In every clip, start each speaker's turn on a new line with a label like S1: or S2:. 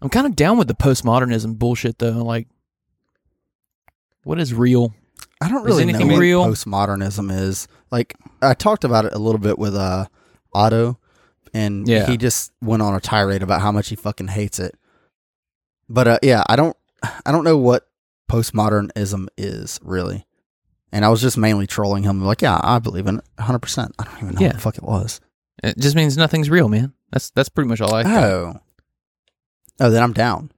S1: I'm kind of down with the postmodernism bullshit though. Like, what is real?
S2: I don't
S1: Is
S2: really know
S1: anything
S2: what
S1: real?
S2: postmodernism is. Like I talked about it a little bit with uh Otto, and
S1: Yeah.
S2: he just went on a tirade about how much he fucking hates it. But uh, yeah, I don't, I don't know what postmodernism is really. And I was just mainly trolling him, like, yeah, I believe in it, 100%. I don't even know
S1: Yeah.
S2: what the fuck it was.
S1: It just means nothing's real, man. That's that's pretty much all
S3: Ah.
S1: I. got.
S2: Oh. Oh, then I'm down.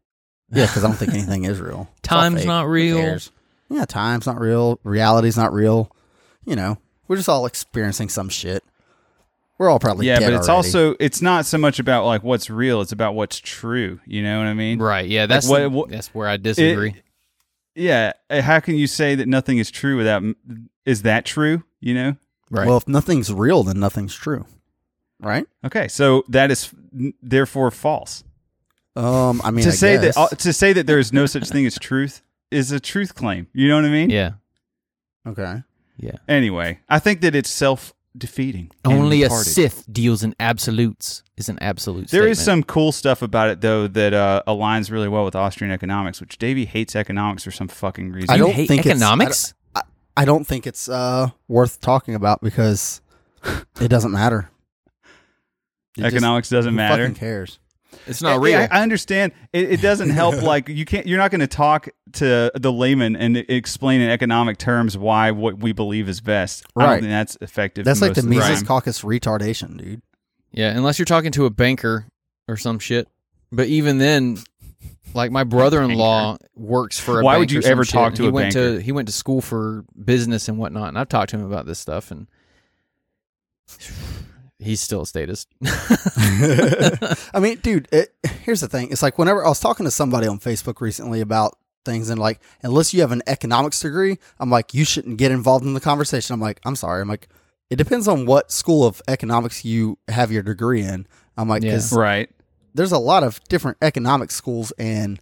S2: Yeah, because I don't think anything is real. It's all
S1: Time's
S2: fake.
S1: not
S2: Who
S1: real.
S2: cares? Yeah, time's not real. Reality's not real. You know, we're just all experiencing some shit. We're all probably
S3: yeah,
S2: dead
S3: but it's
S2: already.
S3: also it's not so much about like what's real; it's about what's true. You know what I mean?
S1: Right. Yeah. That's
S3: what-
S1: the-
S3: what-
S1: that's where I disagree.
S3: Yeah. uh, How can you say that nothing is true without? Is that true? You know?
S1: right.
S2: well, if nothing's real, then nothing's true, right?
S3: Okay, so that is n- therefore false.
S2: Um, I mean,
S3: to
S2: I
S3: say
S2: guess.
S3: that uh, to say that there is no such thing as truth is a truth claim. You know what I mean?
S1: yeah.
S2: okay,
S1: Yeah.
S3: Anyway, I think that it's self defeating.
S1: Only a
S3: Sith.
S1: Sith deals in absolutes. Is an absolute.
S3: There is
S1: statement.
S3: some cool stuff about it though that uh, aligns really well with Austrian economics, which Davey hates economics for some fucking reason.
S2: I
S1: You
S2: don't
S1: hate
S2: think it's- I
S1: economics.
S2: I, I don't think it's uh worth talking about because it doesn't matter. It just-
S3: economics doesn't
S2: who
S3: matter.
S2: Fucking cares.
S1: it's
S3: Yeah, yeah, I understand. It, it doesn't help. Like you can't. You're not going to talk to the layman and explain in economic terms why what we believe is best. I
S2: Right.
S3: don't think that's effective.
S2: That's like the
S3: most of
S2: Mises
S3: time.
S2: Caucus retardation, dude.
S1: Yeah, unless you're talking to a banker or some shit. But even then, like my brother-in-law works for. a
S3: Why
S1: bank
S3: would you
S1: or some
S3: ever
S1: shit,
S3: talk
S1: and
S3: to
S1: he
S3: a
S1: went
S3: banker?
S1: To, he went to school for business and whatnot, and I've talked to him about this stuff, and he's still a statist.
S2: I mean, dude, it, here's the thing. It's like whenever I was talking to somebody on Facebook recently about things, and like, unless you have an economics degree, I'm like, you shouldn't get involved in the conversation. I'm like, I'm sorry. I'm like, it depends on what school of economics you have your degree in. I'm like,
S1: Yeah.
S2: 'cause
S3: Right.
S2: there's a lot of different economic schools, and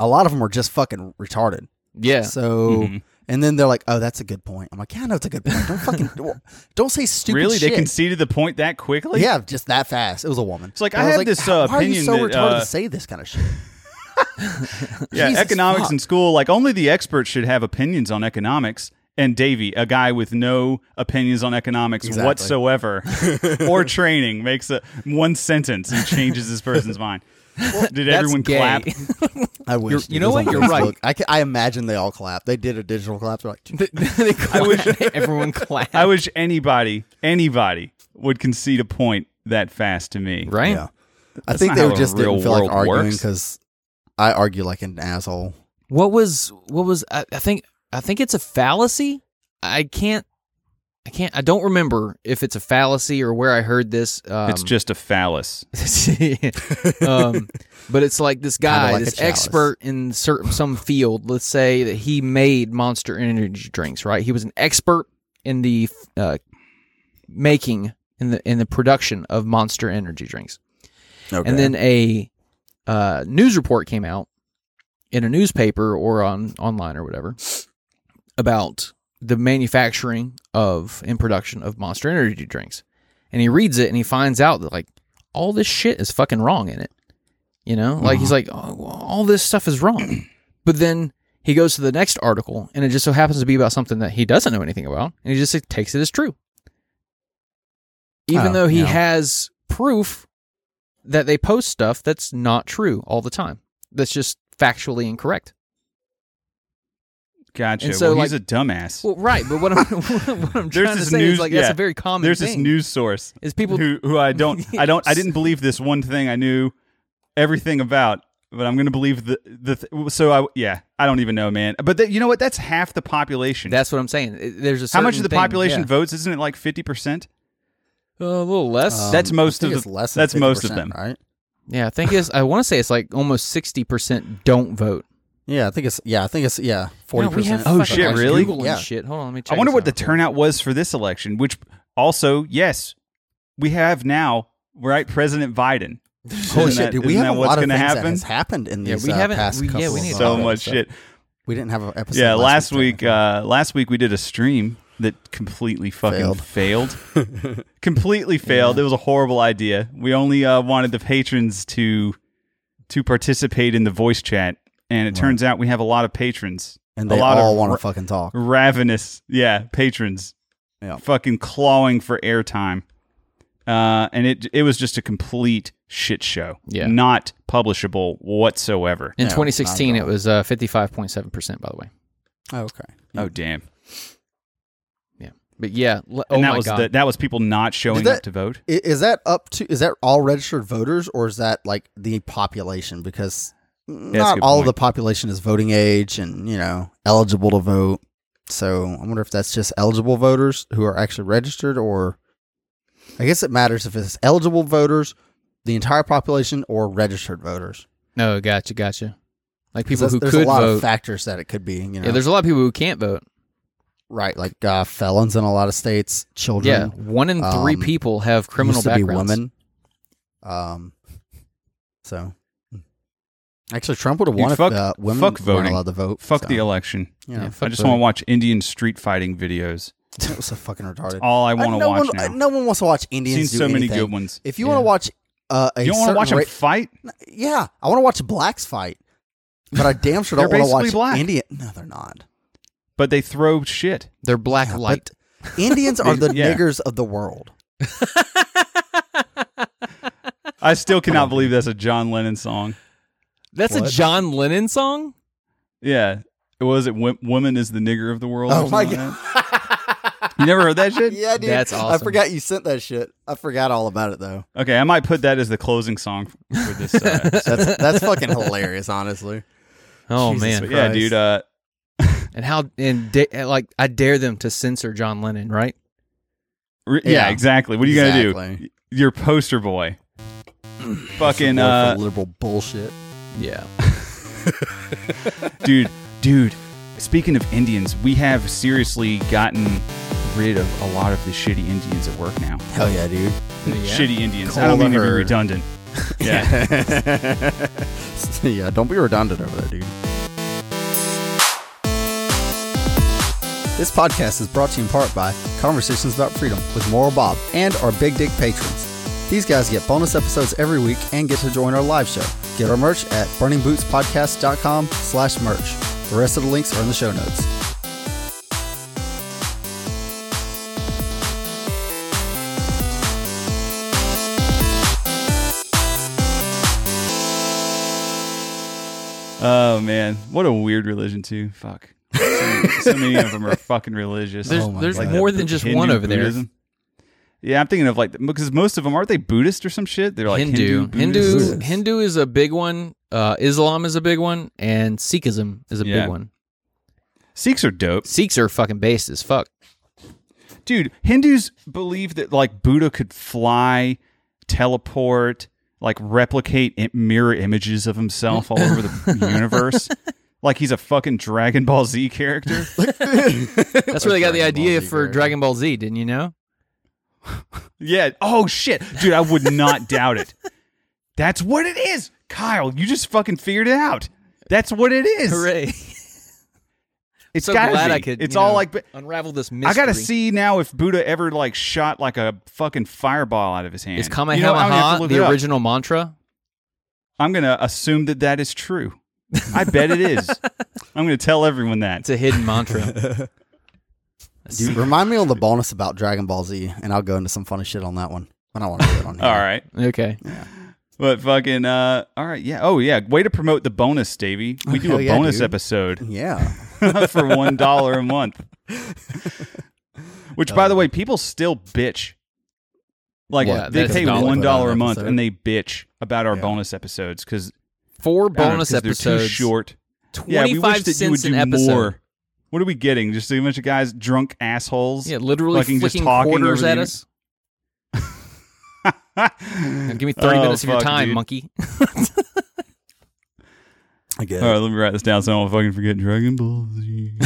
S2: a lot of them are just fucking retarded.
S1: yeah,
S2: So.
S3: Mhm.
S2: And then they're like, "Oh, that's a good point." I'm like, "Yeah, I know it's a good point. Don't fucking don't, don't say stupid
S3: Really,
S2: shit."
S3: they conceded the point that quickly.
S2: yeah, just that fast. It was a woman.
S3: It's like,
S2: And
S3: I
S2: was
S3: had this, uh,
S2: "How- why
S3: opinion
S2: Are you so
S3: that,
S2: retarded
S3: uh,
S2: to say this kind of shit?
S3: Yeah,
S2: Jesus
S3: economics
S2: fuck.
S3: in school, like only the experts should have opinions on economics. And Davey, a guy with no opinions on economics
S2: Exactly.
S3: whatsoever or training, makes a one sentence and changes this person's mind.
S1: That's
S3: Did everyone
S1: gay.
S3: clap?
S2: I wish.
S1: You're-
S2: dude,
S1: you know
S2: it
S1: what?
S2: was on
S1: You're right.
S2: Facebook. I, ca- I imagine they all clap. They did a digital clap. They're like, "Dude,
S1: They clapped. everyone clapped.
S3: I wish anybody, anybody would concede a point that fast to me.
S1: right?
S2: yeah. I think
S3: not
S2: they
S3: how
S2: were
S3: a
S2: just
S3: real
S2: didn't feel like
S3: world
S2: arguing
S3: works.
S2: because I argue like an asshole.
S1: What was what was I, I think I think it's a fallacy. I can't I can't I don't remember if it's a fallacy or where I heard this. Um,
S3: It's just a phallus.
S1: um, but it's like this guy,
S2: like a
S1: this
S2: chalice.
S1: expert in certain some field. Let's say that he made Monster Energy drinks, right? He was an expert in the uh, making in the in the production of Monster Energy drinks.
S2: Okay.
S1: And then a uh, news report came out in a newspaper or on online or whatever about the manufacturing of and production of Monster Energy drinks. And he reads it and he finds out that like all this shit is fucking wrong in it. You know, like he's like oh, well, all this stuff is wrong. But then he goes to the next article and it just so happens to be about something that he doesn't know anything about and he just like, takes it as true. Even
S2: Oh,
S1: though he
S2: yeah.
S1: has proof that they post stuff that's not true all the time. That's just factually incorrect.
S3: Gotcha.
S1: And so,
S3: well, he's
S1: like-
S3: a dumbass.
S1: Well, right, but what I'm what I'm
S3: There's
S1: trying to
S3: this
S1: say
S3: news-
S1: is like
S3: yeah.
S1: that's a very common
S3: There's
S1: thing.
S3: this news source
S1: is people
S3: who, who I don't, I don't, I didn't believe this one thing I knew everything about, but I'm going to believe the, the, th- so I, yeah, I don't even know, man. But that you know what? That's half the population.
S1: that's what I'm saying. It- There's a
S3: how much
S1: certain
S3: of the
S1: thing-
S3: population
S1: yeah.
S3: votes? Isn't it like 50%?
S1: Uh, a little less.
S2: Um,
S3: that's most
S2: I think
S3: of
S2: it's
S3: the-
S2: less than
S3: that's most of
S2: 50%,
S3: them.
S2: right?
S1: yeah, I think it's. I want to say it's like almost sixty percent don't vote.
S2: Yeah, I think it's yeah, I think it's yeah, forty
S1: Yeah, we have
S2: percent.
S1: fucking,
S3: shit,
S1: like,
S3: really?
S1: Google
S2: Oh, Yeah.
S1: and shit. Hold on, let me check.
S3: I wonder
S1: this
S3: what the
S1: out.
S3: turnout was for this election, which also, yes, we have now, right? President Biden.
S2: Holy
S3: Isn't
S2: shit,
S3: that-
S2: dude, we
S3: isn't
S2: have
S3: that
S2: a
S3: what's
S2: lot of
S3: gonna
S2: things that
S3: happen?
S2: has happened in
S1: Yeah,
S2: these
S1: we
S2: uh,
S1: haven't-
S2: past
S1: we- yeah,
S2: couple
S1: we need
S2: of
S1: to
S3: so
S1: talk
S2: uh,
S3: much
S2: stuff.
S3: shit.
S2: We didn't have an episode.
S3: Yeah,
S2: last
S3: last week, uh, last week we did a stream that completely fucking
S2: Failed.
S3: failed. completely failed. It was a horrible idea. We only uh, wanted the patrons to to participate in the voice chat, and it turns out we have a lot of patrons,
S2: and
S3: A
S2: they
S3: lot of
S2: all want to
S3: ra-
S2: fucking talk.
S3: ravenous, yeah, patrons,
S2: Yeah.
S3: fucking clawing for airtime, uh, and it it was just a complete shit show,
S1: Yeah.
S3: not publishable whatsoever.
S1: In
S2: No,
S1: 2016,
S2: not at
S1: it
S2: all.
S1: was uh, 55.7%, by the way.
S2: Oh, okay.
S3: Oh damn!
S1: But yeah, le- oh
S3: and that
S1: my
S3: was
S1: God.
S3: The, that was people not showing
S2: that-
S3: up to vote.
S2: I- Is that up to? Is that all registered voters, or is that like the population? Because
S3: a
S2: not
S3: good
S2: all
S3: point.
S2: of the population is voting age and you know eligible to vote. So I wonder if that's just eligible voters who are actually registered, or I guess it matters if it's eligible voters, the entire population, or registered voters.
S1: no, gotcha, gotcha. Like
S2: 'Cause
S1: people who
S2: there's
S1: could
S2: a lot
S1: vote.
S2: of factors that it could be. You know,
S1: Yeah, there's a lot of people who can't vote.
S2: right, like uh, felons in a lot of states, children.
S1: Yeah, one in three
S2: Um,
S1: people have criminal
S2: used to
S1: backgrounds.
S2: Be women. Um. So. hmm. Actually, Trump would have
S3: Dude,
S2: won
S3: fuck-
S2: if uh, women
S3: fuck voting.
S2: weren't allowed to vote.
S3: Fuck
S2: so,
S3: the election.
S2: You know,
S1: Yeah,
S3: I
S1: fuck
S3: just
S1: voting.
S3: want to watch Indian street fighting videos.
S2: that was so fucking retarded.
S3: All I want
S2: Uh,
S3: to
S2: no
S3: watch
S2: one,
S3: now.
S2: uh, No one wants to watch Indians.
S3: Seen
S2: do
S3: so many
S2: anything.
S3: good ones.
S2: If you
S1: Yeah.
S2: want to watch, uh, a
S3: You don't want to
S2: certain
S3: watch them
S2: ra-
S3: fight?
S2: yeah, I want to watch blacks fight, but I damn sure
S3: They're
S2: don't want to
S3: basically
S2: watch
S3: black.
S2: Indian. No, they're not.
S3: But they throw shit.
S1: They're black
S2: Yeah,
S1: light.
S2: but Indians are the
S3: Yeah.
S2: niggers of the world.
S3: I still cannot believe that's a John Lennon song.
S1: That's a
S2: What?
S1: John Lennon song?
S3: Yeah. Was it Wo- Woman is the Nigger of the World? or
S2: Oh my
S3: something like that? You never heard that shit?
S2: yeah, dude.
S1: That's
S2: I
S1: awesome.
S2: forgot you sent that shit. I forgot all about it though.
S3: Okay, I might put that as the closing song for this. Uh, episode.
S2: That's that's fucking hilarious, honestly.
S1: Oh
S2: Jesus,
S1: man.
S3: but yeah,
S2: Christ.
S3: dude. Uh,
S1: And how and da- and, like I dare them to censor John Lennon, right?
S3: re- yeah.
S2: Yeah.
S3: exactly. What are you going to
S2: Exactly.
S3: do? Your poster boy. Fucking,
S2: Lord
S3: uh,
S2: for liberal bullshit.
S1: Yeah.
S3: dude, dude. Speaking of Indians, we have seriously gotten rid of a lot of the shitty Indians at work now.
S2: Hell yeah, dude.
S3: Shitty Indians. I
S2: Call
S3: don't
S2: the
S3: mean to be
S2: herd.
S3: redundant. Yeah.
S2: yeah, don't be redundant over there, dude. This podcast is brought to you in part by Conversations About Freedom with Moral Bob and our Big Dick patrons. These guys get bonus episodes every week and get to join our live show. Get our merch at burningbootspodcast.com slash merch. The rest of the links are in the show notes.
S3: Oh man, what a weird religion too. Fuck. So, so many of them are fucking religious.
S1: There's
S2: Oh my
S1: there's
S2: God.
S1: more than just one over there.
S3: there. Yeah, I'm thinking of like because most of them aren't they Buddhist or some shit? They're like Hindu.
S1: Hindu. Hindu
S3: Buddhist.
S1: Hindu, is a big one. Uh, Islam is a big one, and Sikhism is a
S3: Yeah.
S1: big one.
S3: Sikhs are dope,
S1: Sikhs are fucking based as fuck.
S3: dude. Hindus believe that like Buddha could fly, teleport, like replicate i- mirror images of himself all over the universe. Like he's a fucking Dragon Ball Z character.
S1: That's where they got the
S2: Dragon Ball
S1: idea
S2: Z
S1: for
S2: version.
S1: Dragon Ball Z, didn't you know?
S3: Yeah. Oh shit, dude, I would not doubt it. That's what it is, Kyle. You just fucking figured it out. That's what it is.
S1: Hooray.
S3: It's
S1: so
S3: gotta
S1: glad
S3: be.
S1: I could.
S3: It's
S1: you
S3: all
S1: know,
S3: like.
S1: unravel this mystery.
S3: I gotta see now if Buddha ever like shot like a fucking fireball out of his hand.
S1: Is
S3: You know, I'm gonna have to
S1: Kamehameha
S3: look it
S1: the
S3: up.
S1: original mantra?
S3: I'm gonna assume that that is true. I bet it is. I'm gonna tell everyone that.
S1: It's a hidden mantra.
S2: Dude, remind me on the bonus about Dragon Ball Z, and I'll go into some funny shit on that one. But I want to do it on here.
S3: All right,
S1: Okay.
S3: but fucking uh, all right, yeah. Oh yeah, way to promote the bonus, Davey.
S1: Oh,
S3: We do
S2: Hell
S3: a
S2: yeah,
S3: bonus
S2: dude.
S3: episode
S2: Yeah.
S3: for one dollar a month. Which, by the way, people still bitch. Like
S1: Uh, Yeah,
S3: they
S1: that's
S3: pay
S1: a dollar.
S3: one dollar a month
S2: Episode.
S3: and they bitch about our bonus episodes because
S1: Four bonus episodes.
S3: Too short. Yeah, we
S1: 25
S3: wish that you would
S1: cents
S3: do
S1: an episode.
S3: more. What are we getting? Just a bunch of guys, drunk assholes.
S1: Yeah, literally
S3: Fucking just
S1: flicking
S3: talking
S1: quarters
S3: over
S1: at
S3: the-
S1: us. Now give me 30
S3: Oh,
S1: minutes of your
S3: fuck,
S1: time,
S3: dude.
S1: monkey.
S2: I get
S3: All right, let me write this down so I don't fucking forget Dragon Ball Z.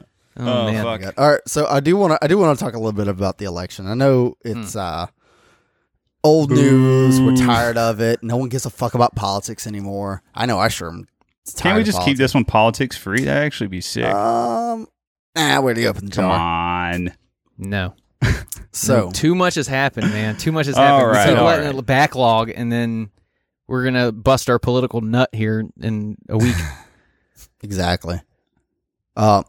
S1: Oh,
S3: Oh,
S1: man.
S3: fuck.
S2: God. All right, so I do want to I do want to talk a little bit about the election. I know
S3: Hmm.
S2: it's uh, old news. We're tired of it. No one gives a fuck about politics anymore. I know I sure am.
S3: Can we just keep this one politics free? That'd actually be sick.
S2: Um, nah, we're the open
S3: Come
S2: jar.
S3: on.
S1: No.
S2: So
S1: Mm, too much has happened, man. Too much has
S3: All
S1: happened.
S3: right,
S1: we keep
S3: all
S1: letting
S3: right.
S1: it backlog, and then we're gonna bust our political nut here in a week.
S2: exactly. Uh,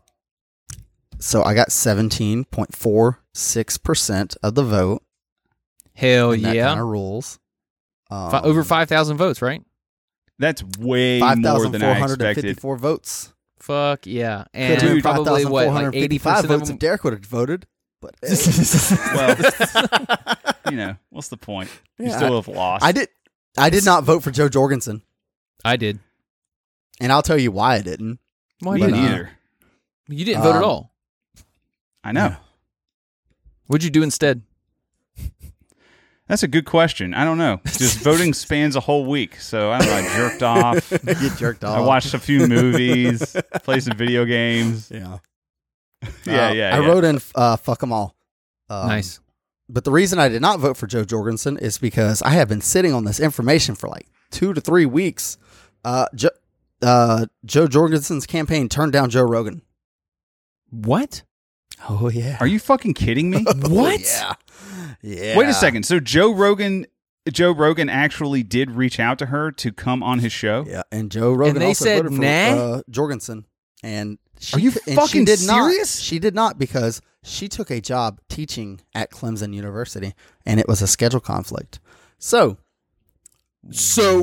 S2: so I got seventeen point four six percent of the vote.
S3: Oh,
S1: Hell
S2: and that
S1: yeah!
S2: kind of rules. Um,
S1: Fi- over five thousand votes, right?
S3: That's way
S2: five
S3: more
S2: thousand
S3: than
S2: four
S3: I
S2: hundred and
S3: expected.
S2: fifty-four votes.
S1: Fuck yeah!
S2: Could
S1: And
S2: have been
S1: probably what like eighty
S2: 5,455
S1: percent of
S2: votes
S1: them.
S2: if Derek would have voted. But eh.
S3: Well, you know, what's the point? You
S2: Yeah,
S3: still have lost.
S2: I did. I did not vote for Joe Jorgensen,
S1: I did.
S2: and I'll tell you why I didn't.
S1: Why
S3: Me
S2: did
S1: did
S2: not?
S1: you?
S3: neither.
S1: You didn't vote at
S2: Um,
S1: all.
S3: I know.
S1: What'd you do instead?
S3: That's a good question. I don't know. Just voting spans a whole week, so I don't know. I jerked off.
S2: you jerked off.
S3: I watched a few movies, played some video games.
S2: Yeah.
S3: Yeah,
S2: Uh,
S3: yeah.
S2: I
S3: yeah.
S2: wrote in uh, "fuck them all." Um,
S1: nice.
S2: But the reason I did not vote for Joe Jorgensen is because I have been sitting on this information for like two to three weeks. Uh, jo- uh, Joe Jorgensen's campaign turned down Joe Rogan.
S1: What?
S2: Oh yeah.
S3: Are you fucking kidding me?
S1: What?
S2: yeah. Yeah.
S3: Wait a second. So Joe Rogan, Joe Rogan actually did reach out to her to come on his show.
S2: Yeah, and Joe Rogan
S1: they
S2: also
S1: said
S2: voted for
S1: nah?
S2: uh, Jorgensen. And she,
S3: Are you
S2: and she
S3: fucking
S2: did
S3: serious?
S2: Not, she did not because she took a job teaching at Clemson University, and it was a schedule conflict. So,
S1: So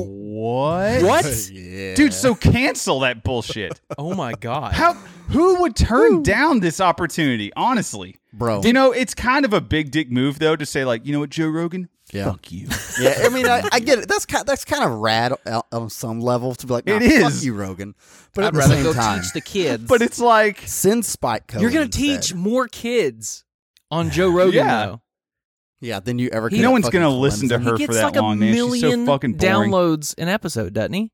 S3: What?
S1: what?
S2: yeah.
S3: Dude, so cancel that bullshit.
S1: oh my god!
S3: How? Who would turn down this opportunity? Honestly,
S2: bro,
S3: you know, it's kind of a big dick move though to say like, you know what, Joe Rogan,
S2: Yeah.
S3: fuck you.
S2: yeah, I mean, I, I get it. That's kind, that's kind of rad on- on some level to be like, nah,
S3: It
S2: fuck
S3: is.
S2: you, Rogan. But at
S1: I'd
S2: the
S1: rather
S2: same
S1: go
S2: time,
S1: teach the kids.
S3: But it's like,
S2: send Spike Cohen.
S1: you're gonna
S2: instead.
S1: teach more kids on Joe Rogan
S3: Yeah.
S1: though.
S2: yeah. Then you ever.
S1: He-
S2: could
S3: no
S2: at
S3: one's
S2: fucking
S3: gonna listen to
S2: Clemson.
S3: her
S1: he
S3: for
S1: gets
S3: that
S1: like
S3: long,
S1: a
S3: man. She's so
S1: million
S3: fucking boring.
S1: downloads an episode, doesn't he?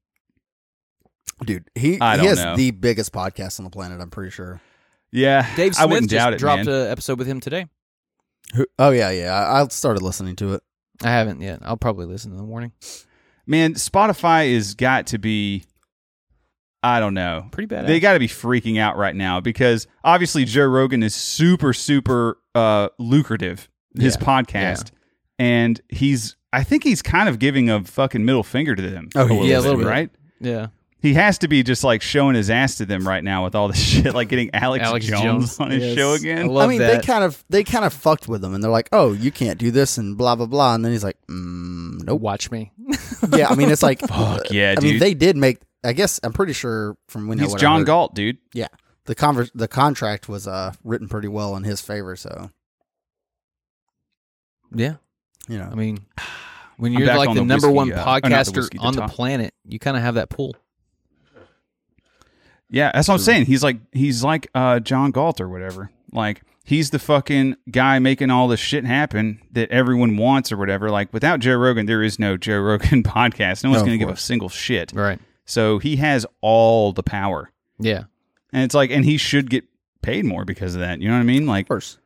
S2: dude. He,
S3: I
S2: he
S3: don't
S2: has
S3: know.
S2: the biggest podcast on the planet. I'm pretty sure.
S3: Yeah,
S1: Dave
S3: I
S1: Smith
S3: wouldn't
S1: just
S3: doubt it,
S1: dropped
S3: man.
S1: an episode with him today.
S2: Who, oh yeah, yeah. I, I started listening to it.
S1: I haven't yet. I'll probably listen in the morning.
S3: man, Spotify has got to be, I don't know,
S1: Pretty bad.
S3: they got to be freaking out right now because obviously Joe Rogan is super super uh lucrative his
S1: Yeah.
S3: podcast and he's I think he's kind of giving a fucking middle finger to them.
S2: Oh, he
S1: is, a little bit.
S3: right?
S1: yeah.
S3: He has to be just like showing his ass to them right now with all this shit, like getting Alex,
S1: Alex
S3: Jones,
S1: Jones.
S3: on his
S1: Yes.
S3: show
S1: I
S3: again.
S1: love
S2: I mean,
S1: that.
S2: they kind of they kind of fucked with him, and they're like, "Oh, you can't do this," and blah blah blah. And then he's like, mm, "Nope."
S1: Watch me.
S2: yeah, I mean, it's like,
S3: Fuck yeah,
S2: I
S3: dude.
S2: mean, they did make. I guess I'm pretty sure from when
S3: he's John Galt, dude.
S2: Yeah, the conver- the contract was uh written pretty well in his favor, so
S1: Yeah.
S2: you know.
S1: I mean, when
S3: I'm
S1: you're
S3: back
S1: like
S3: on
S1: the,
S3: the
S1: number one
S3: whiskey, uh, or not the
S1: podcaster
S3: whiskey, the
S1: on the
S3: top.
S1: planet, you kind of have that pull.
S3: Yeah, that's what I'm saying. He's like he's like uh, John Galt or whatever. Like he's the fucking guy making all this shit happen that everyone wants or whatever. Like without Joe Rogan, there is no Joe Rogan podcast. No
S2: No,
S3: one's
S2: of
S3: gonna give a
S2: course.
S3: single shit.
S1: Right.
S3: So he has all the power,
S1: Yeah.
S3: and it's like, and he should get paid more because of that. You know what I mean? Like
S2: course.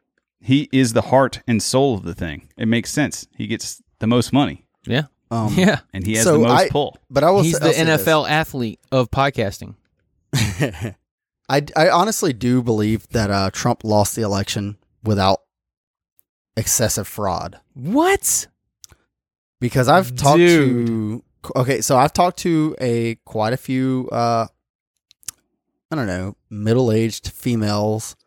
S3: he is the heart and soul of the thing. It makes sense. He gets the most money
S1: Yeah.
S2: Um,
S1: yeah.
S3: and he has
S2: So
S3: the most
S2: I-
S3: pull.
S2: But I will.
S1: He's
S2: say,
S1: the
S2: I'll say this.
S1: NFL athlete of podcasting.
S2: I, I honestly do believe that uh, Trump lost the election without excessive fraud
S1: What?
S2: because I've talked
S1: Dude.
S2: to okay, so I've talked to a quite a few uh, I don't know middle aged females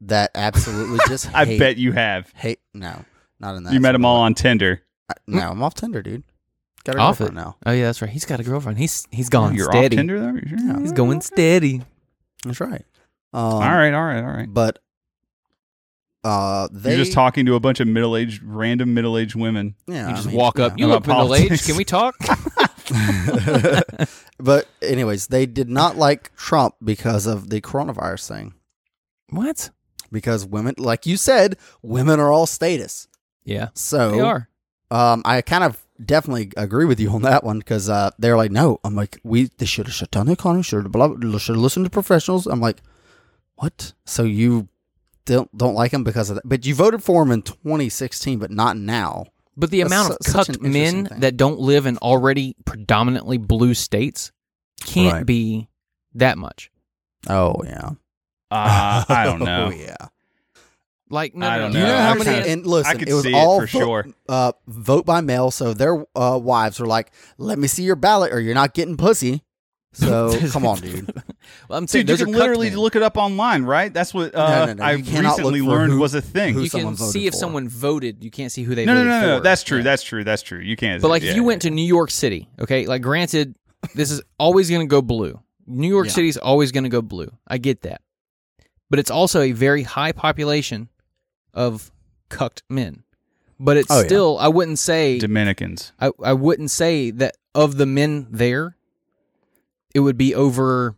S2: that absolutely just
S3: I
S2: hate,
S3: bet you have.
S2: hate no not in that
S3: You met him all on Tinder.
S2: I- no I'm off Tinder dude got a
S1: Off
S2: girlfriend
S1: it.
S2: now
S1: Oh yeah, that's right. He's got a girlfriend. He's he's gone
S3: You're off
S1: steady.
S3: Tinder though. You're sure?
S1: He's going steady.
S2: that's right um,
S3: All right, all right, all right.
S2: but uh they
S3: You're just talking to a bunch of middle aged, random middle aged women.
S2: yeah,
S1: You
S2: I
S1: just
S2: mean,
S1: walk up.
S2: yeah.
S1: You look
S3: About
S1: middle age.
S3: politics.
S1: Can we talk?
S2: but anyways, they did not like Trump because of the coronavirus thing.
S1: what?
S2: Because women, like you said, women are all status.
S1: Yeah.
S2: So
S1: They are.
S2: Um, I kind of definitely agree with you on that one because uh, they're like, no, I'm like, we they should have shut down the economy, should have should listened to professionals. I'm like, what? So you don't don't like him because of that? But you voted for him in 2016, but not now.
S1: But the
S2: That's
S1: amount of
S2: su- such an
S1: cucked
S2: interesting
S1: men
S2: thing.
S1: that don't live in already predominantly blue states can't
S2: Right.
S1: be that much.
S2: Oh yeah,
S3: Uh, I don't know.
S2: oh yeah.
S1: Like, no,
S3: I
S1: no,
S3: don't
S1: no.
S2: Do you know
S3: No,
S2: how
S3: I
S2: many?
S3: kinda-
S2: And listen,
S3: I could
S2: it was
S3: see it
S2: all
S3: for
S2: vo-
S3: sure.
S2: Uh, vote by mail. So their uh, wives were like, "Let me see your ballot, or you're not getting pussy." So come on, dude.
S1: Well, I'm saying
S3: Dude, you
S1: those are
S3: can literally
S1: cuck
S3: look it up online, right? That's what uh,
S2: No, no, no,
S3: I
S2: you cannot
S3: recently
S2: look for
S3: learned
S2: who-
S3: was a thing.
S2: who
S1: things. you
S2: someone
S1: can
S2: voted
S1: see if
S2: for.
S1: someone voted. You can't see who they
S3: no, no,
S1: voted
S3: no, no, no.
S1: for.
S3: That's true.
S1: Yeah.
S3: That's true. That's true. You can't.
S1: But like
S3: yeah,
S1: if you went
S3: yeah.
S1: to New York City, okay, like granted, this is always going to go blue. New York
S2: Yeah.
S1: City's always going to go blue. I get that, but it's also a very high population of cucked men. But it's
S2: Oh, yeah.
S1: still, I wouldn't say,
S3: Dominicans,
S1: I, I wouldn't say that of the men there, it would be over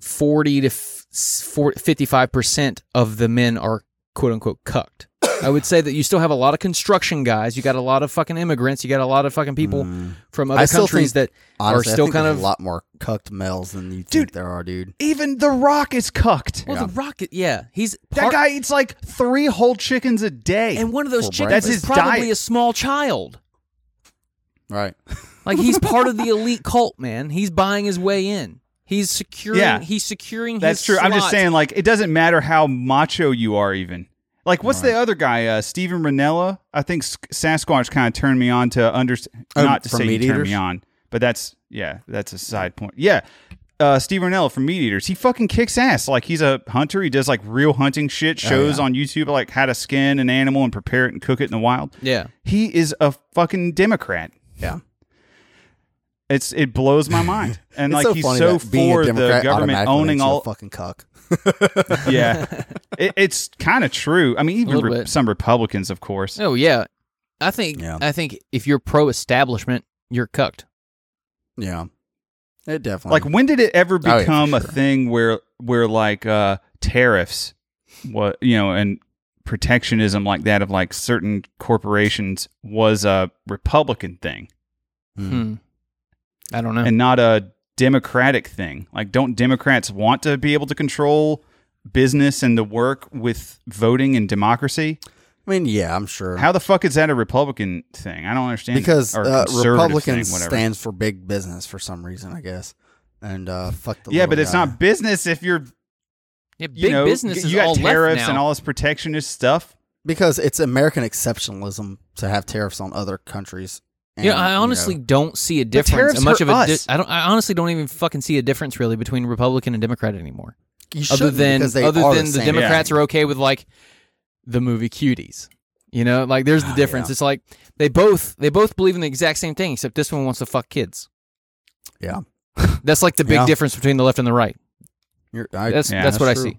S1: forty to fifty-five percent of the men are quote unquote cucked. I would say that you still have a lot of construction guys. You got a lot of fucking immigrants. You got a lot of fucking people
S2: Mm.
S1: from other
S2: I still
S1: countries that
S2: Honestly,
S1: still
S2: I think
S1: kind
S2: there's
S1: of-
S2: a lot more cucked males than you think
S3: Dude.
S2: there are, dude.
S3: even The Rock is cucked.
S1: well,
S2: Yeah.
S1: the rocket, yeah, he's
S3: That
S1: part-
S3: guy eats like three whole chickens a day.
S1: and one of those
S2: For
S1: chickens
S2: breakfast.
S1: is
S3: That's his
S1: probably
S3: diet.
S1: a small child.
S2: Right.
S1: Like he's part of the elite cult, man. He's buying his way in. He's securing.
S3: Yeah.
S1: he's securing.
S3: That's
S1: his
S3: true. I'm just
S1: slot.
S3: saying, like, it doesn't matter how macho you are, even. Like, what's the other guy? Uh, Steven Ranella? I think S- Sasquatch kind of turned me on to understand.
S2: Oh,
S3: not to
S2: from
S3: say he
S2: Meat
S3: turned
S2: Eaters?
S3: me on, but that's, yeah, that's a side point. Yeah. Uh, Steve Ranella from Meat Eaters. He fucking kicks ass. Like, he's a hunter. He does, like, real hunting shit, shows on YouTube, like, how to skin an animal and prepare it and cook it in the wild.
S1: Yeah.
S3: He is a fucking Democrat.
S2: Yeah.
S3: It's It blows my mind. And,
S2: It's
S3: like,
S2: so
S3: he's
S2: funny
S3: so
S2: that being a
S3: for the
S2: Democrat
S3: government
S2: automatically
S3: owning
S2: makes you
S3: all
S2: a fucking cuck.
S3: yeah, it, it's kind of true. I mean, even
S1: little
S3: re-
S1: bit.
S3: some Republicans, of course.
S1: Oh yeah, I think
S2: Yeah.
S1: I think if you're pro-establishment, you're cucked.
S2: Yeah. It definitely.
S3: Like, when did it ever
S2: Oh, yeah, for
S3: become a
S2: sure.
S3: thing where where like uh, tariffs, what you know, and protectionism like that of like certain corporations was a Republican thing
S2: Mm.
S1: Hmm. I don't know.
S2: Oh.
S3: and not a Democratic thing? Like, don't Democrats want to be able to control? business and the work with voting and democracy
S2: I mean, yeah, I'm sure.
S3: how the fuck is that a republican thing i don't understand
S2: because
S3: or
S2: uh,
S3: conservative thing,
S2: Republican
S3: whatever.
S2: stands for big business for some reason, I guess. And uh, fuck the
S3: yeah,
S2: little
S3: but it's
S2: guy.
S3: not business if you're
S1: yeah,
S3: you
S1: big
S3: know
S1: business
S3: you
S1: is
S3: got
S1: all left
S3: tariffs
S1: now.
S3: and all this protectionist stuff.
S2: because it's American exceptionalism to have tariffs on other countries. And,
S1: yeah, I
S2: you
S1: honestly
S2: know,
S1: don't see a difference.
S3: tariffs
S1: Much of
S3: hurt
S1: a di-
S3: us.
S1: I don't. I honestly don't even fucking see a difference really between Republican and Democrat anymore.
S2: you
S1: Other
S2: shouldn't
S1: than
S2: because they
S1: other
S2: are
S1: than the,
S2: same
S1: Democrats
S2: thing.
S1: are okay with like the movie Cuties. You know, like there's the
S2: Ah,
S1: difference.
S2: yeah.
S1: It's like they both they both believe in the exact same thing, except this one wants to fuck kids.
S2: Yeah.
S1: that's like the big
S2: Yeah.
S1: difference between the left and the right.
S2: You're, I,
S1: That's
S3: Yeah,
S1: that's,
S2: that's
S1: what
S2: true.
S1: I see.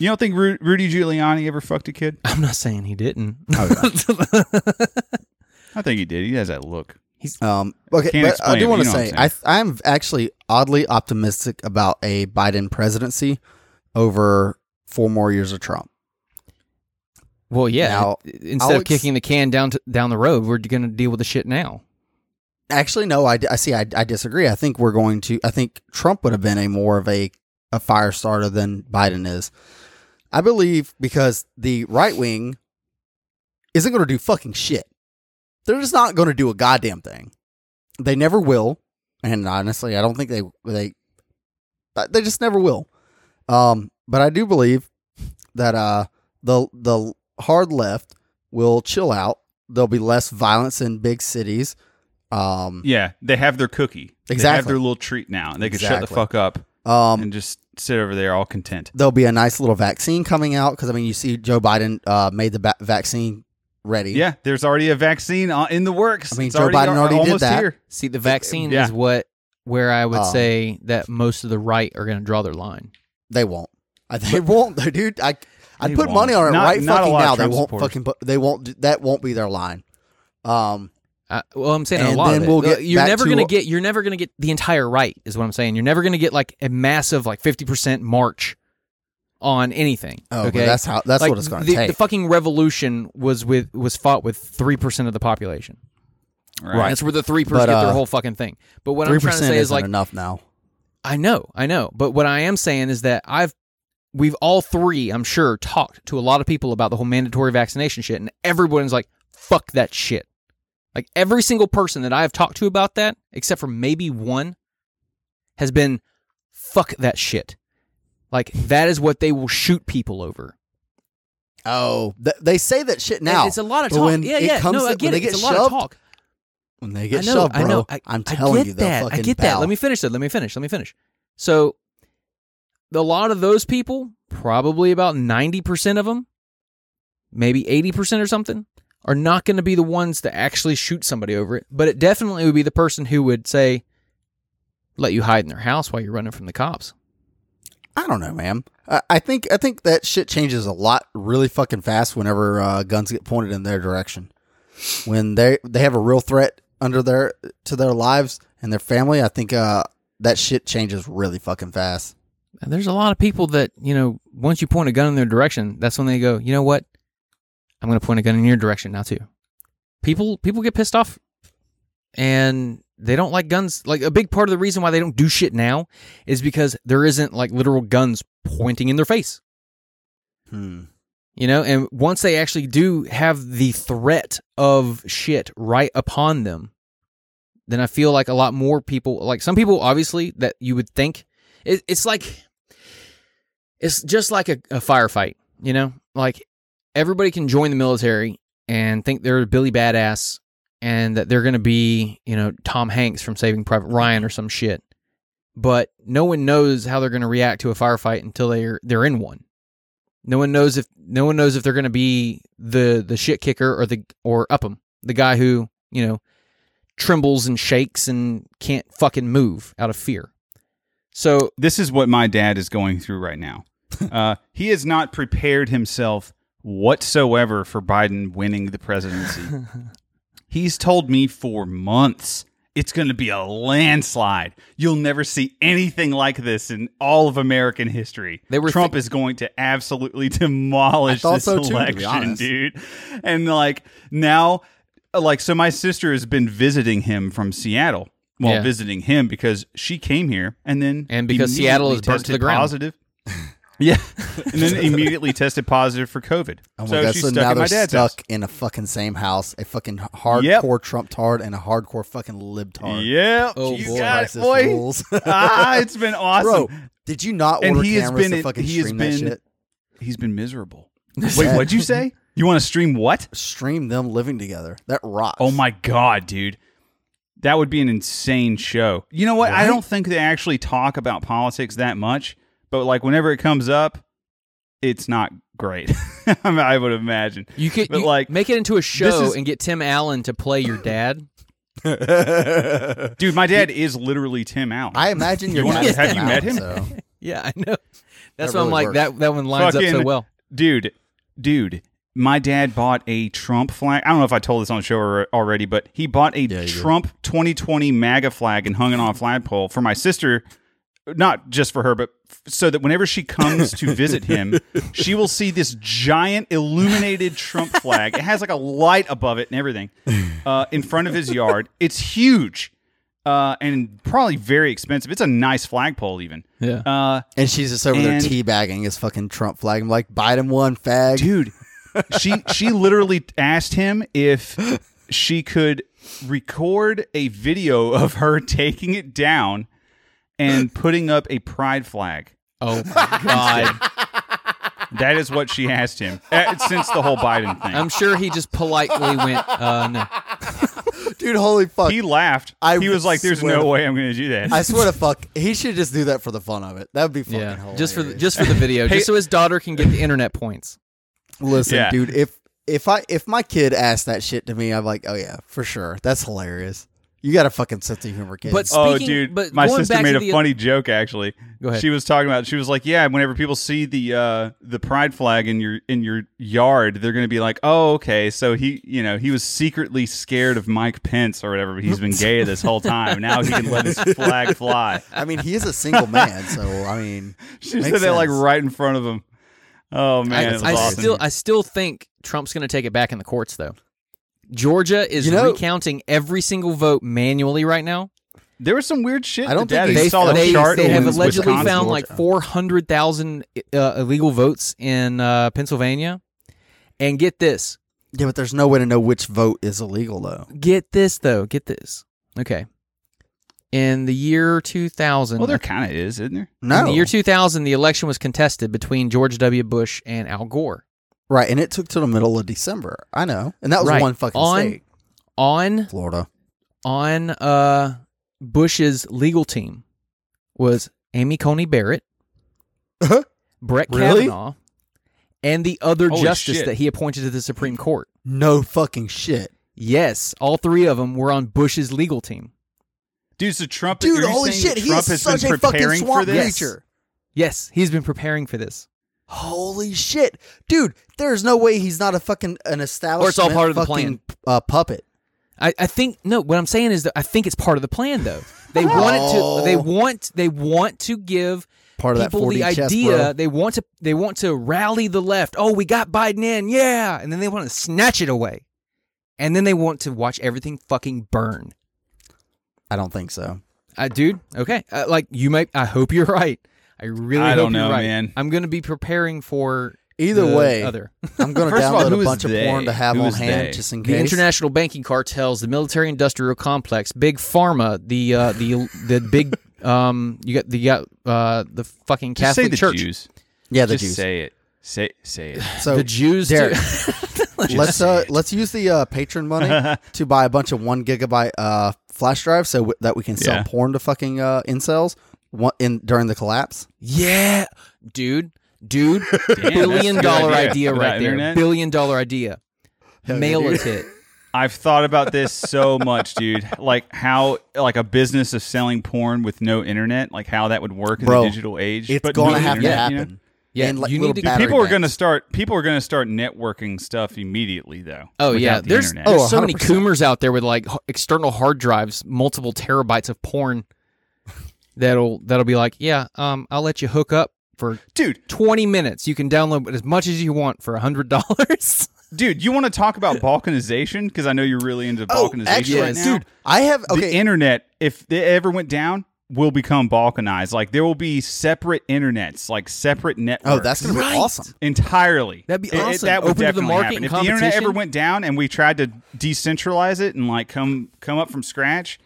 S3: You don't think Ru- Rudy Giuliani ever fucked a kid?
S1: I'm not saying he didn't.
S2: Oh,
S3: I think he did. He has that look.
S2: Um, okay,
S3: Can't
S2: but I
S3: explain it,
S2: do
S3: but
S2: want
S3: you
S2: to
S3: know what
S2: say
S3: I'm
S2: I I'm actually oddly optimistic about a Biden presidency over four more years of Trump.
S1: Well, yeah.
S2: Now,
S1: instead
S2: I'll
S1: of
S2: ex-
S1: kicking the can down to, down the road, we're going to deal with the shit now.
S2: Actually, no, I, I see. I, I disagree. I think we're going to. I think Trump would have been a more of a a fire starter than Biden is. I believe because the right wing isn't going to do fucking shit. They're just not going to do a goddamn thing. They never will, and honestly, I don't think they they but they just never will. Um, but I do believe that uh the the hard left will chill out. There'll be less violence in big cities. Um,
S3: Yeah, they have their cookie. They have
S2: Exactly.
S3: their little treat now. and They can shut the
S2: Exactly.
S3: fuck up
S2: um,
S3: and just sit over there all content.
S2: there'll be a nice little vaccine coming out because I mean you see Joe Biden uh, made the ba- vaccine ready.
S3: Yeah, there's already a vaccine uh, in the works.
S2: I mean,
S3: It's
S2: Joe Biden already did
S3: almost
S2: that.
S3: Here.
S1: See, the vaccine
S3: yeah.
S1: is what where I would
S2: Um,
S1: say that most of the right are going to draw their line.
S2: they won't. I, they won't, though, dude. I I
S3: They
S2: put money on
S3: won't.
S2: it
S3: Not-
S2: right
S3: not a
S2: fucking
S3: lot of
S2: now. They
S3: Trump
S2: won't
S3: supporters.
S2: fucking. Put, they won't. do- That won't be their line. Um,
S1: I, Uh, well, I'm saying a
S2: And
S1: lot. of
S2: then
S1: it.
S2: we'll get
S1: you're
S2: back
S1: never
S2: to-
S1: going to get. You're never going to get the entire right. Is what I'm saying. You're never going to get like a massive like 50 percent march on anything.
S2: oh,
S1: okay,
S2: okay. That's how. That's
S1: Like,
S2: what it's going to
S1: the,
S2: take.
S1: The fucking revolution was with was fought with three percent of the population.
S3: Right.
S1: That's where the three
S2: But,
S1: percent get their
S2: uh,
S1: whole fucking thing. But what I'm
S2: Three
S1: trying to
S2: percent
S1: say is
S2: isn't
S1: like
S2: enough now.
S1: I know, I know. But what I am saying is that I've we've all three, I'm sure, talked to a lot of people about the whole mandatory vaccination shit, and everyone's like, fuck that shit. Like every single person that I have talked to about that, except for maybe one, has been fuck that shit. Like that is what they will shoot people over.
S2: Oh, th- they say that shit now.
S1: And it's a lot of
S2: but
S1: talk.
S2: when
S1: yeah,
S2: it
S1: yeah.
S2: comes
S1: no,
S2: to-
S1: I
S2: when
S1: get it.
S2: they get
S1: it's a lot
S2: shoved,
S1: of talk.
S2: when they get
S1: I know,
S2: shoved, bro.
S1: I know. I,
S2: am
S1: I
S2: telling
S1: get
S2: you, they'll
S1: that.
S2: fucking
S1: I get
S2: bow.
S1: that. Let me finish that. Let me finish. Let me finish. So, a lot of those people, probably about ninety percent of them, maybe eighty percent or something, are not going to be the ones to actually shoot somebody over it. But it definitely would be the person who would say, "Let you hide in their house while you're running from the cops."
S2: I don't know, man. I, I think I think that shit changes a lot really fucking fast whenever uh, guns get pointed in their direction. When they they have a real threat under their to their lives and their family, I think uh, that shit changes really fucking fast.
S1: And there's a lot of people that you know. Once you point a gun in their direction, that's when they go, "You know what? I'm going to point a gun in your direction now too." People people get pissed off, and they don't like guns. Like a big part of the reason why they don't do shit now is because there isn't like literal guns pointing in their face.
S2: Hmm.
S1: You know, and once they actually do have the threat of shit right upon them, then I feel like a lot more people, like some people, obviously, that you would think it, it's like, it's just like a, a firefight, you know? Like everybody can join the military and think they're Billy Badass and that they're going to be, you know, Tom Hanks from Saving Private Ryan or some shit. But no one knows how they're going to react to a firefight until they're they're in one. No one knows if no one knows if they're going to be the the shit kicker or the or Upham, the guy who you know trembles and shakes and can't fucking move out of fear. So
S3: This is what my dad is going through right now. Uh, he has not prepared himself whatsoever for Biden winning the presidency. He's told me for months it's going to be a landslide. You'll never see anything like this in all of American history.
S1: They were
S3: Trump is going to absolutely demolish
S2: I thought
S3: this
S2: so too, to be
S3: election,
S2: honest.
S3: dude. And like now, like so, my sister has been visiting him from Seattle. Well,
S1: Yeah.
S3: visiting him because she came here and then
S1: And because Seattle is
S3: immediately
S1: burnt to the
S3: tested
S1: ground.
S3: positive. yeah, and then immediately tested positive for COVID.
S2: Oh my
S3: so
S2: god!
S3: she's
S2: So
S3: stuck
S2: now
S3: at my
S2: they're
S3: dad's
S2: stuck
S3: house.
S2: in a fucking same house, a fucking hardcore
S3: Yep.
S2: Trump tard and a hardcore fucking libtard.
S3: Yeah,
S1: Oh,
S3: you
S1: boy.
S3: got it,
S2: Crisis
S3: boy.
S2: rules.
S3: ah, it's been awesome.
S2: Bro, did you not
S3: And
S2: order
S3: he has
S2: cameras
S3: been
S2: to
S3: in-
S2: fucking
S3: he has
S2: stream
S3: been-
S2: that shit?
S3: He's been miserable. Wait,
S2: Sad.
S3: what'd you say? You want to stream what?
S2: Stream them living together. That rocks.
S3: Oh my god, dude. That would be an insane show. You know what? I
S2: Right?
S3: don't think they actually talk about politics that much, but like whenever it comes up, it's not great. I mean, I would imagine.
S1: You could
S3: But,
S1: you
S3: like,
S1: make it into a show
S3: is-
S1: and get Tim Allen to play your dad.
S3: Dude, my dad is literally Tim Allen.
S2: I imagine you're
S3: You wanna-
S2: not
S3: have you
S2: out,
S3: met him?
S2: so.
S1: yeah, I know. That's
S2: That
S1: why I'm
S2: really
S1: like
S2: works.
S1: that. That one lines up so
S3: Fucking-
S1: well.
S3: dude, dude, my dad bought a Trump flag. I don't know if I told this on the show or- already, but he bought a
S2: you did.
S3: Trump 2020 MAGA flag and hung it on a flagpole for my sister, not just for her, but f- so that whenever she comes to visit him, she will see this giant illuminated Trump flag. It has like a light above it and everything uh, in front of his yard. It's huge. Uh, and probably very expensive. It's a nice flagpole, even.
S1: Yeah.
S3: Uh,
S2: And she's just over
S3: And-
S2: there teabagging his fucking Trump flag. I'm like, Biden won, fag.
S3: dude she she literally asked him if she could record a video of her taking it down and putting up a pride flag
S1: Oh my god.
S3: that is what she asked him eh, since the whole biden thing
S1: I'm sure he just politely went, uh, no.
S2: Dude, holy fuck.
S3: he laughed
S2: I
S3: he was like there's
S2: swear
S3: no
S2: to-
S3: way i'm gonna do that
S2: I swear to fuck, he should just do that for the fun of it. That would be fucking
S1: Yeah.
S2: hilarious.
S1: Just for the, just for the video,
S3: Hey-
S1: just so his daughter can get the internet points.
S2: Listen,
S3: Yeah.
S2: dude, if if I if my kid asked that shit to me, I'm like, oh yeah, for sure. That's hilarious. You got a fucking sense of humor, kid.
S1: But
S3: Oh,
S1: Speaking-
S3: dude!
S1: but
S3: my
S1: going
S3: sister
S1: back
S3: made
S1: to
S3: a
S1: the-
S3: funny joke. Actually,
S1: Go ahead.
S3: she was talking about. She was like, "Yeah, whenever people see the uh, the pride flag in your in your yard, they're going to be like, oh, okay, so he, you know, he was secretly scared of Mike Pence or whatever, but he's been gay this whole time. Now he can let his flag fly."
S2: I mean, he is a single man, so I mean,
S3: She
S2: Makes
S3: said that like
S2: sense.
S3: right in front of him. Oh man, it was
S1: I
S3: awesome.
S1: still I still think Trump's going to take it back in the courts though. Georgia is
S2: You know-
S1: recounting every single vote manually right now.
S3: there was some weird shit.
S2: I don't
S3: that
S2: think
S3: Daddy
S2: they-
S3: saw Oh, the
S1: they,
S3: chart.
S1: they have
S3: in
S1: allegedly
S3: Wisconsin.
S1: found like 400,000 uh, illegal votes in uh, Pennsylvania. And get this.
S2: yeah, but there's no way to know which vote is illegal though.
S1: Get this though. Get this. Okay. in the year 2000.
S3: Well, there kind of is, isn't there?
S1: in
S2: No,
S1: the year 2000, the election was contested between George W. Bush and Al Gore.
S2: right, and it took till the middle of December. I know, and that was
S1: Right.
S2: one fucking
S1: On-
S2: state,
S1: On
S2: Florida.
S1: on uh, Bush's legal team was Amy Coney Barrett,
S2: Uh-huh.
S1: Brett
S2: Really?
S1: Kavanaugh, and the other
S3: Holy
S1: justice
S3: shit.
S1: that he appointed to the Supreme Court.
S2: No fucking shit,
S1: Yes, all three of them were on Bush's legal team.
S3: Dude, so Trump.
S2: dude!
S3: you're
S2: Holy
S3: saying that
S2: shit, he
S3: Trump
S2: is
S3: has
S2: such
S3: been
S2: a fucking
S3: preparing for
S2: swamp
S3: this.
S2: creature.
S1: Yes, he's been preparing for this.
S2: Holy shit, dude! There's no way he's not a fucking an establishment.
S1: part of the
S2: fucking,
S1: plan.
S2: Uh, puppet.
S1: I, I think no. What I'm saying is that I think it's part of the plan, though. They want it to. They
S2: Oh.
S1: want. They want to give
S2: Part of that
S1: people the
S2: 4D chess,
S1: idea.
S2: bro.
S1: They want to. They want to rally the left. Oh, we got Biden in, yeah, and then they want to snatch it away, and then they want to watch everything fucking burn.
S2: I don't think so.
S1: Uh, dude, okay, uh, like you may. I hope you're right. I really
S3: I
S1: hope
S3: don't
S1: you're
S3: know,
S1: right.
S3: man.
S1: I'm going to be preparing for
S2: Either
S1: the
S2: way,
S1: Other
S2: I'm going to
S3: First of all,
S2: download
S3: who
S2: a
S3: is
S2: bunch
S3: they?
S2: of porn to have
S3: Who
S2: on
S3: is
S2: hand
S3: they?
S2: just in
S1: the
S2: case.
S1: international banking cartels, the military-industrial complex, big pharma, the uh, the the big um, you got the you got, uh, the fucking
S3: Just
S1: Catholic
S3: say the
S1: Church,
S3: Jews.
S2: yeah, the
S3: Just
S2: Jews.
S3: say it. Say say it.
S2: So
S1: the Jews.
S2: Derek,
S1: too.
S2: let's uh, let's use the uh, patron money to buy a bunch of one gigabyte uh, flash drives so w- that we can sell
S3: Yeah.
S2: porn to fucking uh, incels one, in during the collapse.
S1: yeah, dude, dude,
S3: that's a
S1: billion
S3: good
S1: dollar
S3: idea.
S1: idea,
S3: Without
S1: right there,
S3: internet?
S1: billion dollar idea.
S2: yeah,
S1: Mail
S2: dude.
S1: it hit.
S3: I've thought about this so much, dude. Like how like a business of selling porn with no internet, like how that would work in
S2: Bro,
S3: the digital age.
S2: It's
S3: but
S2: going
S3: no
S2: to have
S3: internet,
S2: to
S3: you know?
S2: happen.
S1: Yeah,
S2: And, like,
S1: you
S2: little
S1: need to.
S2: battery
S3: People are
S2: banks.
S3: going to start. People are going to start networking stuff immediately, though.
S1: Oh yeah,
S3: without the
S1: there's,
S3: internet.
S1: there's
S2: Oh,
S1: so many
S2: 100%.
S1: coomers out there with like h- external hard drives, multiple terabytes of porn. That'll that'll be like, yeah, um, I'll let you hook up for
S3: dude,
S1: 20 minutes. You can download as much as you want for $100.
S3: dude, you want to talk about balkanization? Because I know you're really into balkanization
S2: Oh, actually,
S3: right now,
S2: dude, I have okay.
S3: The internet, if they ever went down, will become balkanized. Like there will be separate internets, like separate networks.
S2: oh, that's going to be
S1: Right.
S2: awesome.
S3: entirely.
S1: That'd be
S3: It- it-
S1: awesome.
S3: that would
S1: Open to the
S3: definitely
S1: market
S3: happen.
S1: and
S3: If the internet
S1: competition.
S3: ever went down and we tried to decentralize it and like come come up from scratch,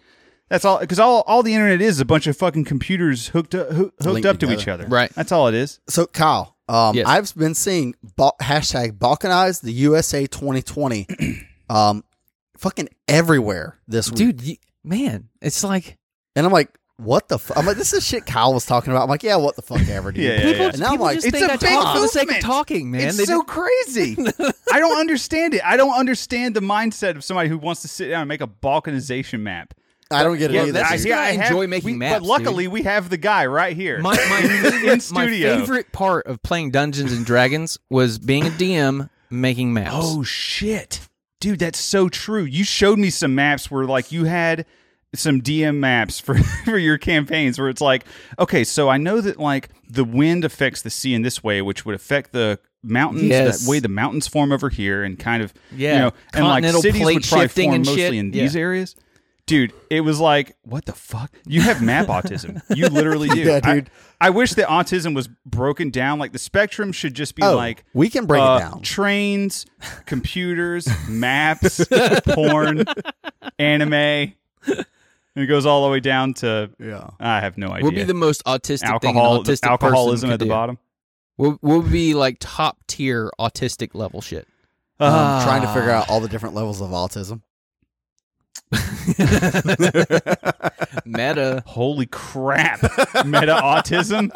S3: that's all. Because all, all the internet is a bunch of fucking computers hooked up hoo- hooked
S2: Linked
S3: up to
S2: together.
S3: each other.
S1: Right.
S3: That's all it is.
S2: So, Kyle, um,
S1: Yes.
S2: I've been seeing ba- hashtag Balkanize the USA 2020 um, fucking everywhere this week.
S1: Dude, you, man, it's like
S2: And I'm like, what the fuck? I'm like, this is shit Kyle was talking about. I'm like, yeah, what the fuck ever, dude.
S3: Yeah, yeah,
S1: people,
S3: yeah.
S2: And now I'm
S1: people
S2: like,
S1: just
S3: it's
S1: think
S3: a
S1: I
S3: big
S1: talk for the sake of
S3: movement.
S1: talking, man.
S3: it's
S1: They
S3: so
S1: just-
S3: crazy. I don't understand it. I don't understand the mindset of somebody who wants to sit down and make a balkanization map.
S2: I don't get it either.
S1: that's-
S3: I,
S2: dude.
S1: yeah,
S3: I have-
S1: enjoy making
S3: we-
S1: maps,
S3: But luckily, we have the guy right here.
S1: my, my,
S3: in
S1: favorite, my
S3: studio.
S1: favorite part of playing Dungeons and Dragons was being a DM making maps.
S3: Oh shit. Dude, that's so true. You showed me some maps where like you had some DM maps for for your campaigns where it's like, okay, so I know that like the wind affects the sea in this way, which would affect the mountains
S1: Yes.
S3: that way the mountains form over here and kind of
S1: Yeah.
S3: you know and like
S1: Continental
S3: cities
S1: plate
S3: would probably
S1: shifting
S3: form
S1: and
S3: mostly
S1: shit.
S3: in
S1: Yeah.
S3: these areas. Dude, it was like, what the fuck? You have map autism. You literally do.
S2: Yeah, dude.
S3: I, I wish that autism was broken down. Like the spectrum should just be
S2: Oh,
S3: like
S2: we can break it
S3: uh,
S2: down.
S3: Trains, computers, maps, porn, anime. And it goes all the way down to
S2: yeah.
S3: I have no idea.
S1: We'll be the most autistic
S3: alcohol,
S1: thing an autistic person
S3: alcoholism
S1: could
S3: at the
S1: do.
S3: bottom.
S1: We'll, we'll be like top tier autistic level shit.
S2: Um,
S3: Ah.
S2: trying to figure out all the different levels of autism.
S1: Meta.
S3: Holy crap! Meta autism,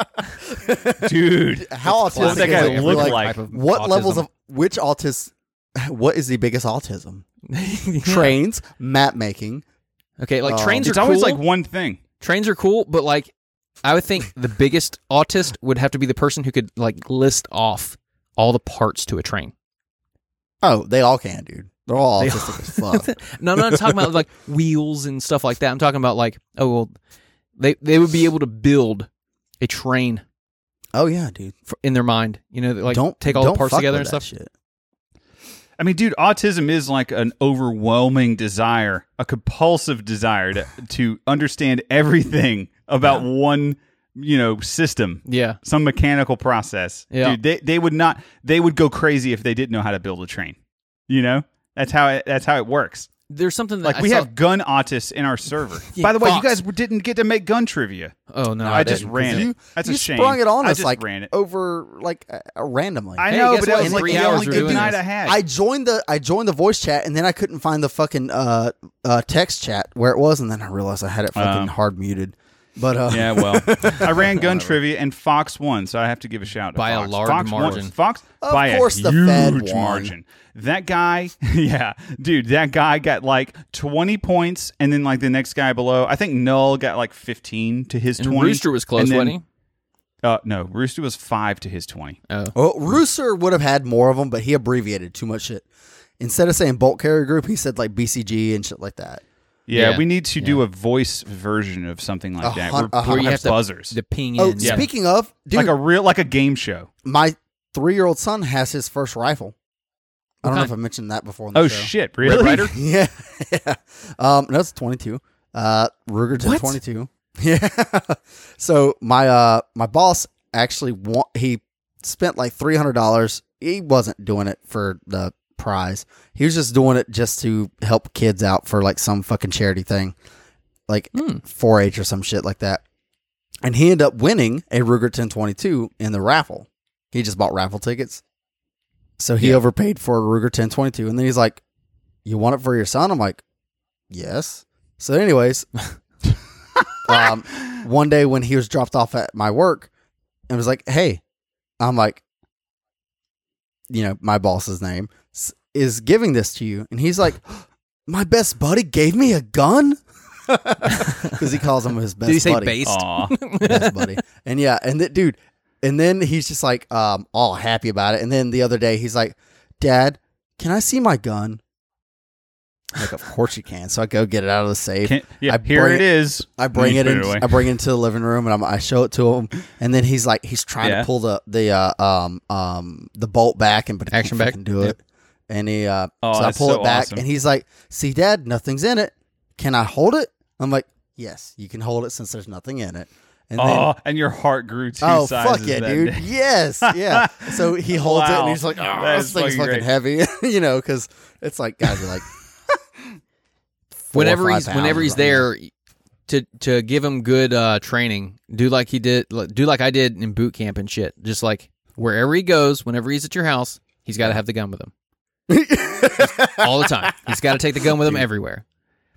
S3: dude.
S2: How autistic
S3: What does that
S2: is
S3: guy
S2: it?
S3: look
S2: Like,
S3: like?
S2: What levels of which autism? What is the biggest autism?
S1: train?
S2: Trains, map making.
S1: Okay, like
S2: Um,
S1: trains are
S3: It's always
S1: cool.
S3: like one thing.
S1: trains are cool, but like I would think the biggest autist would have to be the person who could like list off all the parts to a train.
S2: Oh, they all can, dude. They're all
S1: They
S2: autistic as fuck.
S1: No, I'm not talking about like wheels and stuff like that. I'm talking about like oh well, they they would be able to build a train
S2: Oh yeah, dude.
S1: f in their mind. You know, like
S2: don't
S1: take all
S2: don't
S1: the parts
S2: fuck
S1: together and
S2: with
S1: stuff.
S2: that Shit.
S3: I mean, dude, autism is like an overwhelming desire, a compulsive desire to, to understand everything about one, you know, system.
S1: Yeah,
S3: some mechanical process.
S1: Yeah.
S3: Dude, they, they would not they would go crazy if they didn't know how to build a train. You know? That's how it that's how it works.
S1: there's something that
S3: Like
S1: I
S3: we
S1: saw-
S3: have gun autists in our server. By the way, you guys didn't get to make gun trivia.
S1: Oh no,
S3: I, just
S1: didn't.
S3: ran
S2: You,
S3: it. That's
S2: you
S3: a shame.
S2: sprung it on
S3: I
S2: us
S3: just
S2: like
S3: ran it.
S2: over like uh, uh, randomly.
S3: I
S1: Oh, Hey,
S3: know,
S1: guess
S3: but that
S1: what?
S3: was
S1: In
S3: like
S1: three
S3: the
S1: hours
S3: only
S1: we're
S3: good
S1: doing
S3: night
S1: this.
S3: I had.
S2: I joined the I joined the voice chat and then I couldn't find the fucking uh, uh text chat where it was and then I realized I had it fucking
S3: Um,
S2: hard muted. But uh,
S3: yeah, well, I ran gun trivia and Fox won, so I have to give a shout out
S1: By a
S3: to Fox.
S1: large
S3: Fox won-
S1: margin.
S3: Fox
S2: Of
S3: by
S2: course
S3: a
S2: the
S3: huge
S2: Fed won.
S3: margin. That guy, yeah, dude, that guy got like 20 points, and then like the next guy below, I think Null got like 15 to his
S1: And
S3: 20.
S1: Rooster was close,
S3: and then-
S1: wasn't he?
S3: Uh, no, Rooster was five to his 20.
S1: Oh,
S2: well, Rooster would have had more of them, but he abbreviated too much shit. Instead of saying bulk carrier group, he said like BCG and shit like that.
S3: Yeah,
S1: Yeah.
S3: we need to do a voice version of something like
S2: A
S3: that.
S2: hun-
S3: We're,
S2: a hun-
S3: we
S1: you
S3: have
S1: have to-
S3: buzzers,
S1: the ping
S2: Oh,
S1: in.
S2: speaking of, dude,
S3: like a real, like a game show.
S2: my three year old son has his first rifle. I don't know if I mentioned that before. On the
S3: Oh
S2: show.
S3: shit, really?
S1: Rider?
S2: yeah, yeah. Um, no, it's twenty two. Uh, Ruger
S1: What?
S2: twenty two. Yeah. so my uh my boss actually wa- he spent like three hundred dollars. He wasn't doing it for the prize. He was just doing it just to help kids out for like some fucking charity thing, like
S1: Hmm.
S2: 4-H or some shit like that. And he ended up winning a Ruger 1022 in the raffle. He just bought raffle tickets. So he
S1: Yeah.
S2: overpaid for a Ruger 1022. And then he's like, You want it for your son? I'm like, Yes. So, anyways, um, one day when he was dropped off at my work and was like, Hey, I'm like, You know, my boss's name s- is giving this to you. And he's like, My best buddy gave me a gun? Because he calls him his best
S1: Did he say
S2: buddy
S1: based?
S3: Aw.
S2: best buddy. And yeah, and that dude, and then he's just like um all happy about it. And then the other day he's like, Dad, can I see my gun? I'm Like, of course you can. So I go get it out of the safe.
S3: Can- yeah,
S2: I
S3: here
S2: bring
S3: it
S2: it-
S3: is.
S2: I bring
S3: You
S2: it
S3: put
S2: in.
S3: away.
S2: I bring it into the living room, and I'm, I show it to him. And then he's like, he's trying
S3: Yeah.
S2: to pull the the uh, um um the bolt back, and but he can't
S1: Action back.
S2: fucking do it.
S1: Yep.
S2: And he uh,
S3: Oh,
S2: so I
S3: that's
S2: pull
S3: so
S2: it back,
S3: awesome.
S2: and he's like, "See, Dad, nothing's in it. Can I hold it?" I'm like, "Yes, you can hold it since there's nothing in it." And then
S3: oh, and your heart grew two
S2: Oh
S3: sizes.
S2: fuck yeah,
S3: that
S2: dude!
S3: day.
S2: Yes, yeah. So he holds it
S3: Wow.
S2: and he's like, "Oh,
S3: That
S2: this
S3: is
S2: thing's
S3: fucking
S2: fucking
S3: great.
S2: heavy," you know, because it's like gotta be like. four or
S1: whenever he's
S2: five
S1: whenever
S2: pounds
S1: he's
S2: or something.
S1: there to to give him good uh, training. Do like he did. like- Do like I did in boot camp and shit. Just like wherever he goes, whenever he's at your house, he's got to have the gun with him all the time. he's got to take the gun with him everywhere.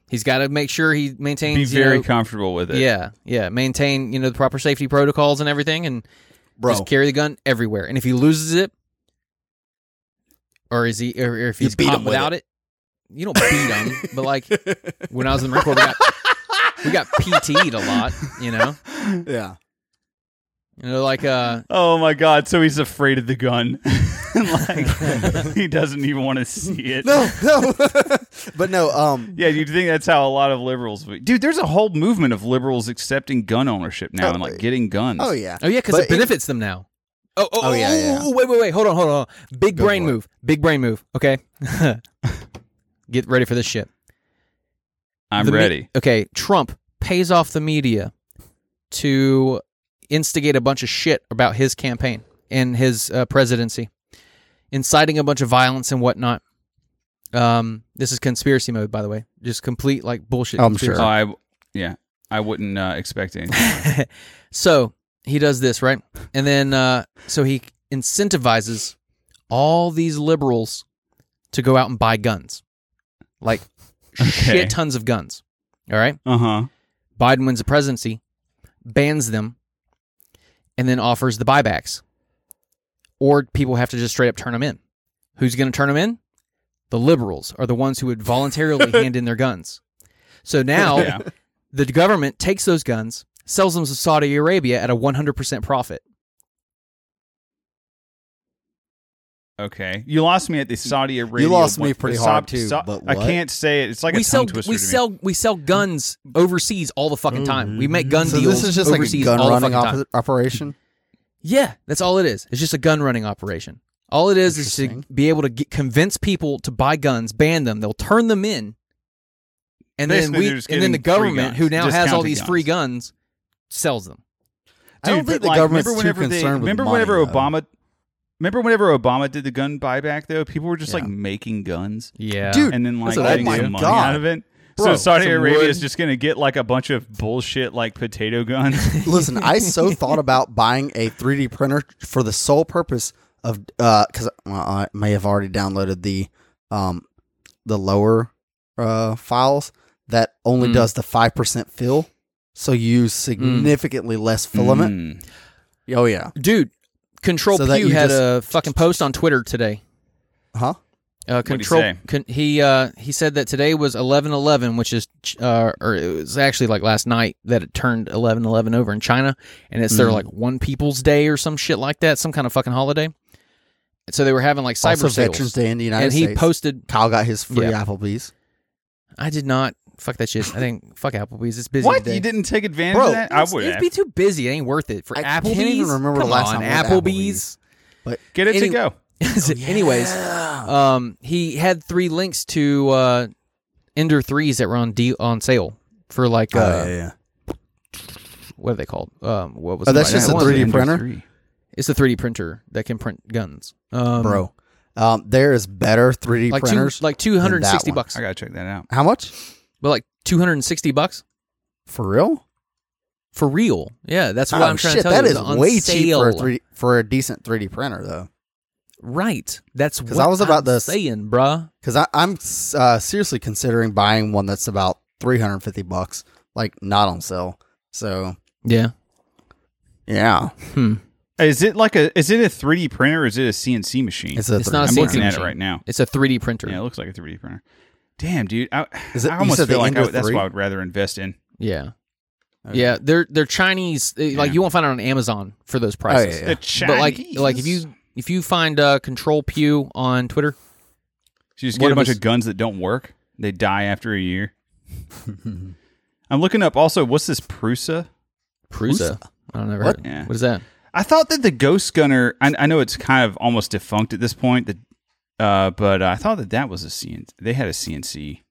S1: He's got to make sure he maintains.
S3: Be
S1: you
S3: very
S1: know,
S3: comfortable with it.
S1: yeah, yeah. Maintain you know the proper safety protocols and everything, and
S2: bro.
S1: just carry the gun everywhere. And if he loses it, or is he, or, or if
S2: You
S1: he's
S2: beat
S1: caught
S2: him with
S1: without it. you don't beat him. but like when I was in the Marine Corps, we got we got PT'd a lot. You know,
S2: yeah,
S1: you know, like uh,
S3: Oh my god, so he's afraid of the gun. like he doesn't even want to see it.
S2: no, no, but no. Um,
S3: Yeah, you'd think that's how a lot of liberals would. Dude, there's a whole movement of liberals accepting gun ownership now
S2: Oh,
S3: and like getting guns.
S2: oh yeah,
S1: oh yeah, because
S2: But
S1: it
S2: in-
S1: benefits them now. Oh, oh,
S2: Oh,
S1: oh,
S2: yeah,
S1: oh,
S2: yeah.
S1: oh, wait, wait, wait. Hold on, hold on. Big
S2: Go
S1: brain
S2: for it.
S1: move. Big brain move. Okay. Get ready for this shit.
S3: I'm
S1: the me-
S3: ready.
S1: okay, Trump pays off the media to instigate a bunch of shit about his campaign and his uh, presidency, inciting a bunch of violence and whatnot. Um, this is conspiracy mode, by the way. Just complete like bullshit.
S2: I'm
S1: conspiracy.
S3: Oh, I yeah, I wouldn't uh, expect anything.
S1: So he does this, right? And then uh, so he incentivizes all these liberals to go out and buy guns. Like
S3: Okay.
S1: shit tons of guns. All right.
S3: Uh
S2: Uh-huh.
S3: huh.
S1: Biden wins the presidency, bans them, and then offers the buybacks. Or people have to just straight up turn them in. Who's going to turn them in? The liberals are the ones who would voluntarily hand in their guns. So now
S3: Yeah.
S1: the government takes those guns, sells them to Saudi Arabia at a 100% profit.
S3: Okay. You lost me at the Saudi Arabia.
S2: lost
S3: what-
S2: me pretty
S3: the
S2: hard,
S3: Saab-
S2: too,
S3: Saab-
S2: but
S3: I
S2: what?
S3: can't say it. It's like a
S1: we
S3: tongue
S1: sell
S3: twister.
S1: we
S3: to me.
S1: sell we sell guns overseas all the fucking time. We make gun
S2: Mm-hmm. so
S1: deals
S2: this is just like a
S1: overseas
S2: gun
S1: all the
S2: running
S1: fucking time.
S2: op- operation.
S1: Yeah, that's all it is. It's just a gun running operation. All it is is to
S2: Interesting.
S1: be able to get, convince people to buy guns, ban them. They'll turn them in, and then
S3: Basically, they're
S1: we,
S3: just
S1: and then the
S3: getting free
S1: government,
S3: guns,
S1: who now has all
S3: discounted
S1: these
S3: guns.
S1: free guns, sells them.
S2: I don't
S3: Dude,
S2: think
S3: but,
S2: the
S3: like,
S2: government's
S3: remember
S2: too
S3: whenever they-
S2: concerned with
S3: Remember
S2: money,
S3: whenever
S2: though.
S3: Obama Remember whenever Obama did the gun buyback though, people were just
S1: Yeah.
S3: like making guns
S1: Yeah.
S2: Dude,
S3: and then like
S2: that's what I
S3: getting
S2: do.
S3: some
S2: My
S3: money
S2: God.
S3: out of it.
S2: Bro,
S3: so Saudi
S2: some
S3: Arabia
S2: wood.
S3: is just gonna get like a bunch of bullshit like potato guns.
S2: Listen, I so thought about buying a 3D printer for the sole purpose of because I may have already downloaded the um the lower uh files that only
S1: Mm.
S2: does the five percent fill, so you use significantly less filament.
S3: Mm.
S2: Oh yeah,
S1: Dude, Control
S2: So that
S1: Pew
S2: you
S1: had a
S2: just-
S1: fucking post on Twitter today.
S2: huh?
S1: Uh,
S3: he
S1: control.
S3: say?
S1: con- he uh, he said that today was eleven eleven, which is uh, or it was actually like last night that it turned eleven eleven over in China, and it's
S3: Mm-hmm.
S1: their
S2: Mm.
S1: like one people's day or some shit like that, some kind of fucking holiday. So they were having like cyber
S2: also
S1: sales,
S2: Veterans Day in the United
S1: and he
S2: States.
S1: posted.
S2: Kyle got his free
S1: Yeah.
S2: Applebee's.
S1: I did not fuck that shit. I think fuck Applebee's. It's busy.
S3: What?
S1: today.
S3: You didn't take advantage
S2: Bro,
S3: of that? I would
S1: It'd
S3: have.
S1: be too busy. It ain't worth it for
S2: I Oh. can't
S1: Applebee's.
S2: even remember the
S1: Come
S2: last
S1: on,
S2: time I went to
S1: Applebee's.
S3: Get it to
S1: any-
S3: go.
S1: Anyways, um, he had three links to uh, Ender threes that were on deal on sale for like uh,
S2: Oh, yeah, yeah.
S1: what are they called? Um, what was
S2: Oh,
S1: the
S2: that's
S1: brand?
S2: just a
S1: It was
S2: 3D
S1: Ender.
S2: printer?
S1: It's a 3D printer that can print guns, um,
S2: bro. Um, there is better 3D
S1: Like two,
S2: printers.
S1: like 260
S2: one.
S1: bucks,
S3: I gotta check that out.
S2: How much?
S1: but like 260 bucks
S2: For real?
S1: for real. Yeah, that's what
S2: Oh,
S1: I'm trying
S2: shit,
S1: to tell
S2: that
S1: you.
S2: is
S1: It was on
S2: way cheap
S1: sale.
S2: for a, 3D, for a decent 3D printer though.
S1: Right. That's
S2: 'Cause
S1: what
S2: I was about
S1: I'm
S2: to s-
S1: saying, bruh.
S2: Because I'm uh, seriously considering buying one that's about 350 bucks, like not on sale. So
S1: Yeah.
S2: yeah,
S1: Hmm.
S3: Is it like a? Is it a 3D printer? or Is it a CNC machine?
S2: it's a.
S1: It's not a
S2: 3D.
S3: I'm
S1: CNC
S3: looking at it
S1: machine.
S3: right now.
S1: It's a 3D printer.
S3: Yeah, it
S1: Yeah.
S3: looks like a 3D printer. Damn, dude. I,
S2: Is it-
S3: I
S2: you
S3: almost
S2: said
S3: feel
S2: the
S3: like I,
S2: Ender
S3: would- that's
S2: three?
S3: what I would rather invest in.
S1: Yeah.
S2: Okay.
S1: They're they're Chinese. They- Like
S3: Yeah.
S1: you won't find it on Amazon for those prices.
S2: Oh, yeah.
S3: The
S1: But like
S3: Chinese.
S1: like if you if you find uh, Control Pew on Twitter,
S3: So you just
S1: What
S3: get a
S1: if
S3: bunch
S1: it's-
S3: of guns that don't work, they die after a year. I'm looking up also what's this Prusa?
S1: Prusa. I don't know.
S2: What?
S3: Yeah.
S1: What is that?
S3: I thought that the Ghost Gunner. I, I know it's kind of almost defunct at this point. That, uh, but I thought that that was a CNC. They had a CNC.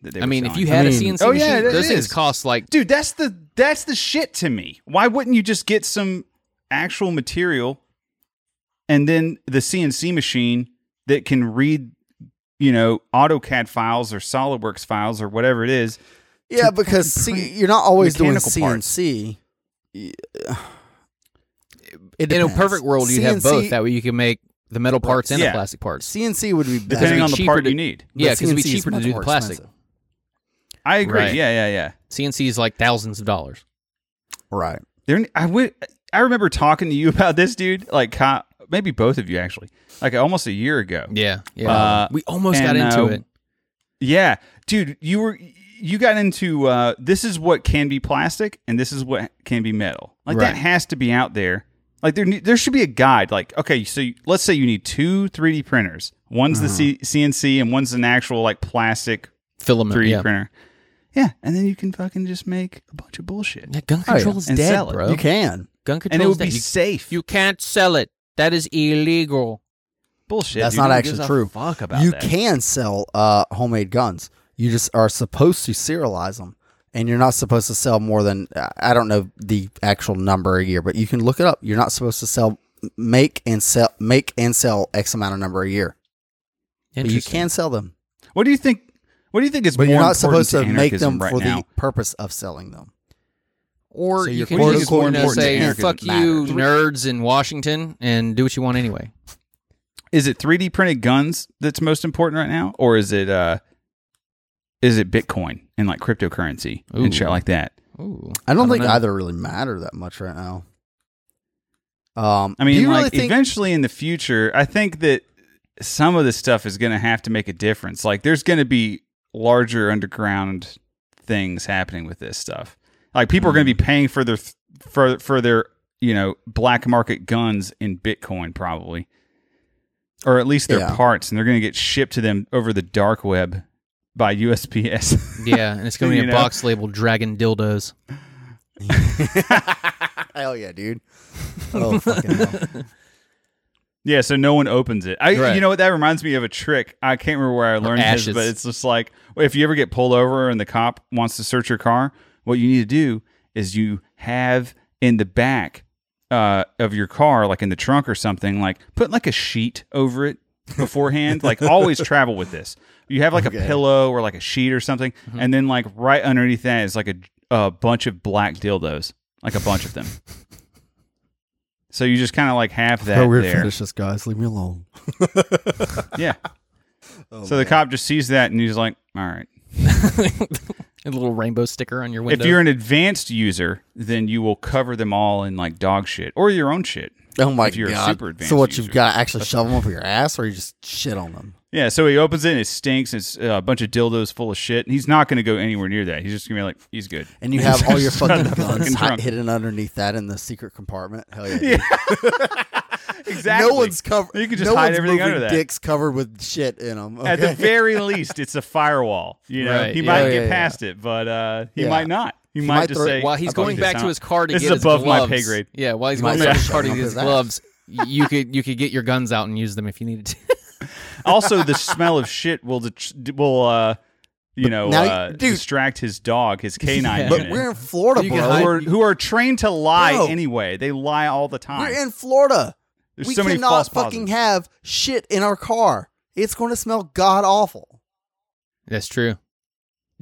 S3: that they
S1: I
S3: were
S1: mean, if you
S3: selling.
S1: had
S2: I
S1: a
S2: mean-
S1: CNC
S3: Oh,
S1: machine,
S3: yeah, it
S1: those things
S3: is.
S1: cost like
S3: dude, that's the that's the shit to me. Why wouldn't you just get some actual material, and then the CNC machine that can read, you know, AutoCAD files or SolidWorks files or whatever it is.
S2: yeah, because see, you're not always doing
S3: mechanical parts.
S2: CNC. Y- It
S1: in a
S2: depends.
S1: perfect world you'd have both.
S2: CNC
S1: That way you can make the metal parts and
S3: Yeah.
S1: the plastic parts.
S2: CNC would be better.
S3: Depending
S1: be
S3: on the
S1: cheaper
S3: part
S1: to-
S3: you need,
S1: Yeah, because it'd be
S2: CNC is
S1: cheaper to
S2: much
S1: do the
S2: more
S1: plastic.
S2: expensive.
S3: I agree.
S1: Right.
S3: Yeah, yeah, yeah.
S1: CNC is like thousands of dollars.
S2: Right.
S3: There, I would. I remember talking to you about this, dude. Like, co- maybe both of you actually. Like almost a year ago.
S1: Yeah, yeah.
S3: Uh,
S1: Um, we almost got
S3: and,
S1: into
S3: uh,
S1: it.
S3: Yeah, dude. You were. You got into uh, this is what can be plastic and this is what can be metal. Like
S1: Right.
S3: that has to be out there. Like there, ne- there should be a guide. Like okay, so you, let's say you need two 3D printers. One's
S1: Uh-huh.
S3: the C- CNC and one's an actual like plastic
S1: Filament.
S3: 3D
S1: Um, yeah.
S3: printer. Yeah, and then you can fucking just make a bunch of bullshit,
S1: Yeah, gun
S2: Oh, yeah.
S1: control is
S3: And
S1: dead,
S3: sell it.
S1: bro.
S2: You can.
S1: gun control
S3: and it
S1: is
S3: would
S1: dead.
S3: be
S1: you,
S3: safe.
S1: you can't sell it. That is illegal.
S3: bullshit.
S2: That's
S3: dude.
S2: not
S3: Who
S2: actually
S3: gives a
S2: true.
S3: Fuck about
S2: you
S3: that.
S2: can sell uh, homemade guns. You just are supposed to serialize them, and you're not supposed to sell more than I- I don't know the actual number a year, but you can look it up. You're not supposed to sell, make and sell, make and sell x amount of number a year, but you
S1: Interesting.
S2: can sell them.
S3: What do you think? What do you think is
S2: But
S3: more
S2: you're not
S3: important
S2: supposed to, make
S3: anarchism
S2: them
S3: right
S2: for
S3: now?
S2: the purpose of selling them.
S1: Or
S2: So
S1: you
S2: your
S1: can
S2: quote
S1: just
S2: is
S1: you
S2: more
S1: know,
S2: important
S1: say,
S2: than anarchism.
S1: fuck you, nerds in Washington, and do what you want anyway.
S3: Is it 3D printed guns that's most important right now, or is it uh, is it Bitcoin and like cryptocurrency
S1: Ooh.
S3: and shit like that?
S1: Ooh,
S2: I don't, think
S1: know.
S2: either really matter that much right now. Um,
S3: I
S2: do
S3: mean,
S2: you
S3: like
S2: really think
S3: eventually in the future, I think that some of this stuff is going to have to make a difference. Like, there's going to be larger underground things happening with this stuff. Like, people are going
S2: Mm.
S3: to be paying for their th- for for their you know black market guns in Bitcoin probably, or at least their
S2: Yeah.
S3: parts, and they're going to get shipped to them over the dark web by USPS.
S1: Yeah, and it's going to be
S3: You
S1: a
S3: know?
S1: box labeled "Dragon Dildos."
S2: Hell yeah, dude! Oh fucking hell.
S3: Yeah, so no one opens it. I,
S1: Right.
S3: you know what? That reminds me of a trick. I can't remember where I learned
S1: ashes.
S3: this, but it's just like if you ever get pulled over and the cop wants to search your car, what you need to do is you have in the back uh, of your car, like in the trunk or something, like put like a sheet over it beforehand. like always travel with this. You have like a pillow or like a sheet or something,
S1: Mm-hmm.
S3: and then like right underneath that is like a, a bunch of black dildos, like a bunch of them. So you just kind of like have that
S2: Oh, weird
S3: there.
S2: fetishes, guys. Leave me alone.
S3: Yeah.
S1: Oh,
S3: so the cop just sees that and he's like, all right.
S1: a little rainbow sticker on your window.
S3: If you're an advanced user, then you will cover them all in like dog shit or your own shit.
S2: Oh my
S3: If you're a
S2: god!
S3: super advanced
S2: so what
S3: user.
S2: you've got to actually shove them up your ass, or you just shit on them?
S3: Yeah, so he opens it and it stinks. It's uh, a bunch of dildos full of shit. And he's not going to go anywhere near that. He's just going to be like, he's good.
S2: And you have all your fucking guns
S3: fucking
S2: hi-
S3: trunk.
S2: hidden underneath that in the secret compartment. Hell yeah! dude.
S3: Exactly.
S2: No one's covered.
S3: You can just
S2: no
S3: hide
S2: one's
S3: everything
S2: moving
S3: under that.
S2: Dicks covered with shit in them.
S3: At the very least, it's a firewall. You know,
S1: Right,
S3: he
S1: yeah.
S3: might
S2: Oh, Yeah,
S3: get
S2: yeah,
S3: past it, but uh, he
S2: Yeah.
S3: might not. He,
S2: He
S3: might,
S2: might
S3: just
S2: throw it
S3: say,
S1: while he's
S3: "I fucked
S1: going
S3: this
S1: back
S3: out."
S1: to his car to
S3: This
S1: get
S3: is
S1: his
S3: above my
S1: gloves-
S3: pay grade.
S1: Yeah, while he's
S2: might
S1: going
S2: as
S1: back to his car
S2: well shove it
S1: to
S2: up
S1: get his
S2: his ass.
S1: gloves, y- you could you could get your guns out and use them if you needed to.
S3: also, the smell of shit will det- will uh, you know
S2: now-
S3: uh,
S2: dude.
S3: distract his dog, his canine
S1: Yeah.
S2: but
S3: unit,
S2: we're in Florida,
S1: You can
S2: bro.
S1: hide-
S3: who are, who are trained to lie
S2: Bro.
S3: anyway. They lie all the time.
S2: We're in Florida.
S3: There's
S2: we
S3: so many
S2: cannot
S3: false
S2: fucking
S3: positives.
S2: have shit in our car. It's going to smell god awful.
S1: That's true.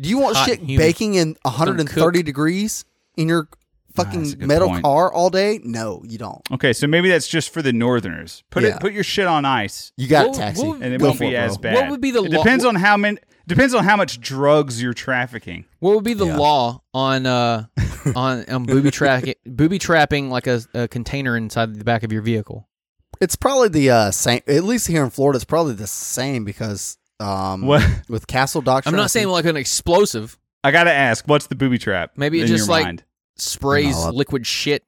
S2: Do you want
S1: Hot
S2: shit
S1: and humid.
S2: baking in 130
S1: cook.
S2: degrees in your
S3: that's a
S2: fucking
S3: good
S2: metal
S3: point.
S2: car all day? No, you don't.
S3: Okay, so maybe that's just for the Northerners. Put
S2: Yeah.
S3: it, put your shit on ice,
S2: You got
S1: What-
S2: a taxi.
S1: what-
S3: and it
S2: Go
S3: won't
S2: for
S3: be
S2: it,
S3: as
S2: bro.
S3: bad.
S1: What would be the
S3: It
S1: law-
S3: depends on how many depends on how much drugs you're trafficking.
S1: What would be the
S2: Yeah.
S1: law on uh on on booby trapping booby trapping like a, a container inside the back of your vehicle?
S2: It's probably the uh, same. At least here in Florida, it's probably the same because um,
S3: What
S2: with Castle Doctrine.
S1: I'm
S2: I
S1: not saying
S2: think-
S1: like an explosive
S3: I gotta ask, what's the booby trap?
S1: Maybe it
S3: in
S1: just,
S3: your
S1: like-
S3: mind?
S1: sprays
S2: No, I-
S1: liquid shit.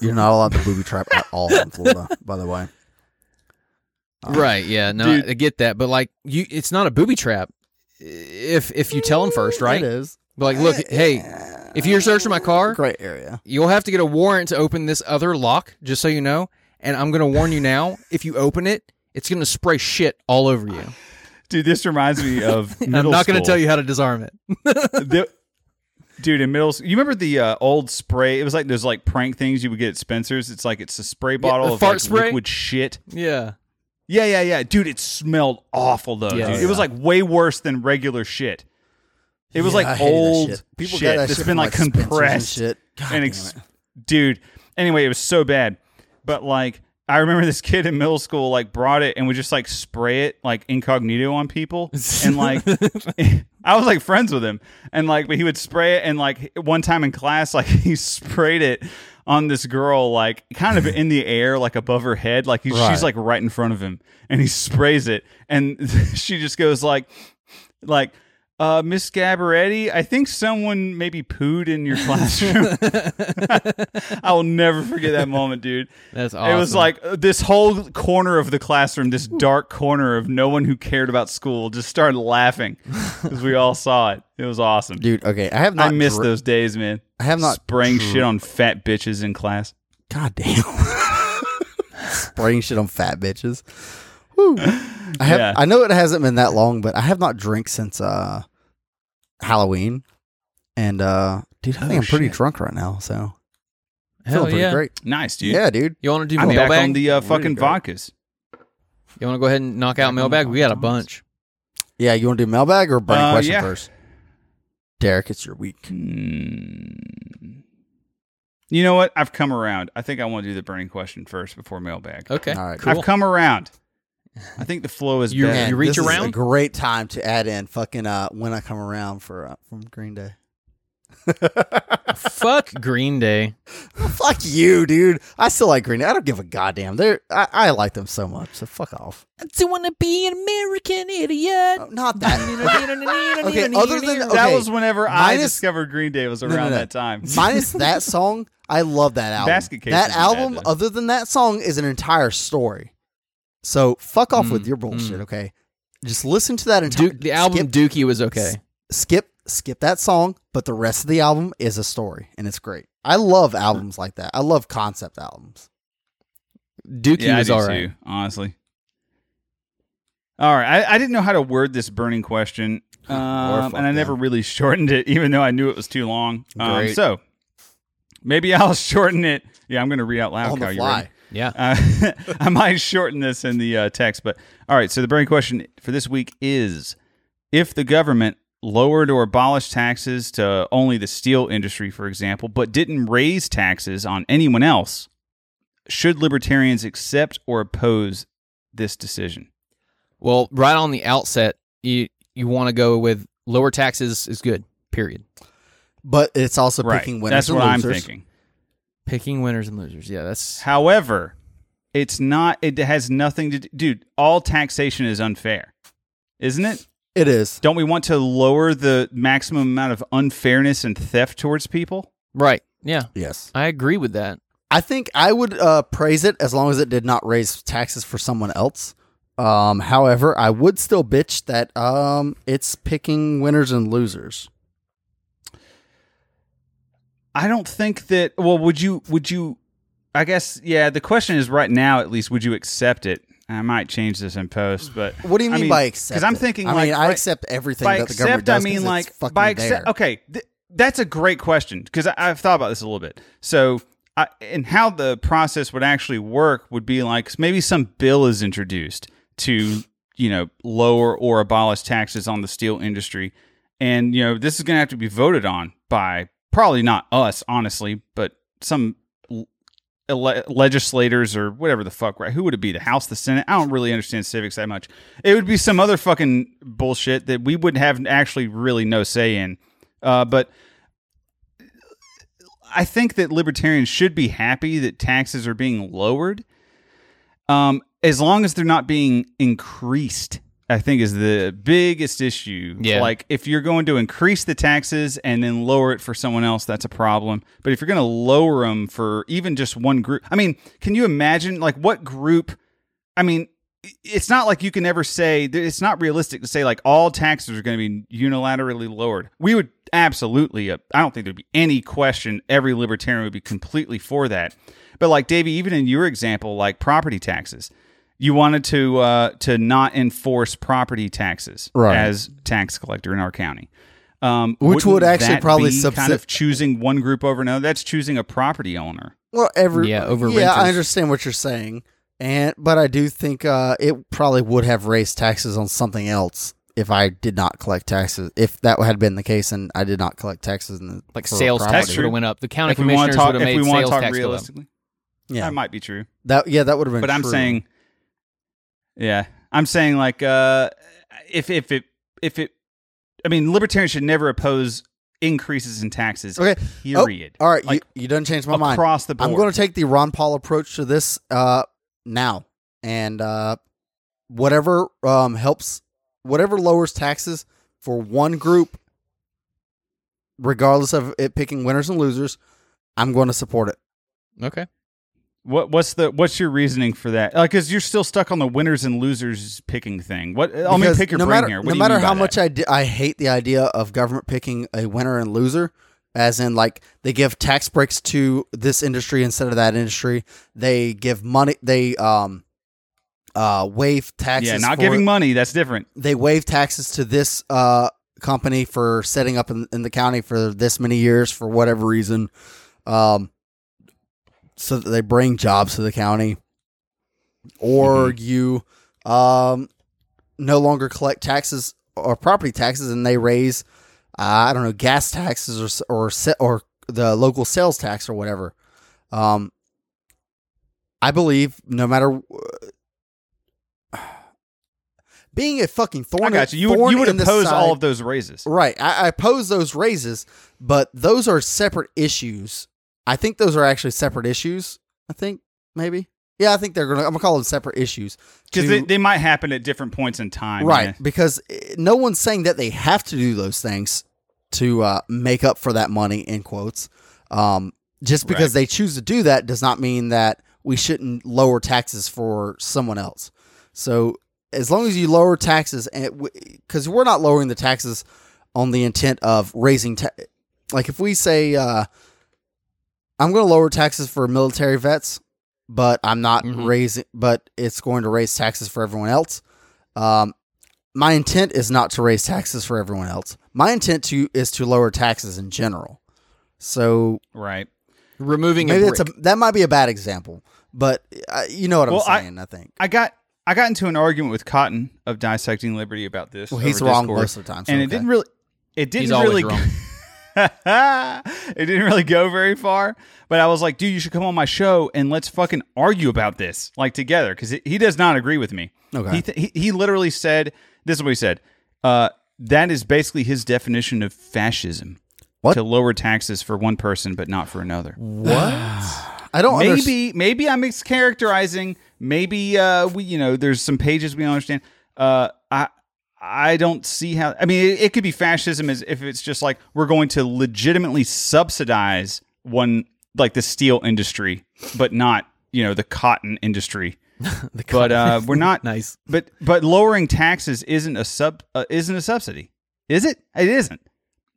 S2: you're not allowed to booby trap at all in Florida. By the way,
S1: right? Yeah. No,
S3: Dude.
S1: I get that, but like you, it's not a booby trap. If if you
S3: Mm,
S1: tell him first, right?
S2: It is.
S1: But, like, look, hey, if you're searching my car,
S2: great area.
S1: You'll have to get a warrant to open this other lock, just so you know. And I'm going to warn you now if you open it, it's going to spray shit all over you.
S3: dude. This reminds me of.
S1: And I'm
S3: middle
S1: not going to
S3: school.
S1: tell you how to disarm it.
S3: The- Dude, in middle, s- you remember the uh, old spray? It was like those like prank things you would get at Spencer's. It's like it's a spray bottle
S1: the
S3: of
S1: fart
S3: like,
S1: spray?
S3: liquid shit.
S1: Yeah.
S3: Yeah, yeah, yeah, dude. It smelled awful though.
S1: Yeah.
S3: dude.
S1: Oh,
S3: It was
S2: yeah.
S3: like way worse than regular shit. It was
S2: Yeah, I
S3: like
S2: hated that
S3: old
S2: shit.
S3: People
S2: People
S3: shit
S2: got that
S3: that's
S2: shit
S3: been
S2: from,
S3: like,
S2: Spencer's and
S3: compressed
S2: shit. God
S3: and
S2: damn
S3: ex-
S2: it.
S3: dude. Anyway, it was so bad. But like, I remember this kid in middle school like brought it and would just like spray it like incognito on people, and like, I was like friends with him, and like, but he would spray it, and like one time in class, like he sprayed it on this girl, like kind of in the air, like above her head, like he, she's
S2: Right.
S3: like right in front of him, and he sprays it, and she just goes like, like. Uh, Miss Gabaretti, I think someone maybe pooed in your classroom. I will never forget that moment, dude.
S1: That's awesome.
S3: It was like uh, this whole corner of the classroom, this dark corner of no one who cared about school, just started laughing because we all saw it. It was awesome.
S2: Dude, okay, I have not.
S3: I miss
S2: dr-
S3: those days, man.
S2: I have not
S3: spraying
S2: dr-
S3: shit on fat bitches in class.
S2: God damn. Spraying shit on fat bitches. Whew. I have.
S3: Yeah.
S2: I know it hasn't been that long, but I have not drank since uh, Halloween. And uh, dude, I think
S3: Oh,
S2: I'm pretty
S3: shit.
S2: drunk right now, so feeling
S1: Hell
S2: pretty
S1: yeah.
S2: great.
S3: Nice, dude.
S2: Yeah, dude.
S1: You want to do
S3: I'm back
S1: mailbag?
S3: on the uh,
S2: Really
S3: fucking vodkas.
S1: you want to go ahead and knock out
S3: on
S1: mailbag?
S3: the
S1: We got a
S3: podcast.
S1: bunch.
S2: Yeah, you want to do mailbag or burning
S3: Uh,
S2: question
S3: yeah.
S2: first? Derek, it's your week.
S1: Uh,
S3: Hmm. You know what? I've come around. I think I want to do the burning question first before mailbag.
S1: Okay.
S2: All right.
S1: Cool.
S3: I've come around. I think the flow is
S1: You-
S3: better.
S1: you reach
S2: this Is a
S1: around?
S2: great time to add in fucking uh, when I come around for uh, from Green Day.
S1: Fuck Green Day.
S2: Fuck you, dude. I still like Green Day. I don't give a goddamn. They're I, I like them so much. So fuck off.
S1: I do want to be an American idiot.
S2: Oh, not that. Okay, other than-
S3: That
S2: Okay.
S3: was whenever I
S2: Minus-
S3: discovered Green Day was around
S2: no, no.
S3: that time.
S2: Minus that song, I love that album.
S3: Basket Case
S2: that
S3: isn't bad,
S2: album,
S3: though.
S2: other than that song, is an entire story. So fuck off
S1: Mm,
S2: with your bullshit, okay? Just listen to that entire
S1: Duke, the album
S2: skip,
S1: Dookie was okay.
S2: skip skip that song, but the rest of the album is a story and it's great. I love albums like that. I love concept albums.
S1: Dookie
S3: yeah,
S1: was
S3: I do
S1: all right.
S3: too, honestly. All right, I, I didn't know how to word this burning question, um,
S2: Or fuck
S3: and I never
S2: them.
S3: really shortened it, even though I knew it was too long. Um,
S2: Great.
S3: so, Maybe I'll shorten it. Yeah, I'm going to read out loud.
S2: on
S3: Kyle.
S2: the
S3: You ready?
S2: fly.
S1: Yeah.
S3: Uh, I might shorten this in the uh, text, but all right. So the burning question for this week is: If the government lowered or abolished taxes to only the steel industry, for example, but didn't raise taxes on anyone else, should libertarians accept or oppose this decision?
S1: Well, right on the outset, you you want to go with lower taxes is good. Period.
S2: But it's also picking winners
S3: That's
S2: and
S3: what I'm
S2: losers.
S3: thinking.
S1: Picking winners and losers. Yeah, that's
S3: However, it's not. It has nothing to do. Dude, all taxation is unfair, isn't it?
S2: It is.
S3: Don't we want to lower the maximum amount of unfairness and theft towards people?
S1: right. Yeah,
S2: Yes.
S1: I agree with that.
S2: I think I would uh, praise it as long as it did not raise taxes for someone else. Um, however, I would still bitch that um, it's picking winners and losers.
S3: I don't think that well would you would you I guess yeah, the question is right now at least would you accept it? I might change this in post, but
S2: What do you
S3: I
S2: mean, by accept?
S3: Cuz I'm
S2: it?
S3: thinking
S2: I
S3: like
S2: mean, I
S3: right-
S2: accept everything
S3: by
S2: that the government
S3: accept, I
S2: does. 'cause
S3: mean
S2: it's
S3: like
S2: fucking
S3: by
S2: there.
S3: accept. Okay, th- that's a great question because I've thought about this a little bit. So, I, and how the process would actually work would be like maybe some bill is introduced to you know lower or abolish taxes on the steel industry, and you know this is going to have to be voted on by probably not us honestly, but some ele- legislators or whatever the fuck, right? Who would it be? The House, the Senate? I don't really understand civics that much. It would be some other fucking bullshit that we would have actually really no say in. Uh, but I think that libertarians should be happy that taxes are being lowered, um, as long as they're not being increased. I think is the biggest issue.
S1: Yeah.
S3: Like if you're going to increase the taxes and then lower it for someone else, that's a problem. But if you're going to lower them for even just one group, I mean, can you imagine like what group? I mean, it's not like you can ever say it's not realistic to say like all taxes are going to be unilaterally lowered. We would absolutely. Uh, I don't think there'd be any question. Every libertarian would be completely for that. But like Davey, even in your example, like property taxes, you wanted to uh, to not enforce property taxes
S2: Right.
S3: as tax collector in our county. Um,
S2: Which would
S3: wouldn't
S2: actually
S3: that
S2: probably
S3: be kind
S2: subsi-
S3: of choosing one group over another. That's choosing a property owner.
S2: Well, every
S1: Yeah, over
S2: yeah, I
S1: renters.
S2: understand what you're saying, and but I do think uh, it probably would have raised taxes on something else if I did not collect taxes. If that had been the case, and I did not collect taxes, in the,
S1: Like
S2: for
S1: sales
S2: property.
S1: tax
S3: That's
S1: would
S3: true.
S1: have went up. The county
S3: if we want
S1: commissioners
S3: to talk,
S1: would have
S3: if
S1: made
S3: we want to
S1: sales
S3: talk
S1: tax go up.
S3: realistically,
S2: yeah,
S3: that might be true.
S2: that yeah, that would have been.
S3: but I'm
S2: true.
S3: saying, yeah, I'm saying like uh, if if it if it, I mean, libertarians should never oppose increases in taxes.
S2: Okay. Oh,
S3: Period.
S2: all right,
S3: Like,
S2: you, you done changed my mind.
S3: across the board.
S2: I'm going to take the Ron Paul approach to this uh, now, and uh, whatever um, helps, whatever lowers taxes for one group, regardless of it picking winners and losers, I'm going to support it.
S1: Okay.
S3: What what's the what's your reasoning for that? Because you're still stuck on the winners and losers picking thing. What? I mean,
S2: Because
S3: pick your
S2: no
S3: brain
S2: matter,
S3: here. What
S2: no
S3: do you
S2: matter
S3: mean by
S2: how
S3: that?
S2: much I, di- I hate the idea of government picking a winner and loser, as in like they give tax breaks to this industry instead of that industry. They give money. They um, uh, waive taxes.
S3: yeah, not
S2: for-
S3: giving money. That's different.
S2: they waive taxes to this uh, company for setting up in, in the county for this many years for whatever reason, um, so that they bring jobs to the county, or you um, no longer collect taxes or property taxes, and they raise uh, I don't know gas taxes or s- or se- or the local sales tax or whatever. Um, I believe no matter. wh- Being a fucking thorn,
S3: I got you. You would,
S2: thorn
S3: you would
S2: in the
S3: oppose
S2: side-
S3: all of those raises.
S2: Right. I, I oppose those raises, but those are separate issues. I think those are actually separate issues. I think maybe. Yeah, I think they're gonna. I'm gonna call them separate issues.
S3: Because
S2: To-
S3: they, they might happen at different points in time.
S2: right,
S3: yeah.
S2: because eh, no one's saying that they have to do those things to uh, make up for that money. In quotes, um, just because they choose to do that does not mean that we shouldn't lower taxes for someone else. So as long as you lower taxes, and because we're not lowering the taxes on the intent of raising, ta- like if we say, uh, I'm going to lower taxes for military vets, but I'm not
S3: Mm-hmm.
S1: Mhm.
S2: raising, but it's going to raise taxes for everyone else. Um, my intent is not to raise taxes for everyone else. My intent to is to lower taxes in general. So
S3: Right.
S1: Removing
S2: Maybe
S1: a
S2: that's a
S1: brick.
S2: that might be a bad example, but uh, you know what I'm
S3: Well, I-
S2: saying. I, think.
S3: I got I got into an argument with Cotton of dissecting liberty about this.
S2: Well, he's
S3: over
S2: wrong
S3: Discord,
S2: most of the time, so
S3: and
S2: okay.
S3: it didn't really. It didn't
S1: He's always
S3: really.
S1: wrong.
S3: it didn't really go very far, but I was like, dude, you should come on my show and let's fucking argue about this, like together, because he does not agree with me.
S2: Okay.
S3: He, th- he he literally said this is what he said. Uh, that is basically his definition of fascism.
S2: What?
S3: To lower taxes for one person but not for another.
S2: I don't underst-
S3: Maybe maybe I'm mischaracterizing. Maybe uh, we you know there's some pages we don't understand. Uh, I I don't see how. I mean, it, it could be fascism as if it's just like we're going to legitimately subsidize one like the steel industry, but not you know the cotton industry. but uh, we're not
S1: nice.
S3: but but lowering taxes isn't a sub uh, isn't a subsidy, is it? It isn't.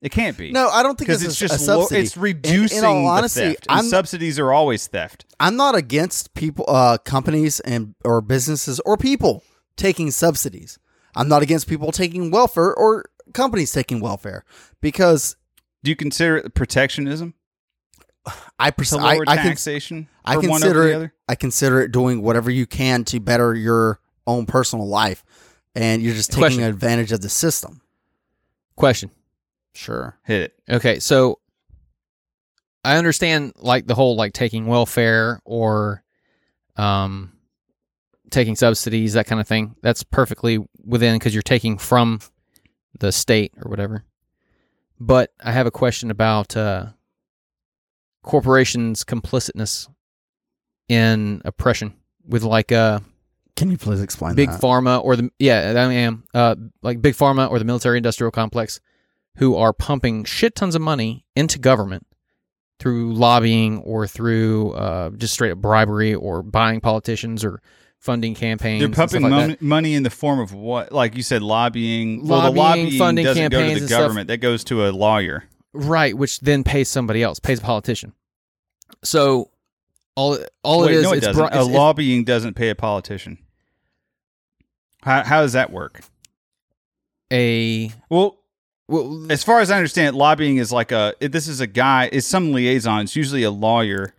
S3: It can't be.
S2: No, I don't think
S3: because
S2: it's
S3: it's
S2: a-
S3: just
S2: a
S3: lo-
S2: subsidy.
S3: it's
S2: In- in all
S3: reducing
S2: honesty,
S3: the theft. And
S2: I'm-
S3: subsidies are always theft.
S2: I'm not against people, uh, companies, and or businesses or people taking subsidies. I'm not against people taking welfare or companies taking welfare because
S3: Do you consider it protectionism
S2: I
S3: to
S2: pers- I,
S3: lower
S2: I, can,
S3: taxation?
S2: I
S3: for one
S2: consider
S3: over
S2: it
S3: the other?
S2: I consider it doing whatever you can to better your own personal life, and you're just taking
S1: Question.
S2: advantage of the system.
S1: Question.
S2: Sure.
S3: Hit it.
S1: Okay, so I understand like the whole like taking welfare or um taking subsidies that kind of thing. That's perfectly within cuz you're taking from the state or whatever. But I have a question about uh corporations complicitness in oppression with like uh
S2: Can you please explain
S1: big
S2: that?
S1: pharma or the yeah i am uh, like big pharma or the military industrial complex who are pumping shit tons of money into government through lobbying or through uh, just straight up bribery or buying politicians or funding campaigns
S3: They're
S1: and stuff like
S3: pumping mon-
S1: that.
S3: money in the form of what? Like you said, lobbying. well, the
S1: Lobbying,
S3: lobbying
S1: funding
S3: doesn't go
S1: campaigns
S3: to the
S1: and stuff.
S3: government. That goes to a lawyer.
S1: right which then pays somebody else pays a politician so all all
S3: Wait,
S1: it is
S3: no, it
S1: it's
S3: doesn't.
S1: bri-
S3: a
S1: it's- it's-
S3: lobbying doesn't pay a politician. How, how does that work?
S1: a
S3: Well,
S1: well,
S3: as far as I understand, it, lobbying is like a it- this is a guy is some liaison. It's usually a lawyer,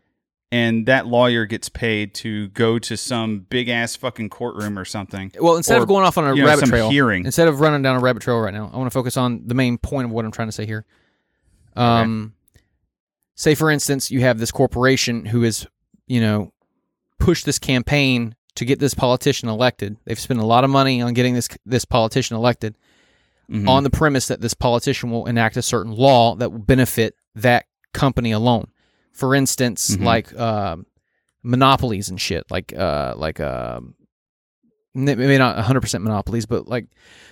S3: and that lawyer gets paid to go to some big ass fucking courtroom or something.
S1: well instead
S3: or,
S1: of going off on a
S3: you know,
S1: rabbit
S3: some
S1: trail
S3: hearing.
S1: instead of running down a rabbit trail right now, I want to focus on the main point of what I'm trying to say here. Um, say for instance, you have this corporation who is, you know, pushed this campaign to get this politician elected. They've spent a lot of money on getting this this politician elected
S3: Mhm.
S1: on the premise that this politician will enact a certain law that will benefit that company alone. For instance,
S3: Mhm.
S1: like um monopolies and shit, like uh, like um n- maybe not 100% monopolies, but like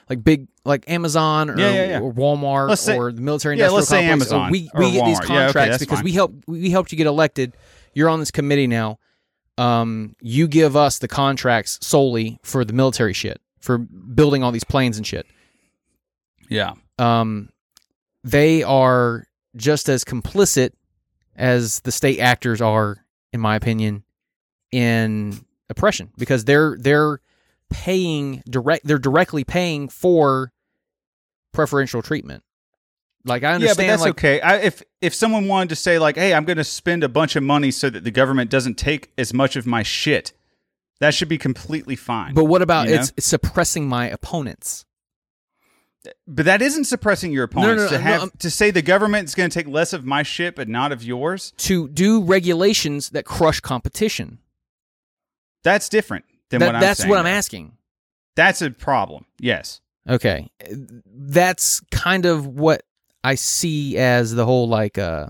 S1: like big like Amazon or,
S3: Yeah, yeah, yeah.
S1: or Walmart
S3: Let's say-
S1: or the military
S3: yeah,
S1: industrial
S3: let's say
S1: complex, or
S3: Amazon
S1: we
S3: or
S1: we get these
S3: Walmart.
S1: contracts
S3: Yeah, okay, that's
S1: because
S3: fine.
S1: we help we helped you get elected. You're on this committee now. Um, you give us the contracts solely for the military shit, for building all these planes and shit
S3: yeah.
S1: um, they are just as complicit as the state actors are, in my opinion, in oppression because they're they're paying direct they're directly paying for preferential treatment. Like I understand,
S3: yeah, but that's
S1: like
S3: okay. I, if if someone wanted to say like, "Hey, I'm going to spend a bunch of money so that the government doesn't take as much of my shit," that should be completely fine.
S1: but what about
S3: You know?
S1: it's, it's suppressing my opponents?
S3: But that isn't suppressing your
S1: no,
S3: opponents
S1: no,
S3: to
S1: no,
S3: have
S1: I'm-
S3: to say the government's going to take less of my shit but not of yours.
S1: To do regulations that crush competition.
S3: That's different than
S1: That-
S3: what I'm
S1: that's
S3: saying.
S1: what I'm asking.
S3: That's a problem. Yes.
S1: Okay. That's kind of what I see as the whole like uh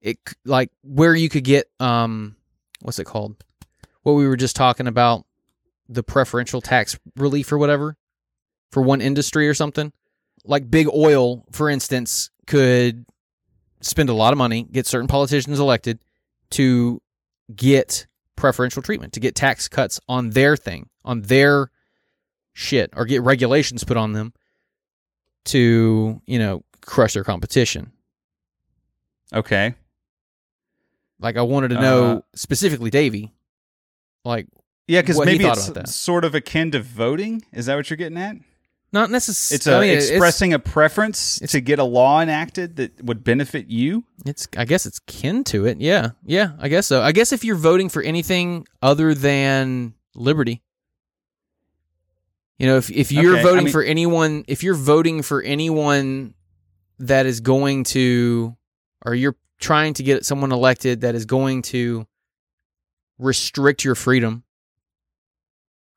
S1: it c- like where you could get um what's it called? What we were just talking about the preferential tax relief or whatever for one industry or something. Like big oil, for instance, could spend a lot of money, get certain politicians elected to get preferential treatment, to get tax cuts on their thing, on their shit or get regulations put on them to, you know, crush their competition.
S3: Okay.
S1: Like I wanted to know
S3: Uh,
S1: specifically Davey, like
S3: Yeah, because
S1: What he
S3: maybe
S1: thought
S3: it's
S1: about that.
S3: sort of akin to voting. Is that what you're getting at?
S1: Not necessarily.
S3: It's a, expressing a preference to get a law enacted that would benefit you.
S1: It's I guess it's kin to it. Yeah. Yeah, I guess so. I guess if you're voting for anything other than liberty. You know, if if you're
S3: Okay, I
S1: voting
S3: mean-
S1: for anyone if you're voting for anyone that is going to or you're trying to get someone elected that is going to restrict your freedom.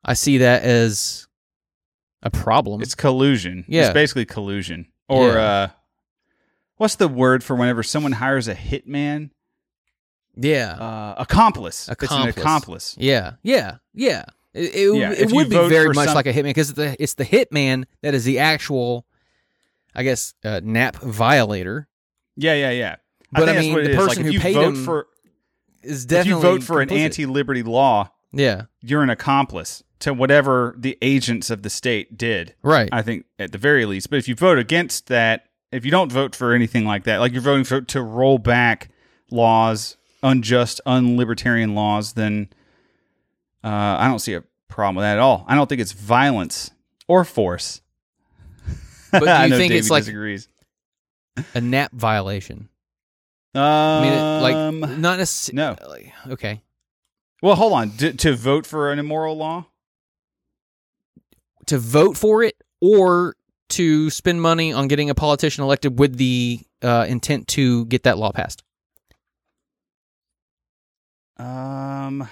S1: I see that as a problem.
S3: It's collusion.
S1: Yeah.
S3: It's basically collusion. Or
S1: Yeah.
S3: uh what's the word for whenever someone hires a hitman?
S1: yeah.
S3: Uh accomplice. It's
S1: Accomplice.
S3: an accomplice.
S1: Yeah, yeah, yeah. It, it,
S3: Yeah, if
S1: it
S3: you
S1: would be
S3: vote
S1: very
S3: for
S1: much
S3: some-
S1: like a hitman because the, it's the hitman that is the actual, I guess, uh, nap violator
S3: Yeah, yeah, yeah.
S1: But I
S3: think that's
S1: mean,
S3: what it
S1: the
S3: is. Like,
S1: person
S3: if
S1: who
S3: you
S1: paid
S3: vote
S1: him
S3: for
S1: is
S3: if
S1: definitely
S3: you vote for an
S1: complicit.
S3: anti-liberty law,
S1: Yeah,
S3: you're an accomplice to whatever the agents of the state did.
S1: right.
S3: I think at the very least. But if you vote against that, if you don't vote for anything like that, like you're voting for to roll back laws, unjust, unlibertarian laws, then uh, I don't see a problem with that at all. I don't think it's violence or force.
S1: But do
S3: I
S1: you
S3: know
S1: think it's
S3: Davey
S1: like-
S3: disagrees.
S1: a nap violation.
S3: Um,
S1: I mean, it, like not necessarily.
S3: no.
S1: okay.
S3: Well, hold on. D- to vote for an immoral law?
S1: To vote for it or to spend money on getting a politician elected with the uh, intent to get that law passed.
S3: Um,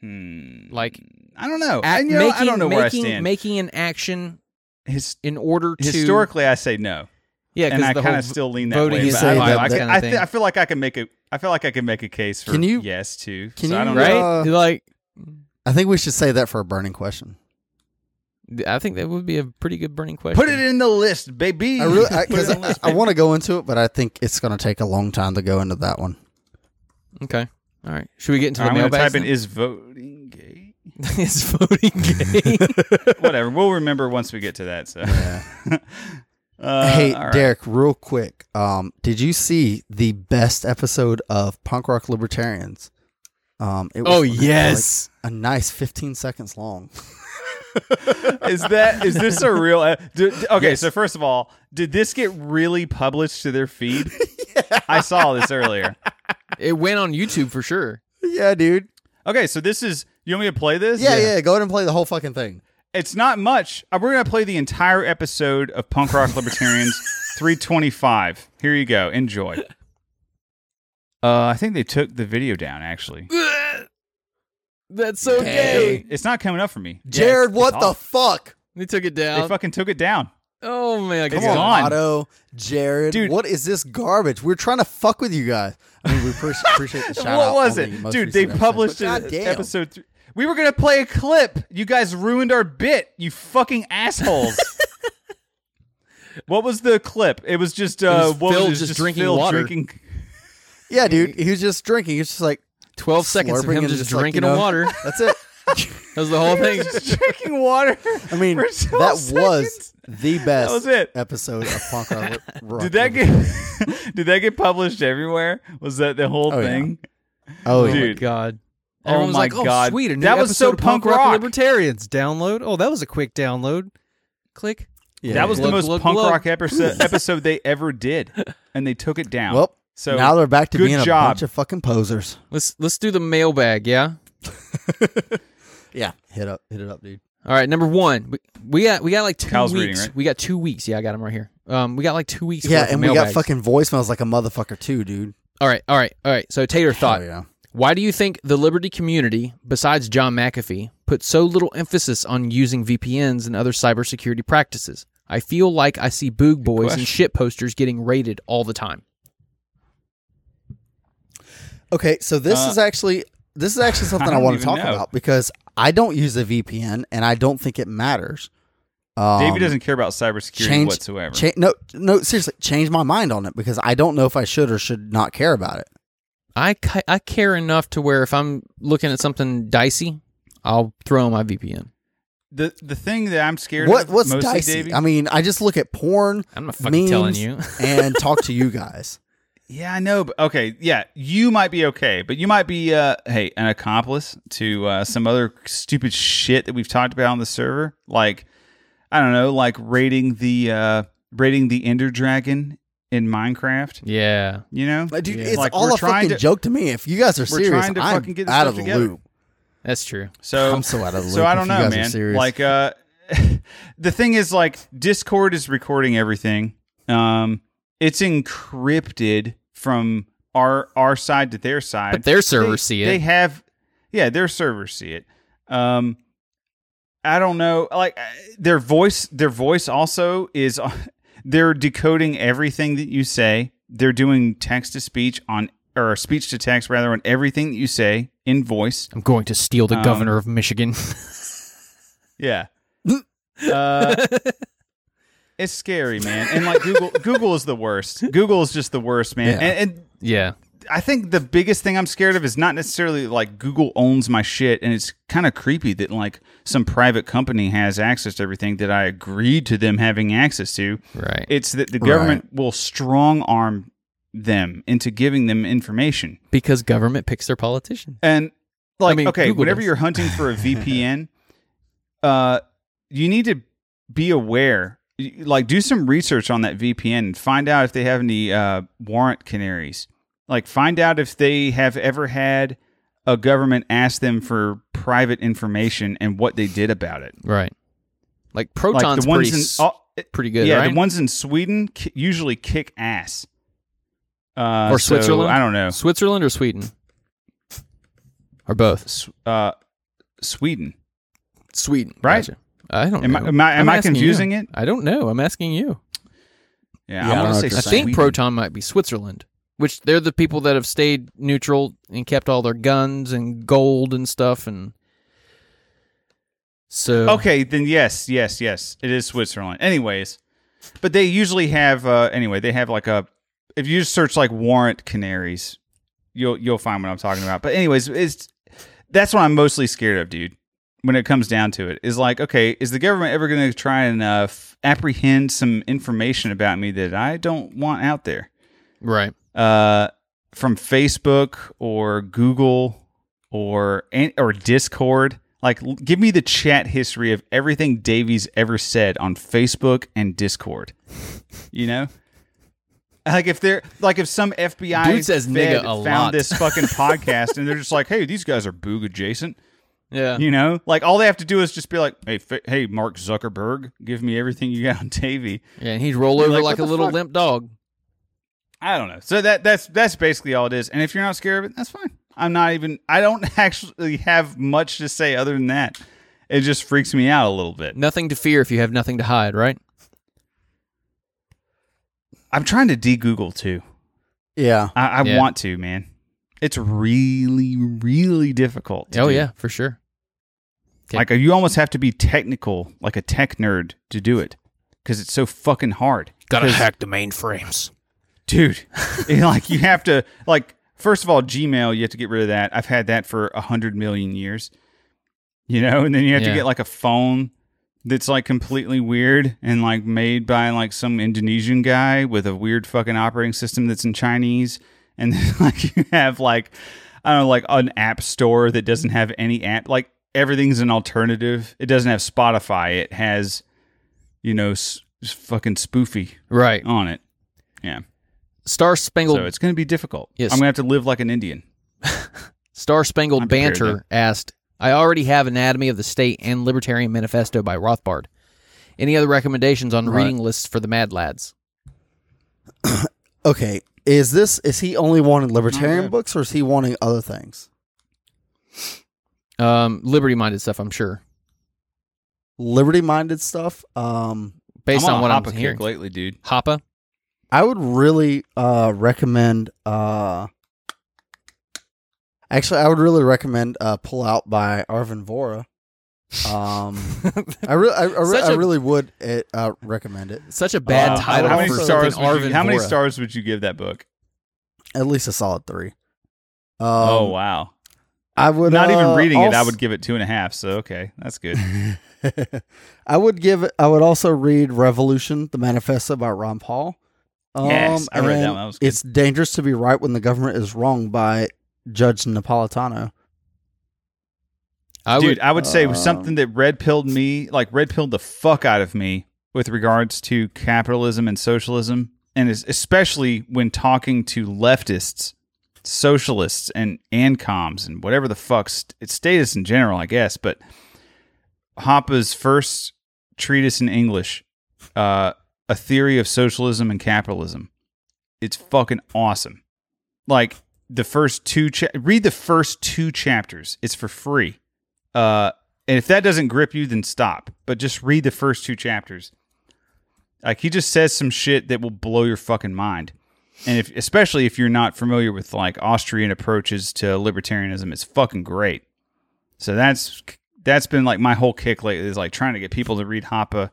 S3: hmm.
S1: Like,
S3: I don't know. I,
S1: Act-
S3: Oh, you know, I don't know where I
S1: making-
S3: stand.
S1: Making an action
S3: His,
S1: in order to
S3: historically, I say no.
S1: yeah,
S3: and
S1: 'cause
S3: I
S1: the
S3: kind
S1: whole
S3: of still lean that
S1: voting
S3: way.
S2: is
S3: but I,
S2: a
S3: don't know. I,
S2: violence
S3: can- I,
S1: kinda
S3: thi- I
S1: thing.
S3: feel like I can make a. I feel like I can make a case for
S2: Can you-
S3: yes too.
S2: can
S3: so I
S2: you,
S3: don't know.
S1: right?
S2: Uh,
S1: like
S2: I think we should say that for a burning question.
S1: I think that would be a pretty good burning question.
S3: Put it in the list, baby.
S2: uh, I really,
S3: Put it
S2: because
S3: in the
S2: I,
S3: list,
S2: I
S3: baby.
S2: want to go into it, but I think it's going to take a long time to go into that one.
S1: Okay. All right. Should we get into the
S3: I'm gonna
S1: mailbag?
S3: type in
S1: now?
S3: is voting gay.
S1: It's voting gay.
S3: Whatever. We'll remember once we get to that. So. uh,
S2: hey,
S3: all right.
S2: Derek, real quick, um, did you see the best episode of Punk Rock Libertarians? Um, it
S3: Oh,
S2: was like a nice 15 seconds long.
S3: is that is this a real? uh, do- do- okay, so first of all, did this get really published to their feed? I saw this earlier.
S1: it went on YouTube for sure.
S2: yeah, dude.
S3: Okay, so this is. You want me to play this?
S2: Yeah, yeah, Go ahead and play the whole fucking thing.
S3: It's not much. Uh, We're going to play the entire episode of Punk Rock Libertarians 325. Here you go. Enjoy. Uh, I think they took the video down, actually.
S1: That's so
S2: Gay.
S1: gay.
S3: It's not coming up for me. Yeah,
S2: Jared,
S3: it's-
S2: what
S3: it's
S2: the
S3: off.
S2: fuck?
S1: They took it
S3: They
S1: down.
S3: fucking took it down.
S1: oh my god.
S3: It's gone.
S2: Otto, Jared,
S3: Dude.
S2: what is this garbage? We're trying to fuck with you guys. I mean, we pre- appreciate the shout out.
S3: what was
S2: on the
S3: it?
S2: most
S3: Dude,
S2: recent
S3: they
S2: episode,
S3: published
S2: but
S3: it.
S2: goddamn.
S3: Episode three. We were going to play a clip. You guys ruined our bit. You fucking assholes. what was the clip? It was just, uh,
S1: was
S3: what
S1: Phil
S3: was it?
S1: just drinking
S3: Phil
S1: water.
S3: drinking-
S2: Yeah, dude. He was just drinking. He was just like,
S1: 12 seconds of
S2: slurping
S1: him
S2: and
S1: just,
S2: just like,
S1: drinking
S2: you know-
S1: water.
S2: that's it.
S1: That was the whole thing.
S3: just drinking water.
S2: I mean,
S3: For
S2: that
S3: 12
S2: was the best
S3: was it.
S2: episode of Punk Rock. Rock
S3: Did that get did that get published everywhere? Was that the whole
S2: Oh, yeah.
S3: thing?
S2: Oh, yeah.
S1: Oh my
S3: Dude.
S1: god.
S3: Oh
S1: Everyone was
S3: my
S1: like, oh,
S3: God.
S1: Sweet, a new
S3: That was
S1: episode
S3: so
S1: of punk, rock,
S3: punk rock.
S1: libertarians. Download. Oh, that was a quick download. Click.
S2: Yeah.
S3: That was the
S1: Look,
S3: most
S1: look,
S3: punk
S1: look.
S3: rock episode episode they ever did, and they took it down.
S2: Well,
S3: so
S2: now they're back to
S3: good
S2: being
S3: job.
S2: a bunch of fucking posers.
S1: Let's let's do the mailbag. Yeah.
S2: Yeah, hit up, hit it up, dude.
S1: All right, number one, we, we got we got like two
S3: Kyle's
S1: weeks.
S3: reading, right?
S1: We got two weeks. Yeah, I got him right here. Um, we got like two weeks.
S2: Yeah,
S1: worth of
S2: and we got
S1: mailbags.
S2: fucking voicemails like a motherfucker too, dude.
S1: All right, all right, all right. So Taylor thought,
S2: Oh, yeah.
S1: why do you think the Liberty community, besides John McAfee, put so little emphasis on using VPNs and other cybersecurity practices? I feel like I see boog boys
S3: question.
S1: and shit posters getting raided all the time.
S2: Okay, so this
S3: Uh,
S2: is actually this is actually something I,
S3: don't
S2: want to
S3: even
S2: talk
S3: know.
S2: about because I don't use a VPN and I don't think it matters. Um,
S3: Davey doesn't care about cybersecurity
S2: change-
S3: whatsoever.
S2: cha- no, no, seriously, change my mind on it because I don't know if I should or should not care about it.
S1: I ca- I care enough to where if I'm looking at something dicey, I'll throw on my VPN.
S3: the the thing that I'm scared
S2: What
S3: of
S2: what's
S3: mostly,
S2: dicey?
S3: Davey-
S2: I mean, I just look at porn.
S1: I'm not fucking telling
S2: memes,
S1: you.
S2: and talk to you guys.
S3: yeah, I know, but okay, yeah, you might be okay, but you might be uh hey, an accomplice to uh, some other stupid shit that we've talked about on the server. Like I don't know, like raiding the uh raiding the Ender Dragon in Minecraft.
S1: Yeah.
S3: You know,
S2: Like, dude,
S1: Yeah.
S2: it's
S3: Like,
S2: all
S3: we're
S2: a
S3: trying
S2: fucking
S3: to-
S2: joke to me. If you guys are serious,
S3: trying to
S2: I'm
S3: fucking get this
S2: out
S3: stuff
S2: of the
S3: together.
S2: loop.
S1: That's true.
S3: so
S2: I'm so out of the loop.
S3: so I
S2: if
S3: don't
S2: you
S3: know,
S2: guys are
S3: man.
S2: serious.
S3: Like uh, the thing is, like Discord is recording everything. Um, it's encrypted from our our side to their side.
S1: But their servers
S3: They-
S1: see it.
S3: They have, yeah, their servers see it. Um, I don't know, like uh, their voice. Their voice also is. They're decoding everything that you say. They're doing text to speech on or speech to text rather on everything that you say in voice.
S1: I'm going to steal the
S3: Um,
S1: governor of Michigan.
S3: Yeah. uh, it's scary, man. And like Google, Google is the worst. Google is just the worst, man.
S2: Yeah.
S3: And, and
S1: yeah.
S3: I think the biggest thing I'm scared of is not necessarily like Google owns my shit, and it's kind of creepy that like some private company has access to everything that I agreed to them having access to.
S1: Right.
S3: It's that the government will strong arm them into giving them information.
S1: because government picks their politician.
S3: And like,
S1: I mean,
S3: okay,
S1: Google
S3: whenever
S1: does.
S3: you're hunting for a VPN, uh, you need to be aware. You- Like, do some research on that VPN and find out if they have any uh, warrant canaries. Like, find out if they have ever had a government ask them for private information and what they did about it.
S1: Right. Like Proton's
S3: like the ones
S1: pretty,
S3: in
S1: s-
S3: all- eh,
S1: pretty good,
S3: yeah,
S1: right?
S3: the ones in Sweden ki- usually kick ass. Uh,
S1: Or
S3: so,
S1: Switzerland?
S3: I don't know.
S1: Switzerland or Sweden? Or both?
S3: S- uh, Sweden.
S1: Sweden.
S3: Right?
S1: Gotcha. I don't
S3: Am
S1: know.
S3: I am I, am
S1: I'm
S3: I
S1: asking you.
S3: confusing it?
S1: I don't know. I'm asking you.
S2: Yeah, I
S3: Yeah,
S2: don't
S3: I
S2: know
S3: want to
S2: what
S3: say
S2: you're
S1: I
S2: saying.
S1: think Proton might be Switzerland, which they're the people that have stayed neutral and kept all their guns and gold and stuff and so
S3: Okay, then yes, yes, yes. It is Switzerland. Anyways, but they usually have uh anyway, they have like a if you just search like warrant canaries, you'll you'll find what I'm talking about. But anyways, it's that's what I'm mostly scared of, dude. When it comes down to it, is like, okay, is the government ever going to try and uh, f- apprehend some information about me that I don't want out there?
S1: right.
S3: uh, from Facebook or Google or or Discord. Like, l- give me the chat history of everything Davies ever said on Facebook and Discord. You know, like if they're like if some FBI
S1: Dude says nigga
S3: fed
S1: a
S3: found
S1: lot.
S3: this fucking podcast and they're just like, hey, these guys are boog adjacent.
S1: Yeah.
S3: You know, like all they have to do is just be like, hey, fa- hey, Mark Zuckerberg, give me everything you got on Davy.
S1: yeah, and he'd roll
S3: You're
S1: over
S3: like,
S1: like,
S3: what
S1: a
S3: the
S1: little
S3: fuck?
S1: limp dog.
S3: I don't know. So that that's that's basically all it is. And if you're not scared of it, that's fine. I'm not even. I don't actually have much to say other than that. It just freaks me out a little bit.
S1: Nothing to fear if you have nothing to hide, right?
S3: I'm trying to de-Google too.
S2: yeah,
S3: I, I
S1: Yeah.
S3: want to, man. It's really, really difficult. to
S1: oh
S3: do.
S1: yeah, for sure. okay.
S3: Like you almost have to be technical, like a tech nerd, to do it because it's so fucking hard.
S1: Gotta
S3: 'Cause-
S1: hack the mainframes.
S3: dude you know, like you have to like first of all gmail you have to get rid of that i've had that for a hundred million years you know and then you have
S1: Yeah.
S3: to get like a phone that's like completely weird and like made by like some indonesian guy with a weird fucking operating system that's in chinese and then like you have like i don't know like an app store that doesn't have any app like everything's an alternative it doesn't have spotify it has you know s- s- fucking spoofy
S1: Right.
S3: on it yeah
S1: Star Spangled
S3: Mm. so it's going to be difficult.
S1: Yes.
S3: I'm going to have to live like an Indian.
S1: Star Spangled
S3: I'm prepared,
S1: Banter asked, I already have Anatomy of the State and Libertarian Manifesto by Rothbard. Any other recommendations on
S2: Right.
S1: reading lists for the Mad Lads?
S2: okay. Is this is he only wanting libertarian
S3: good.
S2: books or is he wanting other things?
S1: Um, Liberty minded stuff, I'm sure,
S2: Liberty minded stuff. Um,
S1: based
S3: I'm
S1: on,
S3: on,
S1: what
S3: a
S1: I'm
S3: Hoppa kick
S1: hearing.
S3: lately, dude.
S1: Hoppa?
S2: I would really uh, recommend. Uh, actually, I would really recommend uh, "Pull Out" by Arvin Vora. Um, I really, I, I, re-
S1: Such
S2: I
S1: a-
S2: really would uh, uh, recommend it.
S1: Such a bad
S2: Uh,
S1: title
S3: Um, how many
S1: for
S3: stars?
S1: something
S3: Would
S1: Arvin
S3: you, how many
S1: Vora.
S3: stars would you give that book?
S2: At least a solid three. Um,
S3: oh wow!
S2: I would
S3: Not even
S2: uh,
S3: reading it, I
S2: als-
S3: would give it two and a half. So okay, that's good.
S2: I would give. I would also read "Revolution: The Manifesto" by Ron Paul. Um,
S3: Yes, I read that
S2: and
S3: one. That was good.
S2: It's dangerous to be right when the government is wrong by Judge Napolitano.
S1: I
S3: Dude,
S1: would.
S3: I would say
S4: uh,
S3: something that red pilled me, like red pilled the fuck out of me with regards to capitalism and socialism, and es- especially when talking to leftists, socialists, and and comms and whatever the fuck st- it's status in general, I guess. But Hoppe's first treatise in English, uh, a theory of socialism and capitalism. It's fucking awesome. Like the first two, cha- read the first two chapters. It's for free. Uh, and if that doesn't grip you, then stop. But just read the first two chapters. Like he just says some shit that will blow your fucking mind. And if especially if you're not familiar with like Austrian approaches to libertarianism, it's fucking great. So that's that's been like my whole kick lately is like trying to get people to read Hoppe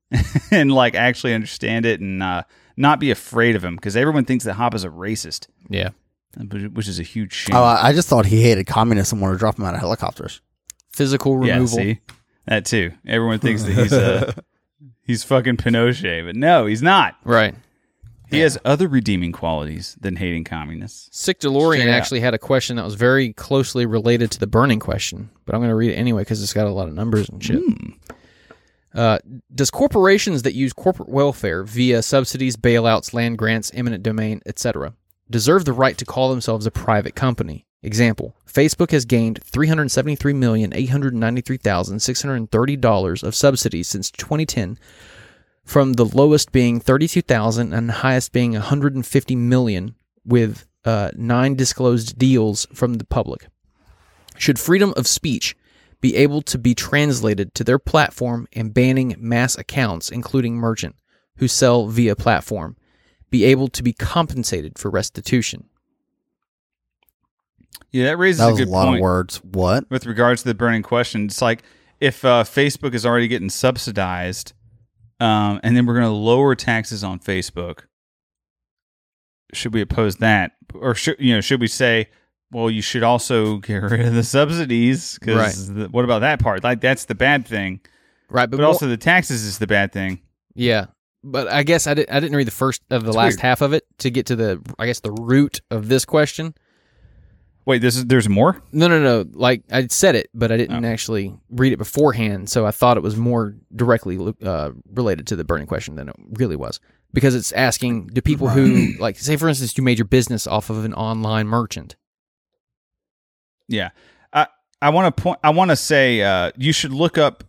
S3: and like actually understand it and uh, not be afraid of him because everyone thinks that Hoppe's a racist,
S1: Yeah.
S3: but- which is a huge shame.
S2: Oh, I I just thought he hated communists and wanted to drop him out of helicopters.
S1: Physical removal.
S3: Yeah, see? That too. Everyone thinks that he's uh, he's fucking Pinochet, but no, he's not.
S1: Right.
S3: He has other redeeming qualities than hating communists.
S1: Sick DeLorean
S3: Straight up.
S1: actually had a question that was very closely related to the burning question, but I'm going to read it anyway because it's got a lot of numbers and shit. Uh, does corporations that use corporate welfare via subsidies, bailouts, land grants, eminent domain, etc., deserve the right to call themselves a private company? Example: Facebook has gained three hundred seventy-three million eight hundred ninety-three thousand six hundred thirty dollars of subsidies since 2010 from the lowest being 32,000 and the highest being 150 million with uh, nine disclosed deals from the public. Should freedom of speech be able to be translated to their platform and banning mass accounts, including merchant, who sell via platform, be able to be compensated for restitution?
S3: Yeah, that raises
S2: That
S3: a
S2: was a,
S3: good
S2: lot
S3: point
S2: of words. What?
S3: with regards to the burning question. It's like if uh, Facebook is already getting subsidized, um, and then we're going to lower taxes on Facebook. Should we oppose that, or should you know? Should we say, well, you should also get rid of the subsidies? Because what about that part? Like that's the bad thing.
S1: Right, but,
S3: but
S1: more-
S3: also the taxes is the bad thing.
S1: yeah. But I guess I, did, I didn't read the first of the
S3: It's
S1: last
S3: weird.
S1: half of it to get to the I guess the root of this question.
S3: Wait, this is there's more.
S1: No, no, no. Like I said it, but I
S3: Oh.
S1: didn't actually read it beforehand, so I thought it was more directly uh, related to the burning question than it really was, because it's asking do people who like say for instance you made your business off of an online merchant.
S3: Yeah, I I want to point. I want to say uh, you should look up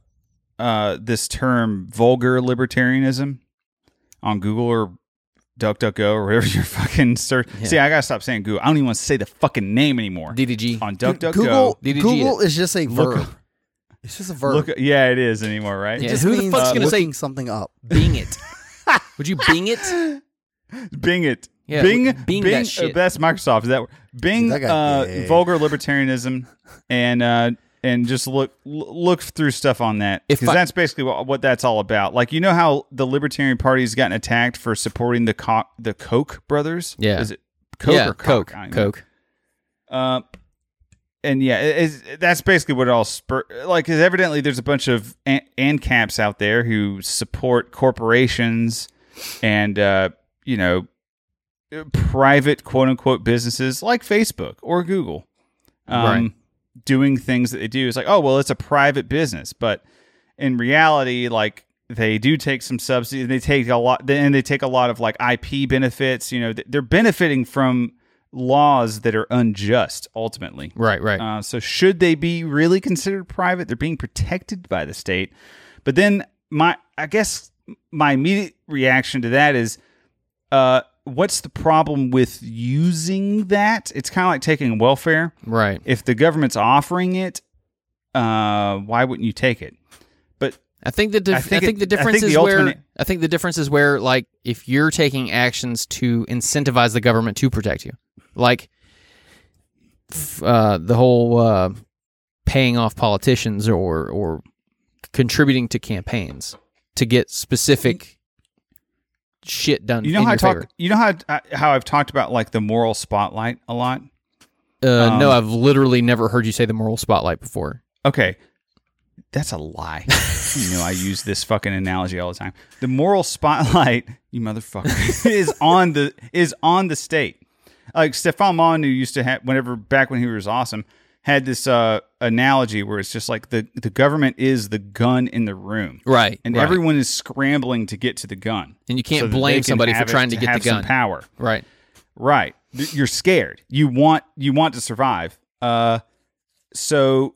S3: uh, this term vulgar libertarianism on Google or DuckDuckGo or wherever your fucking search.
S1: Yeah.
S3: See, I gotta stop saying Google. I don't even want to say the fucking name anymore.
S1: DDG.
S3: on
S2: Dude,
S3: DuckDuckGo,
S2: Google
S1: DDG
S2: Google is just a
S3: Look
S2: verb. It's just a verb.
S3: look. Yeah, it is anymore, right?
S1: Yeah.
S2: It just
S1: who the
S2: means
S1: fuck's gonna say-
S2: looking something up?
S1: Bing it. Would you Bing it?
S3: Bing it.
S1: Yeah,
S3: Bing,
S1: Bing
S3: Bing,
S1: that
S3: uh,
S1: shit.
S3: that's Microsoft. Is that Bing?
S2: That guy
S3: uh,
S2: gay.
S3: vulgar libertarianism, and uh, and just look l- look through stuff on that
S1: If
S3: because
S1: I-
S3: that's basically what, what that's all about. Like you know how the Libertarian Party's gotten attacked for supporting the co- the Koch brothers.
S1: Yeah.
S3: is it Koch
S1: yeah,
S3: or
S1: Coke.
S3: Koch? I don't even know.
S1: Coke.
S3: Uh, and yeah, it, it's- that's basically what it all spur. Like, 'cause evidently there's a bunch of an- ANCAPs out there who support corporations and, uh, you know, private quote unquote businesses like Facebook or Google um,
S1: Right.
S3: doing things that they do. It's like, oh, well, it's a private business. But in reality, like, they do take some subsidy. They take a lot, and they take a lot of like IP benefits. You know, th- they're benefiting from laws that are unjust ultimately.
S1: Right, right.
S3: Uh, so should they be really considered private? They're being protected by the state. But then my, I guess my immediate reaction to that is, uh, what's the problem with using that? It's kind of like taking welfare.
S1: right.
S3: If the government's offering it, uh, why wouldn't you take it? But
S1: I think the dif- I
S3: I
S1: think,
S3: think it-
S1: the
S3: I think
S1: difference
S3: the
S1: is
S3: ultimate-
S1: where I think the difference is where like if you're taking actions to incentivize the government to protect you, like f- uh, the whole uh, paying off politicians or or contributing to campaigns to get specific shit done.
S3: you know
S1: in
S3: how I
S1: your
S3: talk.
S1: favor.
S3: You know how I, how I've talked about like the moral spotlight a lot.
S1: Uh, no,
S3: um,
S1: I've literally never heard you say the moral spotlight before.
S3: Okay. That's a lie. you know, I use this fucking analogy all the time. The moral spotlight, you motherfucker, is on the is on the state. Like Stefan Molyneux used to have whenever back when he was awesome, had this uh, analogy where it's just like the the government is the gun in the room,
S1: Right.
S3: and
S1: right.
S3: everyone is scrambling to get to the gun.
S1: and you
S3: so
S1: can't
S3: that they
S1: blame
S3: can
S1: somebody for
S3: have it
S1: trying to, get the
S3: have some
S1: gun.
S3: power.
S1: Right.
S3: Right. Th- You're scared. You want you want to survive. Uh so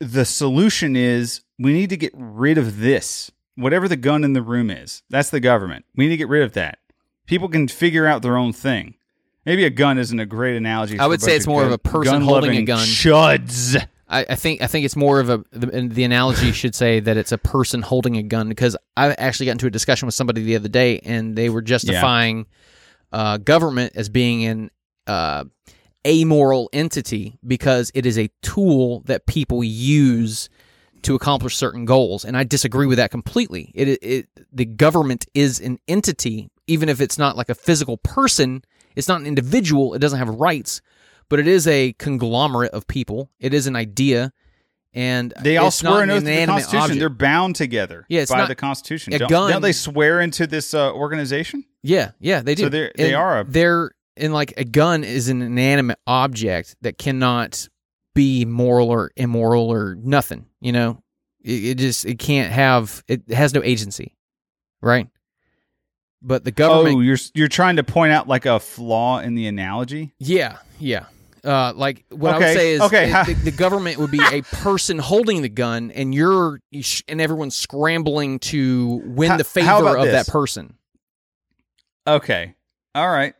S3: the solution is we need to get rid of this. Whatever the gun in the room is. That's the government. We need to get rid of that. People can figure out their own thing. Maybe a gun isn't a great analogy.
S1: I would
S3: for
S1: say
S3: both
S1: it's more of
S3: gun-
S1: a person holding a
S3: gun-loving
S1: gun.
S3: Chuds.
S1: I, I think I think it's more of a the, and the analogy should say that it's a person holding a gun because I actually got into a discussion with somebody the other day and they were justifying uh, government as being an uh, amoral entity because it is a tool that people use to accomplish certain goals and I disagree with that completely. It, it, it the government is an entity even if it's not like a physical person, it's not an individual, it doesn't have rights, but it is a conglomerate of people. It is an idea, and
S3: They all
S1: it's not
S3: swear an oath to the
S1: inanimate
S3: Constitution.
S1: object.
S3: They're bound together
S1: Yeah, it's
S3: by
S1: not-
S3: the Constitution.
S1: a
S3: Don't,
S1: gun-
S3: don't they swear into this uh, organization?
S1: yeah, yeah, they do.
S3: So they're- they
S1: And
S3: are a-
S1: they're and like a gun is an inanimate object that cannot be moral or immoral or nothing. You know, it, it just it can't have it has no agency, right? But the government
S3: Oh, you're you're trying to point out like a flaw in the analogy.
S1: Yeah, yeah. Uh, like what I
S3: Okay,
S1: would say is,
S3: okay,
S1: it-
S3: ha-
S1: the, the government would be a person holding the gun, and you're you sh- and everyone's scrambling to win
S3: Ha-
S1: the
S3: how
S1: favor
S3: about
S1: of
S3: this?
S1: that person.
S3: Okay, all right.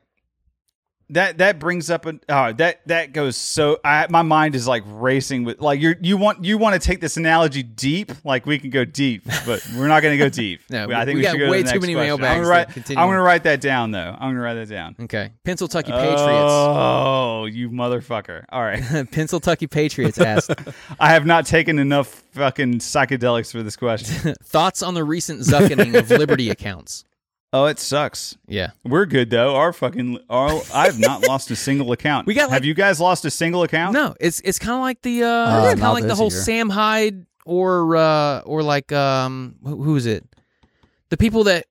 S3: That that brings up an oh, that that goes so I, my mind is like racing with like you you want you want to take this analogy deep like we can go deep but we're not going to go deep.
S1: No,
S3: I
S1: we
S3: think we,
S1: got
S3: should go
S1: way
S3: to
S1: too
S3: the next
S1: many
S3: question.
S1: mailbags
S3: I'm
S1: to
S3: gonna write,
S1: continue.
S3: I'm going to write that down though. I'm going to write that down.
S1: Okay, Pennsyltucky
S3: Oh, you motherfucker! All right,
S1: Patriots. Pennsyltucky Patriots asked
S3: I have not taken enough fucking psychedelics for this question.
S1: thoughts on the recent zuckening of Liberty accounts.
S3: oh, it sucks.
S1: Yeah,
S3: We're good though. Our fucking our, I've not lost a single account.
S1: We got, like-
S3: Have you guys lost a single account?
S1: no, it's it's kind of like the uh,
S3: Oh,
S1: kind
S2: not
S1: of like the
S2: this
S1: whole
S2: year.
S1: Sam Hyde or uh, or like um who, who is it? The people that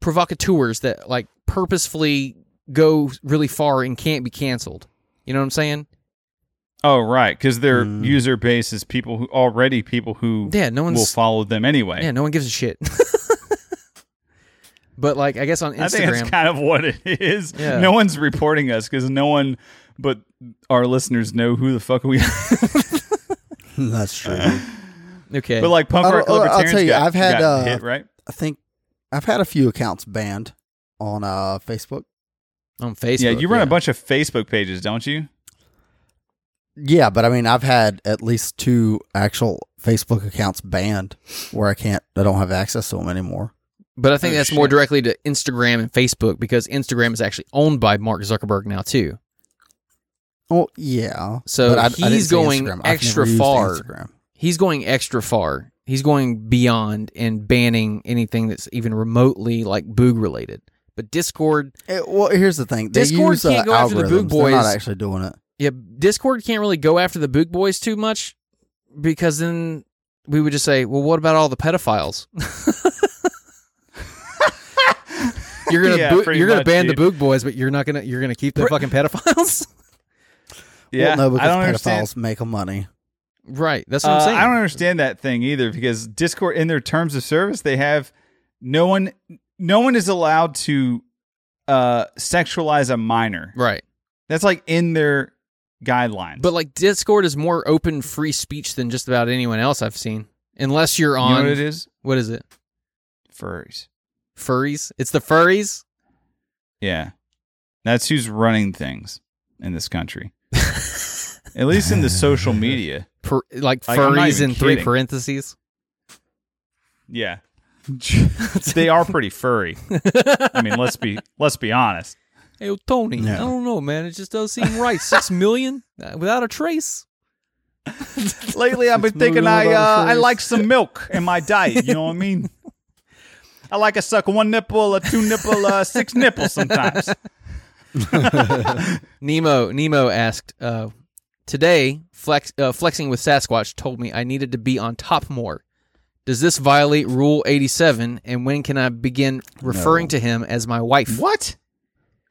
S1: provocateurs that like purposefully go really far and can't be canceled. You know what I'm saying?
S3: Oh right, because their
S2: Mm.
S3: user base is people who already people who
S1: Yeah, no
S3: will
S1: one's
S3: follow them anyway.
S1: yeah, no one gives a shit. but like I guess on
S3: I think
S1: Instagram,
S3: that's kind of what it is.
S1: Yeah.
S3: No one's reporting us because no one but our listeners know who the fuck we are.
S2: That's true.
S1: Uh-huh.
S2: I
S1: okay,
S3: but like punk
S2: I'll-
S3: rock
S2: I'll- I'll
S3: libertarians,
S2: tell you,
S3: got-
S2: I've had,
S3: got
S2: uh,
S3: hit, right.
S2: think I've had a few accounts banned on uh, Facebook.
S1: on Facebook,
S3: yeah, you run a bunch of Facebook pages, don't you?
S2: Yeah, but I mean, I've had at least two actual Facebook accounts banned where I can't, I don't have access to them anymore.
S1: But I think
S3: Oh,
S1: that's more
S3: shit.
S1: directly to Instagram and Facebook because Instagram is actually owned by Mark Zuckerberg now too.
S2: Oh yeah.
S1: So
S2: But
S1: he's
S2: say
S1: going
S2: Instagram. I've
S1: extra
S2: never used
S1: far.
S2: Instagram.
S1: He's going extra far. He's going beyond and banning anything that's even remotely like boog related. But Discord,
S2: It- well, here's the thing. They
S1: Discord
S2: use, uh,
S1: can't go after the
S2: algorithms.
S1: Boog
S2: They're not
S1: Boys.
S2: actually doing it.
S1: yeah, Discord can't really go after the boog boys too much because then we would just say, well, what about all the pedophiles? You're gonna
S3: Yeah,
S1: boo-
S3: pretty
S1: you're gonna
S3: much,
S1: ban
S3: dude.
S1: the boog boys, but you're not gonna you're gonna keep the fucking pedophiles,
S2: well,
S3: Yeah,
S2: no, because
S3: I don't
S2: pedophiles
S3: understand.
S2: make money.
S1: right? That's what I'm
S3: Uh,
S1: saying.
S3: I don't understand that thing either because Discord in their terms of service they have no one no one is allowed to uh sexualize a minor.
S1: right.
S3: That's like in their guidelines.
S1: But like Discord is more open free speech than just about anyone else I've seen. Unless you're
S3: you
S1: on
S3: know what it is?
S1: what is it?
S3: Furries.
S1: Furries? It's the furries?
S3: Yeah. That's who's running things in this country. At least in the social media.
S1: Per, like
S3: Like, I'm not
S1: furries
S3: even
S1: in three
S3: kidding.
S1: parentheses.
S3: Yeah. they are pretty furry. I mean, let's be let's be honest.
S1: Hey well, Tony,
S2: No.
S1: I don't know, man. It just doesn't seem right. Six million uh, without a trace.
S3: Lately, I've been
S2: It's thinking not I, about uh, I furries. like
S3: some milk in my diet. You know what I mean? I like to suck one nipple, a two nipple, uh, six nipples sometimes.
S1: Nemo Nemo asked, uh, today flex, uh, flexing with Sasquatch told me I needed to be on top more. Does this violate Rule eighty seven? And when can I begin referring to him as my wife?
S3: What?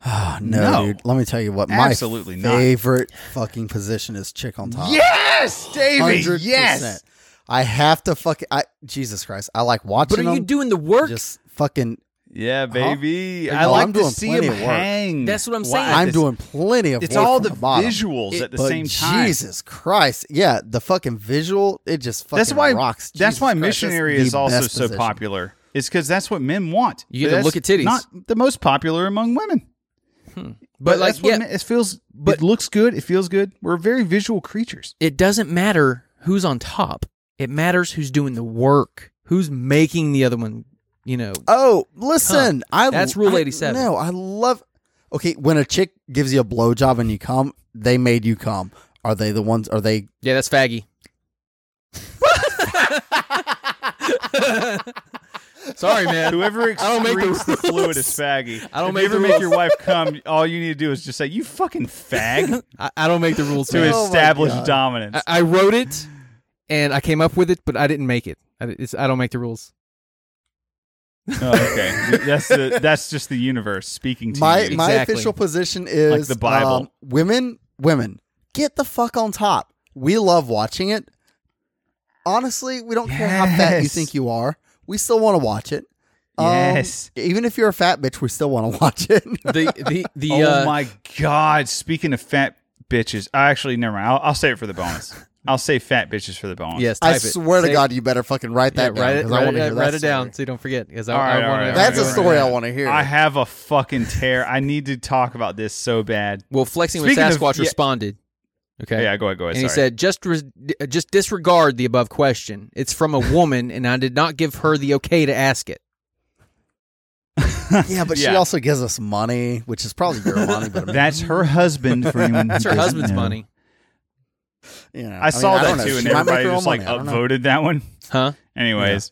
S2: Oh, no,
S3: No.
S2: dude. Let me tell you what
S3: Absolutely
S2: my
S3: not.
S2: favorite fucking position is chick on top.
S3: Yes, Davey.
S2: 100%. I have to fucking. I, Jesus Christ. I like watching
S1: But are you
S2: them.
S1: doing the work?
S2: Just fucking.
S3: Yeah, baby.
S2: Huh?
S3: I
S2: No,
S3: like
S2: I'm
S3: to
S2: doing
S3: see him
S2: plenty of work.
S3: hang.
S1: That's what I'm
S3: Why?
S1: saying.
S2: I'm
S3: This-
S2: doing plenty of
S3: It's
S2: work
S3: all
S2: from
S3: the,
S2: the, bottom.
S3: visuals at the
S2: But
S3: same time.
S2: Jesus Christ. Yeah, the fucking visual, it just fucking
S3: that's why.
S2: rocks.
S3: that's
S2: Jesus
S3: why
S2: Christ, that's
S3: missionary
S2: the
S3: is also
S2: best
S3: so
S2: position.
S3: popular. It's because that's what men want.
S1: You gotta
S3: That's
S1: look at titties.
S3: Not the most popular among women.
S1: but like,
S3: that's what
S1: yeah,
S3: men- it feels. But it looks good. It feels good. We're very visual creatures.
S1: it doesn't matter who's on top. It matters who's doing the work, who's making the other one. You know,
S2: Oh, listen. I
S1: That's Rule
S2: I-
S1: 87.
S2: No, I love. Okay, when a chick gives you a blowjob and you come, they made you come. Are they the ones? Are they?
S1: yeah, that's faggy. Sorry, man.
S3: Whoever
S1: don't make the
S3: excretes the, fluid
S1: rules.
S3: is faggy.
S1: I don't
S3: if
S1: make
S3: you ever
S1: the
S3: make
S1: rules.
S3: your wife come, all you need to do is just say, "You fucking fag,"
S1: I, I don't make the rules.
S3: to
S1: man.
S2: Oh my
S3: establish
S2: God.
S3: dominance.
S1: I, I wrote it, and I came up with it, but I didn't make it. I, di- it's, I don't make the rules.
S3: Oh, okay, that's the, that's just the universe speaking to
S2: My
S3: you.
S2: my
S1: Exactly.
S2: official position is
S3: Like the Bible.
S2: um, women, women, get the fuck on top. We love watching it. Honestly, we don't care how fat you
S3: Yes.
S2: think you are. We still want to watch it. Um,
S3: Yes.
S2: Even if you're a fat bitch, we still want to watch it.
S1: The the the
S3: oh
S1: uh,
S3: my god! Speaking of fat bitches, I actually never mind. I'll, I'll save it for the bonus. I'll save fat bitches for the bonus.
S1: yes,
S2: I
S1: type it.
S2: swear to
S1: Say-
S2: God, you better fucking write
S1: yeah,
S2: that down.
S1: write it,
S2: 'cause I
S1: write
S2: wanna
S1: it,
S2: hear
S1: write
S2: that
S1: it down
S2: story.
S1: so you don't forget. Because I,
S3: All right,
S1: I
S3: all
S1: want
S3: right,
S1: to.
S3: all
S2: That's a
S3: right.
S2: story I want to hear.
S3: I have a fucking tear. I need to talk about this so bad.
S1: Well, flexing with
S3: Speaking of-
S1: Sasquatch
S3: yeah.
S1: responded. Okay.
S3: Yeah, go ahead, go ahead.
S1: and he
S3: sorry.
S1: said, "Just res- d- uh, just disregard the above question. It's from a woman, and I did not give her the okay to ask it."
S2: Yeah, but she
S3: Yeah.
S2: also gives us money, which is probably your money, but I mean,
S3: "That's her husband." For anyone,
S1: That's her husband's money,
S2: you know,
S3: I, saw
S2: mean, I don't
S3: that
S2: know.
S3: too,
S2: She
S3: and
S2: might make
S3: everybody
S2: her own
S3: just like
S2: money. I don't know.
S3: upvoted that one.
S1: huh?
S3: Anyways,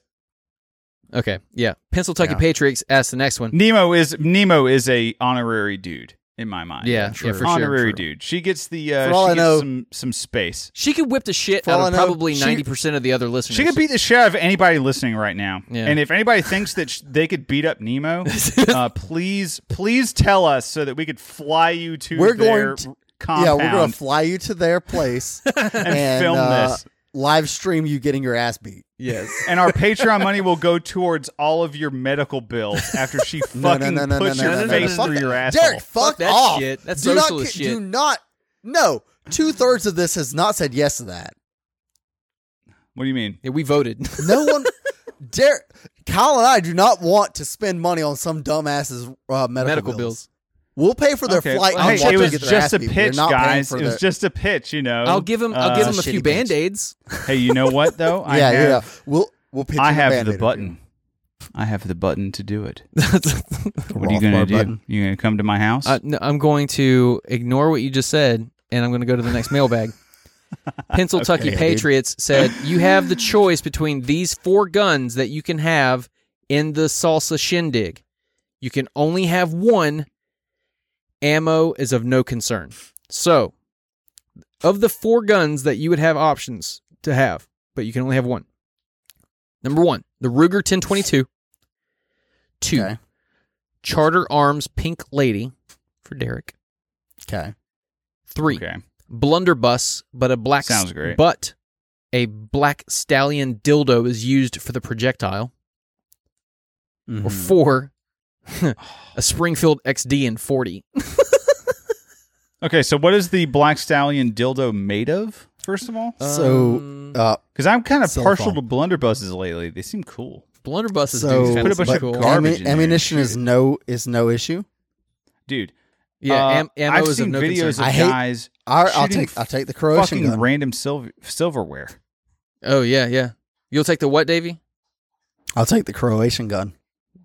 S1: Okay, yeah. Pennsylvania
S2: Yeah.
S1: Patriots asked the next one.
S3: Nemo is Nemo is a honorary dude in my mind.
S1: Yeah,
S2: true.
S1: yeah, for
S3: honorary
S1: sure. true.
S3: dude. She gets the uh,
S2: For all
S3: she
S2: I
S3: gets
S2: know-
S3: some some space.
S1: She could whip the shit
S2: For
S1: out
S2: all
S1: of
S2: I know,
S1: probably
S2: she-
S1: ninety percent of the other listeners.
S3: She could beat the shit out of anybody listening right now.
S1: Yeah.
S3: And if anybody thinks that sh- they could beat up Nemo, uh, please please tell us so that we could fly you to
S2: We're
S3: their
S2: going to-
S3: compound.
S2: Yeah, we're gonna fly you to their place and,
S3: film
S2: uh,
S3: this.
S2: live stream you getting your ass beat.
S1: Yes.
S3: and our Patreon money will go towards all of your medical bills after she
S2: No,
S3: fucking
S2: no, no, no,
S3: puts
S2: no,
S3: your
S2: no, no, no,
S3: face
S2: no.
S3: through
S2: Fuck
S3: your
S2: that.
S3: asshole.
S2: Derek, fuck,
S1: Fuck that
S2: off.
S1: shit. That's
S2: do not,
S1: socialist
S2: ki-
S1: shit.
S2: Do not. No, two thirds of this has not said yes to that.
S3: What do you mean?
S1: Yeah, we voted.
S2: No one. Derek, Kyle, and I do not want to spend money on some dumbass's uh, medical,
S1: Medical
S2: bills.
S1: bills.
S2: We'll pay for their
S3: Okay,
S2: flight.
S3: well,
S2: and
S3: hey,
S2: watch
S3: it
S2: them
S3: was
S2: get their
S3: just
S2: ass
S3: a
S2: beat. We're
S3: pitch,
S2: not paying
S3: guys.
S2: for
S3: It
S2: their-
S3: was just a pitch, you know.
S1: I'll give him. I'll
S3: Uh,
S1: give him a
S2: shitty
S1: few
S2: bitch.
S1: band aids.
S3: Hey, you know what though? I
S2: yeah,
S3: have,
S2: yeah. We'll we'll pitch. in
S3: I
S2: a
S3: have
S2: Band-Aid
S3: the
S2: if
S3: button. I have the button to do it.
S2: you're-
S3: What are you
S2: Rothbard
S3: gonna do?
S2: button.
S3: You gonna come to my house?
S1: Uh, no, I'm going to ignore what you just said, and I'm going to go to the next mailbag. Pennsylvania
S2: dude.
S1: Patriots said, "You have the choice between these four guns that you can have in the salsa shindig. You can only have one. Ammo is of no concern. So, of the four guns that you would have options to have, but you can only have one. Number one, the Ruger 1022. Two,
S2: Okay.
S1: Charter Arms Pink Lady for Derek.
S2: Okay.
S1: Three,
S3: okay.
S1: Blunderbuss, but a black
S3: Sounds great.
S1: But a black stallion dildo is used for the projectile.
S3: Mm-hmm.
S1: Or four, a Springfield XD in forty.
S3: Okay, so what is the black stallion dildo made of? First of all,
S2: So,
S1: Um,
S2: Uh,
S3: because I'm kind of
S2: silicone.
S3: partial to blunderbusses lately. They seem cool.
S1: Blunderbusses
S2: so
S1: do
S3: Put a bunch
S1: sound
S3: of
S1: cool.
S2: but
S3: garbage
S2: ammu-
S3: in there.
S2: ammunition is no is no issue.
S3: Dude,
S1: yeah,
S3: uh,
S1: am- ammo
S3: I've
S1: is
S3: seen
S1: of no
S3: videos
S1: concern.
S3: of
S2: I hate
S3: guys
S2: I, I'll
S3: Shooting
S2: take I'll take the Croatian
S3: fucking
S2: gun.
S3: random silver silverware.
S1: oh yeah, yeah. You'll take the what, Davy?
S2: I'll take the Croatian gun.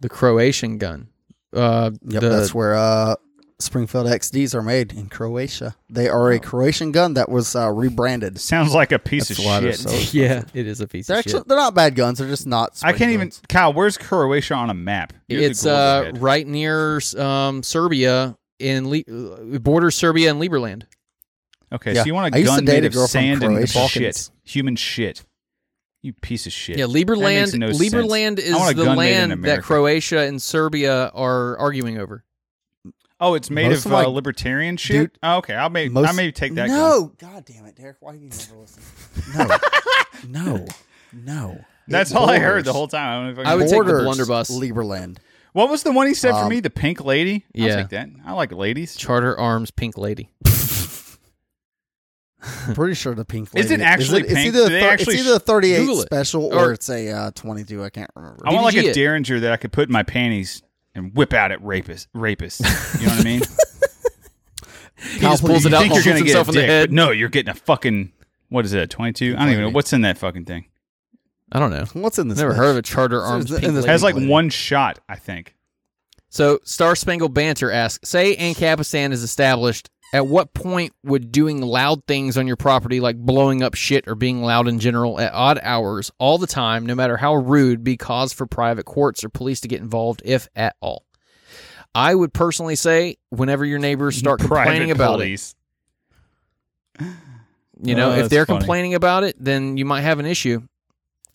S1: The Croatian gun. Uh,
S2: Yep,
S1: the-
S2: that's where uh, Springfield XDs are made in Croatia. They are a Croatian gun that was uh, rebranded.
S3: Sounds like a piece
S2: That's
S3: of
S2: why they're
S3: shit.
S2: so-
S1: yeah, it is a piece
S2: They're
S1: of shit.
S2: actually they're not bad guns. They're just not.
S3: I can't
S2: spring
S3: even.
S2: guns.
S3: Kyle, where's Croatia on a map? You're the
S1: it's
S3: Google
S1: uh,
S3: head.
S1: right near um, Serbia in Le- border Serbia and Liberland.
S3: Okay,
S2: Yeah.
S3: so you want
S2: I
S3: a
S2: used to
S3: gun
S2: date
S3: made
S2: a
S3: of
S2: girl from
S3: sand and
S2: Croatia.
S3: shit, human shit. You piece of shit.
S1: Yeah,
S3: makes
S1: Liberland.
S3: no sense.
S1: Liberland
S3: I want
S1: is
S3: a
S1: the
S3: gun made in
S1: land that
S3: America.
S1: Croatia and Serbia are arguing over.
S3: Oh, it's made
S2: Most
S3: of,
S2: of, like,
S3: uh, libertarian shit.
S2: dude-
S3: oh, okay, I may I
S2: most-
S3: may take that. gun.
S2: no, god damn it, Derek. Why do you never listen? No, no, no.
S3: that's all I heard the whole time. I don't know if I
S1: I
S3: can-
S1: would take the
S2: Borders
S1: blunderbuss.
S2: Lieberland.
S3: what was the one he said for me? The pink lady.
S1: yeah.
S3: I'll take that. I like ladies.
S1: Charter Arms Pink Lady.
S2: I'm pretty sure the pink.
S3: Is
S2: Lady-
S3: it actually
S2: It's
S3: pink?
S2: either,
S3: Do they
S2: thir-
S3: actually
S2: it's either a thirty-eight
S1: Google it.
S2: special or,
S1: Or-
S2: it's a uh, twenty-two. I can't remember.
S3: I want like
S1: DDG
S3: a
S1: it.
S3: Derringer that I could put in my panties and whip out at rapists. Rapists. You know what I mean?
S1: He
S2: Kyle,
S1: just pulls
S2: please.
S1: it
S3: you
S1: out and
S3: think you're
S1: shoots
S3: gonna get a
S1: himself in
S3: dick,
S1: the
S3: but
S1: head.
S3: no, you're getting a fucking what is it? Twenty two? I don't even know what's in that fucking thing.
S1: I don't know.
S2: What's in this?
S1: Never
S2: bitch?
S1: heard of a Charter
S2: It's
S1: Arms
S2: in the-
S1: Pink
S2: in the-
S1: Lady.
S3: It has like
S2: Lady.
S3: one shot, I think.
S1: So, Star Spangled Banter asks Say Ancapistan is established. At what point would doing loud things on your property, like blowing up shit or being loud in general at odd hours all the time, no matter how rude, be cause for private courts or police to get involved, if at all? I would personally say whenever your neighbors start complaining about it,
S3: police.
S1: You know,
S3: Oh,
S1: if
S3: that's
S1: they're
S3: funny.
S1: complaining about it, then you might have an issue.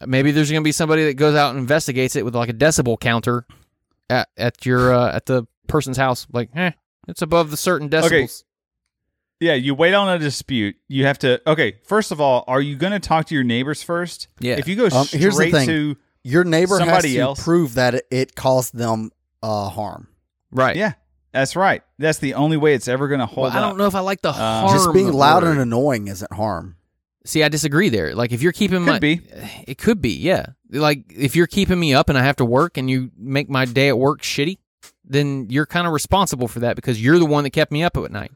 S1: Maybe there's going to be somebody that goes out and investigates it with like a decibel counter at at your uh, at the person's house. Like, eh, it's above the certain decibels.
S3: Okay. Yeah, you wait on a dispute. You have to okay, first of all, are you gonna talk to your neighbors first?
S1: Yeah.
S3: If you go
S2: Um,
S3: straight
S2: here's the thing.
S3: to
S2: Your neighbor
S3: Somebody
S2: has to
S3: else.
S2: prove that it, it caused them uh, harm.
S1: Right.
S3: Yeah. That's right. That's the only way it's ever gonna
S1: Well,
S3: hold
S1: I
S3: up.
S1: don't know if I like the
S3: Uh,
S1: harm.
S2: Just being loud
S1: word.
S2: and annoying isn't harm.
S1: See, I disagree there. Like, if you're keeping
S3: Could
S1: my,
S3: be.
S1: it could be, yeah. Like, if you're keeping me up and I have to work and you make my day at work shitty, then you're kind of responsible for that because you're the one that kept me up at night.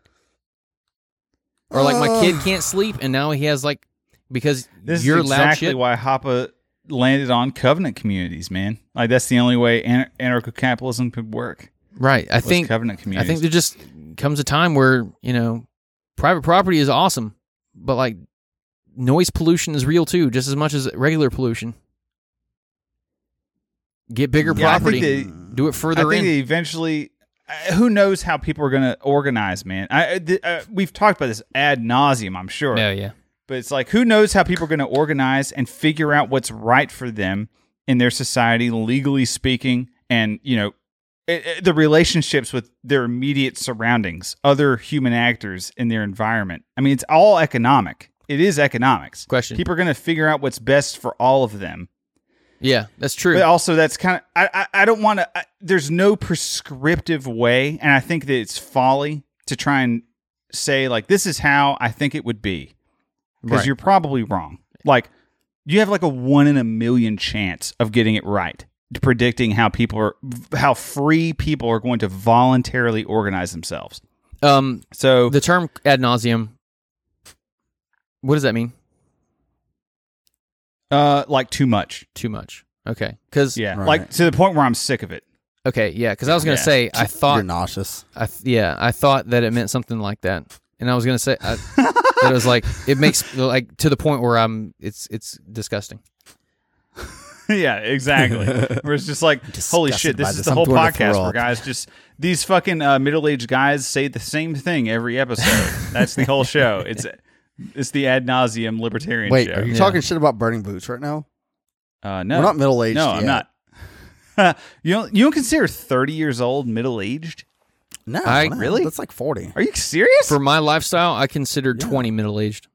S1: Or like my kid can't sleep and now he has like because
S3: This
S1: you're
S3: is exactly
S1: loud shit.
S3: why Hoppa landed on covenant communities, man. Like that's the only way anar- anarcho-capitalism could work.
S1: right. I
S3: was
S1: think
S3: covenant
S1: I
S3: communities.
S1: think there just comes a time where you know private property is awesome, but like noise pollution is real too, just as much as regular pollution. Get bigger
S3: Yeah, I think
S1: property.
S3: they-
S1: Do it further
S3: I think
S1: in.
S3: they eventually. Uh, who knows how people are going to organize, man? I I- th- uh, we've talked about this ad nauseum, I'm sure.
S1: yeah, yeah.
S3: But it's like, who knows how people are going to organize and figure out what's right for them in their society, legally speaking, and you know, it, it- the relationships with their immediate surroundings, other human actors in their environment. I mean, it's all economic. It is economics.
S1: Question.
S3: People are going to figure out what's best for all of them.
S1: Yeah, that's true.
S3: But also, that's kind of I I, I don't want to. There's no prescriptive way, and I think that it's folly to try and say like this is how I think it would be, because
S1: Right.
S3: you're probably wrong. Like you have like a one in a million chance of getting it right, predicting how people are how free people are going to voluntarily organize themselves.
S1: Um,
S3: So
S1: the term ad nauseum. What does that mean?
S3: uh, like too much,
S1: Too much. Okay, because
S3: yeah,
S2: Right.
S3: like to the point where I'm sick of it.
S1: okay, yeah, because I was gonna
S3: Yeah.
S1: say I
S2: you're
S1: thought,
S2: nauseous.
S1: I th- yeah, I thought that it meant something like that, and I was gonna say I, that it was like it makes like to the point where I'm it's it's disgusting.
S3: yeah, exactly. Where it's just like, holy shit,
S2: disgusted by
S3: this is
S2: this.
S3: the
S2: I'm
S3: whole
S2: going to
S3: podcast
S2: throw
S3: where
S2: up.
S3: guys just these fucking uh, middle aged guys say the same thing every episode. That's the whole show. It's it's the ad nauseum libertarian
S2: Wait,
S3: show.
S2: are you
S1: Yeah.
S2: talking shit about burning boots right now?
S3: uh, no,
S2: We're not middle aged.
S3: no, I'm not. you don't you don't consider thirty years old middle aged?
S2: No,
S1: I-
S2: no,
S1: really?
S2: That's like forty.
S3: Are you serious?
S1: For my lifestyle, I considered twenty middle aged.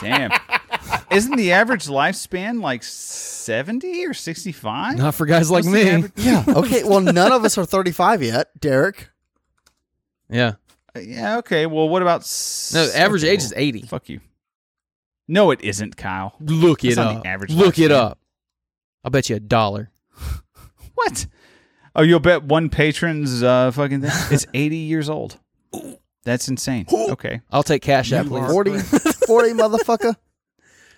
S3: Damn. Isn't the average lifespan like seventy or sixty five?
S1: Not for guys like me.
S2: Yeah. Okay. Well, none of us are thirty-five yet, Derek.
S1: yeah,
S3: Yeah. Okay. Well, what about s-
S1: no, the average
S3: okay,
S1: age is eighty.
S3: Fuck you. No, it isn't, Kyle.
S1: Look
S3: That's
S1: it
S3: not the
S1: up.
S3: average
S1: Look it
S3: lifespan.
S1: up. I'll bet you a dollar.
S3: What? Oh, you'll bet one patron's uh, fucking thing. It's 80 years old. That's insane. Okay.
S1: I'll take cash
S2: You
S1: app, please.
S2: 40, 40 motherfucker.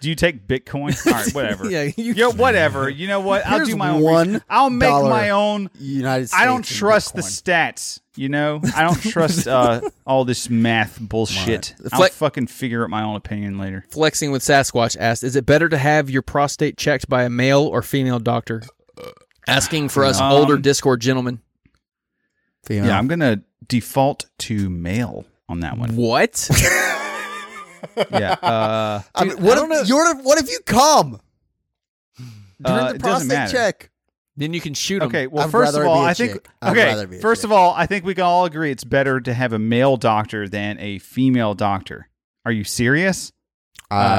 S3: Do you take Bitcoin? All right, whatever.
S1: Yeah, you-
S3: Yo, whatever. You know what? I'll
S2: Here's
S3: do my own.
S2: one
S3: research. I'll make
S2: dollar.
S3: my own.
S2: United States.
S3: I don't
S2: and
S3: trust the
S2: Bitcoin.
S3: stats. You know, I don't trust uh, all this math bullshit.
S1: Right.
S3: I'll
S1: Fle-
S3: fucking figure out my own opinion later.
S1: Flexing with Sasquatch asked, "Is it better to have your prostate checked by a male or female doctor?" Asking for us
S3: Um,
S1: older Discord gentlemen.
S2: Female.
S3: Yeah, I'm gonna default to male on that one.
S1: What?
S3: Yeah. Uh,
S2: I mean, what if you're? What if you come during
S3: uh,
S2: the
S3: it doesn't
S2: prostate
S3: matter.
S2: check?
S1: Then you can shoot 'em.
S3: Okay, well,
S2: I'd
S3: first
S2: rather
S3: of
S2: it
S3: all,
S2: be a
S3: I think
S2: chick. I'd rather be
S3: okay.
S2: a
S3: First
S2: chick.
S3: of all, I think we can all agree it's better to have a male doctor than a female doctor. Are you serious,
S2: I
S1: Uh,
S2: would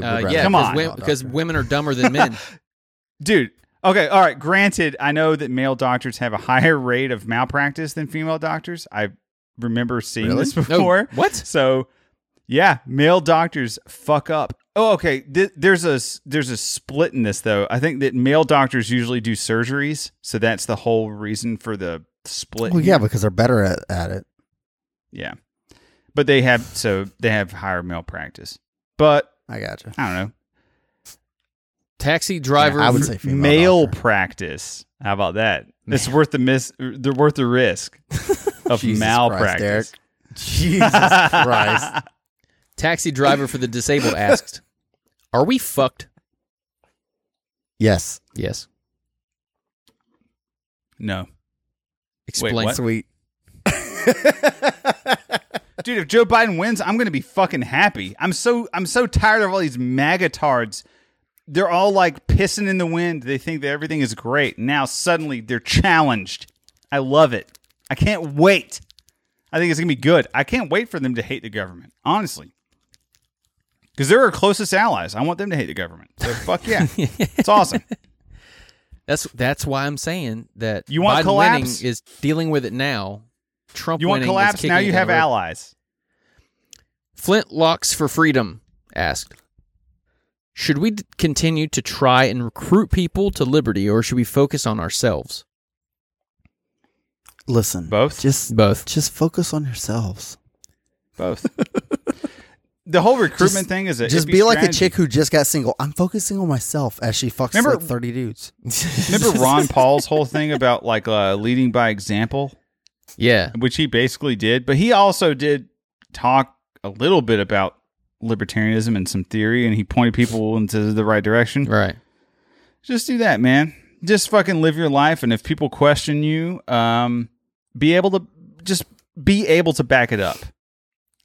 S2: rather
S1: yeah,
S3: Come
S1: because
S2: have a male
S3: on.
S1: wo- because
S2: doctor.
S1: women are dumber than men.
S3: dude? Okay, all right. Granted, I know that male doctors have a higher rate of malpractice than female doctors. I remember seeing
S2: Really?
S3: this
S1: No,
S3: before.
S1: Oh, what?
S3: So, yeah, male doctors fuck up. Oh, okay. Th- there's a s- there's a split in this though. I think that male doctors usually do surgeries, so that's the whole reason for the split.
S2: well,
S3: here.
S2: yeah, because they're better at, at it.
S3: yeah. But they have so they have higher male practice. But
S2: I gotcha.
S3: I don't know.
S1: Taxi driver.
S2: Yeah, I would
S1: for-
S2: say female
S3: Male
S2: doctor.
S3: practice. How about that? It's worth the miss. They're worth the risk of
S2: Jesus Christ,
S3: malpractice.
S2: Derek. Jesus Christ.
S1: taxi driver for the disabled asked, "Are we fucked?"
S2: Yes.
S1: Yes.
S3: no,
S1: Explain.
S3: what?
S2: Sweet.
S3: Dude, if Joe Biden wins, I'm gonna be fucking happy. I'm so I'm so tired of all these MAGA tards. They're all like pissing in the wind. They think that everything is great. Now suddenly they're challenged. I love it. I can't wait. I think it's gonna be good. I can't wait for them to hate the government, honestly. Because they're our closest allies. I want them to hate the government. So fuck yeah. it's awesome.
S1: That's that's why I'm saying that
S3: You want
S1: Biden
S3: collapse?
S1: winning is dealing with it now. Trump
S3: You want
S1: winning is
S3: collapse?
S1: kicking
S3: Now
S1: it
S3: you
S1: down
S3: have
S1: the road.
S3: allies.
S1: Flintlocks for Freedom asked, "Should we d- continue to try and recruit people to liberty, or should we focus on ourselves?"
S2: Listen.
S3: Both?
S2: Just
S1: Both.
S2: just focus on yourselves.
S3: Both. the whole recruitment
S2: Just-
S3: thing is a
S2: Just
S3: iffy
S2: be like the
S3: strategy.
S2: chick who just got single. I'm focusing on myself as she fucks
S3: Remember-
S2: like 30 dudes.
S3: Remember Ron Paul's whole thing about like uh, leading by example,
S1: Yeah.
S3: which he basically did, but he also did talk a little bit about libertarianism and some theory, and he pointed people into the right direction.
S1: Right.
S3: Just do that, man. Just fucking live your life, and if people question you, um, be able to just be able to back it up.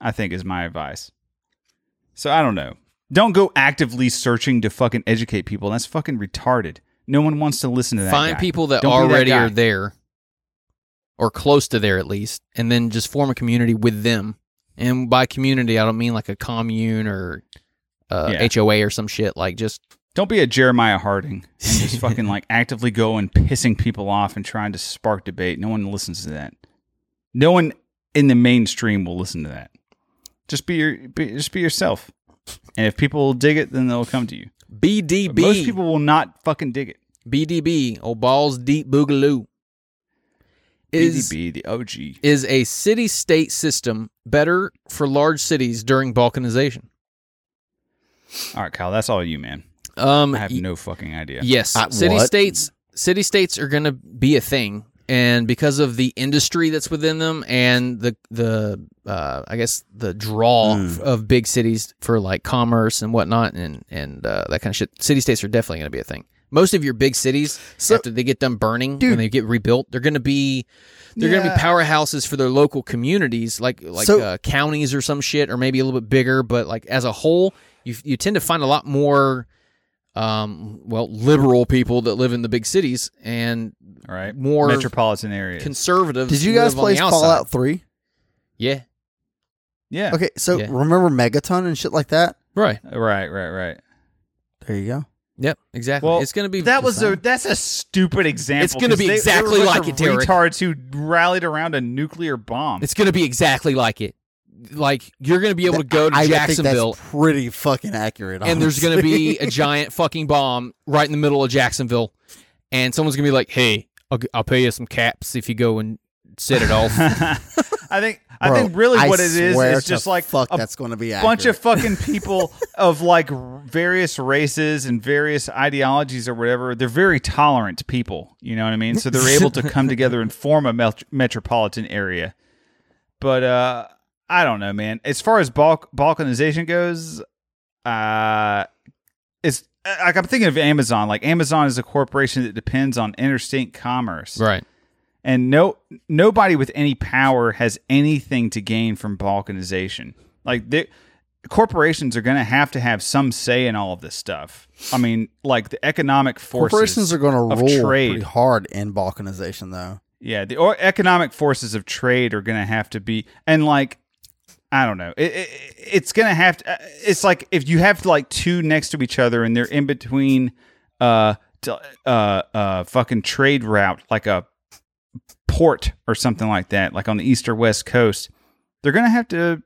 S3: I think is my advice. So I don't know. Don't go actively searching to fucking educate people. That's fucking retarded. No one wants to listen to that.
S1: Find
S3: guy.
S1: people that
S3: Don't be that
S1: already
S3: guy.
S1: are there, or close to there at least, and then just form a community with them. And by community, I don't mean like a commune or uh,
S3: Yeah.
S1: HOA or some shit. Like just
S3: Don't be a Jeremiah Harding and just fucking like actively go and pissing people off and trying to spark debate. No one listens to that. No one in the mainstream will listen to that. Just be your be, just be yourself. And if people dig it, then they'll come to you.
S1: BDB.
S3: But most people will not fucking dig it.
S1: BDB or balls deep boogaloo. Is
S3: BDB, E the OG.
S1: is a city state system better for large cities during balkanization?
S3: All right, Kyle, that's all you, man.
S1: Um,
S3: I have
S1: y-
S3: no fucking idea.
S1: yes,
S2: Uh,
S1: city
S2: what?
S1: states city states are going to be a thing, and because of the industry that's within them and the the uh, I guess the draw
S2: Mm.
S1: f- of big cities for like commerce and whatnot and and uh, that kind of shit, city states are definitely going to be a thing. Most of your big cities,
S2: So-
S1: after they get done burning, when
S2: Dude.
S1: they get rebuilt, they're going to be they're going to
S3: Yeah.
S1: be powerhouses for their local communities, like like
S2: So-
S1: uh, counties or some shit, or maybe a little bit bigger. But like as a whole, you you tend to find a lot more, um, well, liberal people that live in the big cities and
S3: All right.
S1: more
S3: metropolitan areas.
S1: conservatives.
S2: Did you
S1: who
S2: guys
S1: live on
S2: play
S1: the outside.
S2: Fallout 3?
S1: Yeah,
S3: yeah.
S2: Okay, so
S1: Yeah.
S2: remember Megaton and shit like that?
S1: right.
S3: Right, right, right.
S2: There you go.
S1: Yep, exactly.
S3: Well,
S1: it's going to be
S3: That was a
S2: saying.
S3: that's a stupid example.
S1: It's gonna
S3: 'cause
S1: be
S3: they- they
S1: exactly
S3: were a
S1: like
S3: bunch
S1: it,
S3: of
S1: Derek.
S3: Retards who rallied around a nuclear bomb.
S1: it's going to be exactly like it. Like you're going to be able to go to
S2: I would think that's
S1: Jacksonville
S2: pretty fucking accurate.
S1: and there's going to
S2: honestly.
S1: be a giant fucking bomb right in the middle of Jacksonville, and someone's going to be like, "Hey, I'll, g- I'll pay you some caps if you go and set it off."
S3: I think I
S2: Bro,
S3: think really
S2: I
S3: what it is
S2: swear
S3: is
S2: to
S3: just like
S2: fuck.
S3: a
S2: that's going to be accurate.
S3: bunch of fucking people of like r- various races and various ideologies or whatever. They're very tolerant people, you know what I mean? So they're able to come together and form a met- metropolitan area. But uh I don't know, man. As far as Balk- balkanization goes, uh it's I- like I'm thinking of Amazon. Like Amazon is a corporation that depends on interstate commerce
S1: right.
S3: and no nobody with any power has anything to gain from balkanization like they corporations are going to have to have some say in all of this stuff. I mean, like the economic forces.
S2: Corporations are going to
S3: of
S2: roll
S3: trade.
S2: pretty hard in balkanization, though.
S3: Yeah, the or economic forces of trade are going to have to be, and like, I don't know, it, it, it's going to have to. uh, It's like if you have like two next to each other and they're in between, uh, t- uh, uh, fucking trade route, like a port or something like that, like on the east or west coast, they're going to have to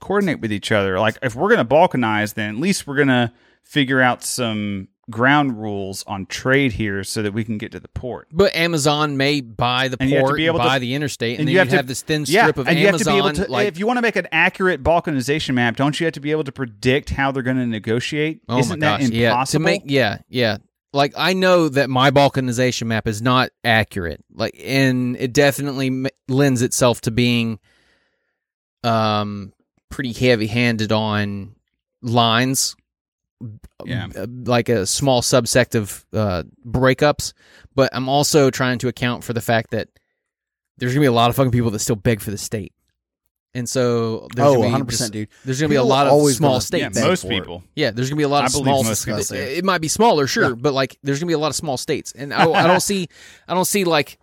S3: coordinate with each other. Like if we're going to balkanize, then at least we're going to figure out some ground rules on trade here so that we can get to the port.
S1: But Amazon may buy the
S3: And you have to
S1: port,
S3: be able to-
S1: buy the interstate, and,
S3: and
S1: then
S3: you
S1: you
S3: have
S1: have,
S3: to-
S1: this thin strip of
S3: and you have to
S1: Amazon.
S3: be able to,
S1: like,
S3: if you want to make an accurate balkanization map, don't you have to be able to predict how they're going to negotiate?
S1: oh
S3: Isn't
S1: my gosh,
S3: that impossible?
S1: yeah, to make, yeah, yeah. Like I know that my balkanization map is not accurate, like, and it definitely m- lends itself to being, um, pretty heavy-handed on lines.
S3: Yeah.
S1: uh, like a small subsect of uh, breakups, but I'm also trying to account for the fact that there's gonna be a lot of fucking people that still beg for the state, and so there's
S2: Oh,
S1: gonna be
S2: 100%,
S1: just-
S2: dude.
S1: There's gonna be a
S2: People
S1: lot
S2: are
S1: of
S2: always
S1: small
S2: gonna
S1: states.
S3: yeah,
S2: beg
S3: most
S2: for it.
S3: people.
S1: Yeah, there's gonna be a lot
S3: I
S1: of
S3: believe
S1: small.
S3: most
S1: it,
S2: guys there.
S1: it might be smaller, sure,
S2: Yeah.
S1: but like there's gonna be a lot of small states, and I, I don't see, I don't see like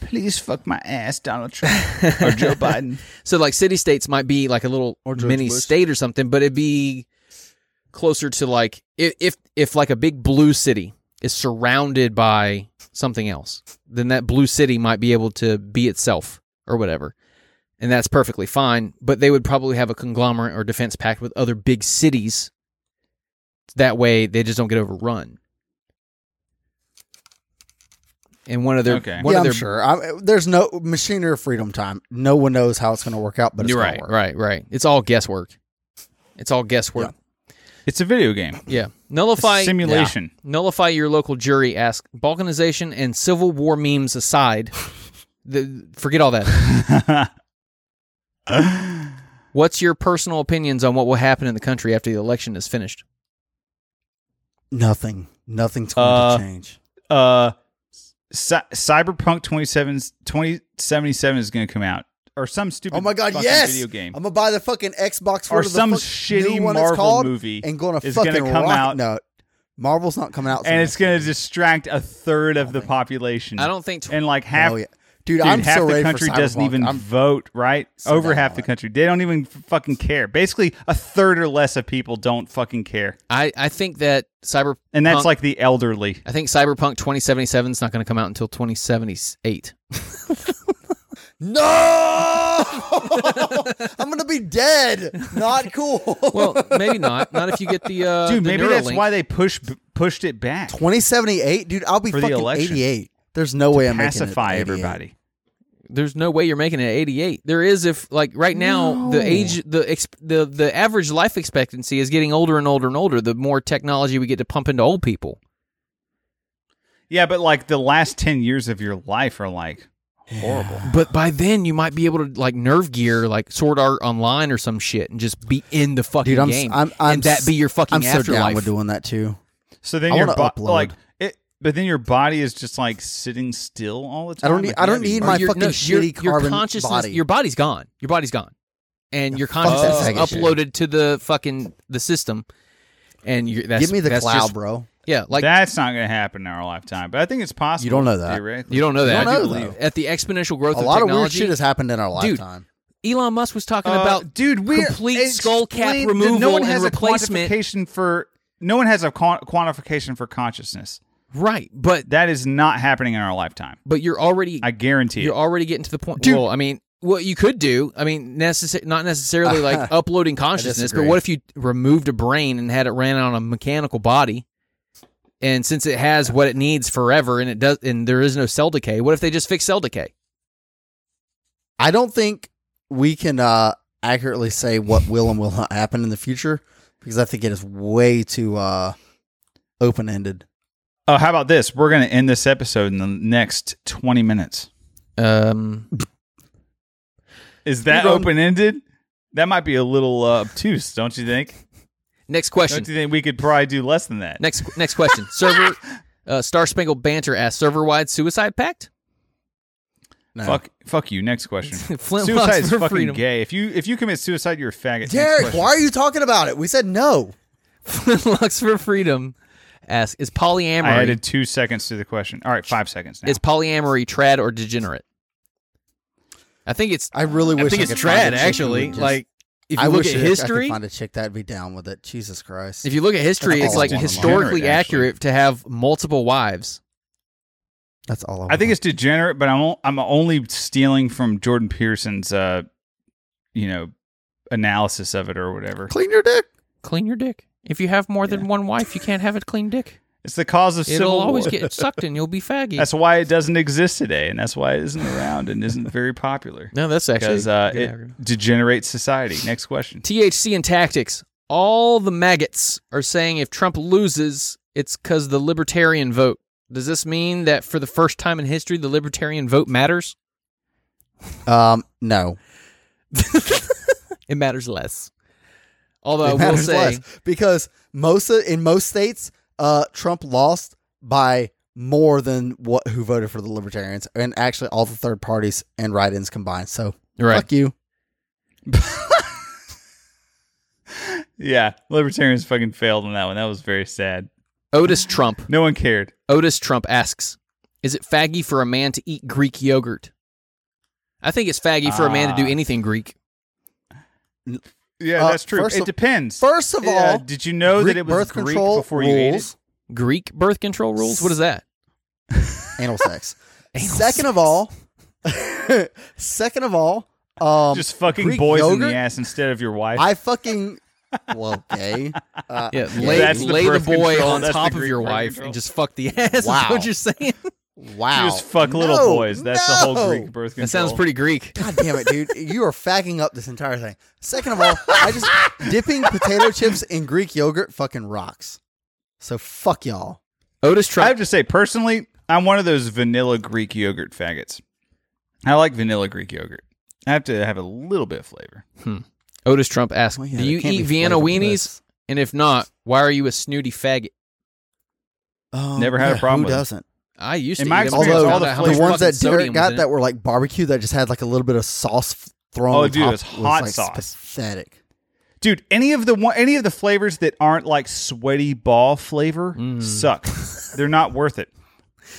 S3: Please fuck my ass, Donald Trump or Joe Biden.
S1: so like city states might be like a little
S2: George
S1: mini
S2: Bush.
S1: state or something, but it'd be closer to like if if if like a big blue city is surrounded by something else, then that blue city might be able to be itself or whatever. And that's perfectly fine, but they would probably have a conglomerate or defense pact with other big cities. That way, they just don't get overrun. And one of their
S3: Okay.
S1: one of
S2: yeah, I'm
S1: their
S2: sure. I, there's no machinery of freedom time. No one knows how it's going to work out, but it's
S1: You're
S2: going
S1: right,
S2: to work.
S1: right, right. It's all guesswork. It's all guesswork.
S3: It's a video game.
S1: Yeah.
S3: It's a
S1: Nullify
S3: simulation.
S1: Nullify your local jury. Ask balkanization and civil war memes aside. the, forget all that. What's your personal opinions on what will happen in the country after the election is finished?
S2: Nothing. Nothing's going
S3: Uh,
S2: to change.
S3: uh, Cy- Cyberpunk 27, 2077 is going to come out, or some stupid
S2: Oh my god!
S3: fucking
S2: Yes,
S3: video game.
S2: I'm gonna buy the fucking Xbox for
S3: or
S2: the
S3: some
S2: fuck
S3: shitty
S2: new one it's
S3: Marvel
S2: called,
S3: movie
S2: and gonna
S3: is
S2: fucking
S3: gonna come
S2: rock-
S3: out.
S2: No, Marvel's not coming out, till
S3: and it's
S2: next
S3: going
S2: year.
S3: to distract a third of the population.
S1: I don't think. Tw-
S3: and like half,
S2: Hell yeah. dude,
S3: dude,
S2: I'm
S3: half
S2: so
S3: the
S2: ready
S3: country
S2: for
S3: doesn't
S2: Cyberpunk.
S3: even
S2: I'm,
S3: vote, right?
S2: So
S3: Over
S2: down
S3: half
S2: on
S3: the
S2: it.
S3: country, they don't even f- fucking care. Basically, a third or less of people don't fucking care,
S1: I I think that cyber
S3: and that's
S1: Punk-
S3: like the elderly.
S1: I think Cyberpunk 2077 is not going to come out until 2078.
S2: no, I'm gonna be dead. Not cool.
S1: Well, maybe not. Not if you get the uh,
S3: Dude,
S1: the
S3: maybe that's
S1: Neuralink.
S3: why they push b- pushed it back
S2: 2078, dude, I'll be
S3: For the
S2: fucking
S3: election.
S2: 88. There's no way I'm
S3: pacify
S2: making it 88.
S3: everybody.
S1: there's no way you're making it at 88 there is if like right now the age the ex, the the average life expectancy is getting older and older and older the more technology we get to pump into old people
S3: Yeah, but like the last ten years of your life are like horrible.
S1: but by then you might be able to like nerve gear like sword art online or some shit and just be in the fucking
S2: Dude, I'm,
S1: game
S2: I'm, I'm
S1: and that be your fucking
S2: I'm so
S1: afterlife
S2: down with doing that too.
S3: So then
S2: I
S3: your
S2: wanna
S3: bo-
S2: upload.
S3: like it, but then your body is just like sitting still all the time.
S2: I don't need-
S3: Like,
S2: I don't
S3: that'd be
S2: need
S1: Or
S3: much-
S2: my
S1: your-
S2: fucking shitty
S1: your,
S2: carbon
S1: your consciousness
S2: body.
S1: your body's gone your body's gone and your
S2: fuck that
S1: consciousness is
S2: second shit.
S1: uploaded to the fucking the system and you're, that's
S2: Give me the
S1: that's
S2: cloud,
S1: just-
S2: bro.
S1: yeah like
S3: that's not going to happen in our lifetime. But I think it's possible.
S2: You don't know that.
S3: Theoretically.
S1: You don't know that.
S2: don't
S1: I do
S2: know,
S1: believe- At the exponential growth
S2: A
S1: of
S2: lot of
S1: technology,
S2: weird shit has happened in our
S1: Dude,
S2: lifetime.
S1: Elon Musk was talking
S3: Uh,
S1: about
S3: dude, we
S1: complete skull cap removal
S3: No one
S1: and
S3: has
S1: replacement.
S3: a quantification for. No one has a quan- quantification for consciousness.
S1: right, but
S3: That is not happening in our lifetime.
S1: but you're already
S3: I guarantee
S1: you're
S3: it.
S1: already getting to the point.
S2: Dude.
S1: Well, I mean, what you could do, I mean, necessar- not necessarily like uploading consciousness, but
S2: disagree.
S1: what if you removed a brain and had it ran on a mechanical body? And since it has what it needs forever, and it does, and there is no cell decay, what if they just fix cell decay?
S2: I don't think we can uh, accurately say what will and will not happen in the future because I think it is way too uh, open ended.
S3: Oh, how about this? We're going to end this episode in the next twenty minutes.
S1: Um,
S3: Is that
S2: You're going-
S3: open ended? That might be a little uh, obtuse, don't you think?
S1: next question.
S3: Don't you think we could probably do less than that?
S1: Next next question. Server uh, Star Spangled Banter asks server wide suicide pact.
S2: No.
S3: Fuck, fuck you. Next question.
S1: Flintlocks
S3: suicide is
S1: for
S3: fucking
S1: freedom.
S3: gay. If you if you commit suicide, you're a faggot. Next
S2: Derek,
S3: question.
S2: why are you talking about it? We said no.
S1: Flintlocks for Freedom asks Is polyamory
S3: I added two seconds to the question. All right, five seconds now.
S1: is polyamory trad or degenerate? I think it's
S2: I really
S1: I
S2: wish
S1: think
S2: I
S1: it's
S2: could find
S1: trad
S2: a chick who
S1: actually.
S2: would just-
S1: like if you
S2: I
S1: look
S2: wish
S1: at
S2: I could- I
S1: history,
S2: could find a chick that'd be down with it. Jesus Christ.
S1: if you look at history,
S2: That's
S1: it's
S2: all
S1: like
S2: I want.
S1: historically
S3: Degenerate, actually.
S1: accurate to have multiple wives.
S2: That's all I,
S3: I think
S2: want.
S3: it's degenerate, but I'm o- I'm only stealing from Jordan Peterson's uh, you know, analysis of it or whatever.
S2: clean your dick.
S1: Clean your dick. If you have more than one wife, you can't have a clean dick.
S3: It's the cause of
S1: It'll
S3: civil
S1: always
S3: war.
S1: get sucked and you'll be faggy.
S3: That's why it doesn't exist today, and that's why it isn't around and isn't very popular
S1: no, that's actually
S3: because uh,
S1: a good
S3: it
S1: acronym.
S3: degenerates society. Next question.
S1: THC and tactics. All the maggots are saying if Trump loses, it's because the libertarian vote. Does this mean that for the first time in history, the libertarian vote matters?
S2: Um, no.
S1: It matters less. Although
S2: It
S1: I will
S2: matters
S1: say,
S2: less because most of, in most states, uh, Trump lost by more than what who voted for the libertarians and actually all the third parties and write-ins combined. So
S1: right?
S2: fuck you.
S3: Yeah, libertarians fucking failed on that one. That was very sad.
S1: Otis Trump.
S3: No one cared.
S1: Otis Trump asks, "Is it faggy for a man to eat Greek yogurt?" I think it's faggy for a man to do
S3: Ah.
S1: anything Greek.
S3: Yeah,
S2: Uh,
S3: that's true.
S2: first
S3: It
S2: of-
S3: depends.
S2: First of all,
S3: Yeah, did you know
S2: Greek
S3: that it was
S2: birth
S3: Greek
S2: control
S3: before
S2: rules,
S3: you ate it?
S1: Greek birth control rules. What is that?
S2: anal sex.
S1: Anal
S2: second of all, second of all, um,
S3: Just fucking
S2: Greek
S3: boys in
S2: yogurt?
S3: the ass instead of your wife.
S2: I fucking well, okay. Uh,
S1: Yeah,
S2: okay.
S1: lay,
S3: That's the
S1: lay the
S3: birth
S1: boy
S3: control.
S1: on
S3: That's the
S1: top of
S3: Greek
S1: your
S3: birth
S1: wife
S3: control.
S1: and just fuck the ass. Is
S2: Wow.
S1: what you're saying?
S2: wow.
S3: You just fuck little
S2: No,
S3: boys. That's the whole
S2: no.
S3: Greek birth control.
S1: That sounds pretty Greek.
S2: God damn it, dude! You are fagging up this entire thing. Second of all, I just dipping potato chips in Greek yogurt fucking rocks. So fuck y'all.
S1: Otis
S3: I have
S1: Trump.
S3: to say, personally, I'm one of those vanilla Greek yogurt faggots. I like vanilla Greek yogurt. I have to have a little bit of flavor.
S1: Otis Trump asks,
S2: Well,
S1: "Do
S2: yeah, there
S1: you
S2: can't
S1: eat
S2: be
S1: Vienna
S2: flavor to
S1: weenies?
S2: this.
S1: And if not, why are you a snooty faggot?"
S2: Oh,
S3: Never had a problem
S2: Who
S3: with it.
S2: doesn't?
S1: I used
S3: In
S1: to.
S3: my
S1: eat them.
S3: experience,
S1: Found
S2: Although
S3: all the
S1: out how
S2: the
S1: much
S2: ones
S1: fucking
S2: that
S1: sodium
S2: Derek
S1: was in
S2: got
S1: it.
S2: that were like barbecue that just had like a little bit of sauce f- thrown.
S3: Oh,
S2: on
S3: dude,
S2: top
S3: it's
S2: was,
S3: hot
S2: like,
S3: sauce.
S2: Pathetic.
S3: Dude, any of the one, any of the flavors that aren't like sweaty ball flavor
S1: Mm.
S3: suck. They're not worth it.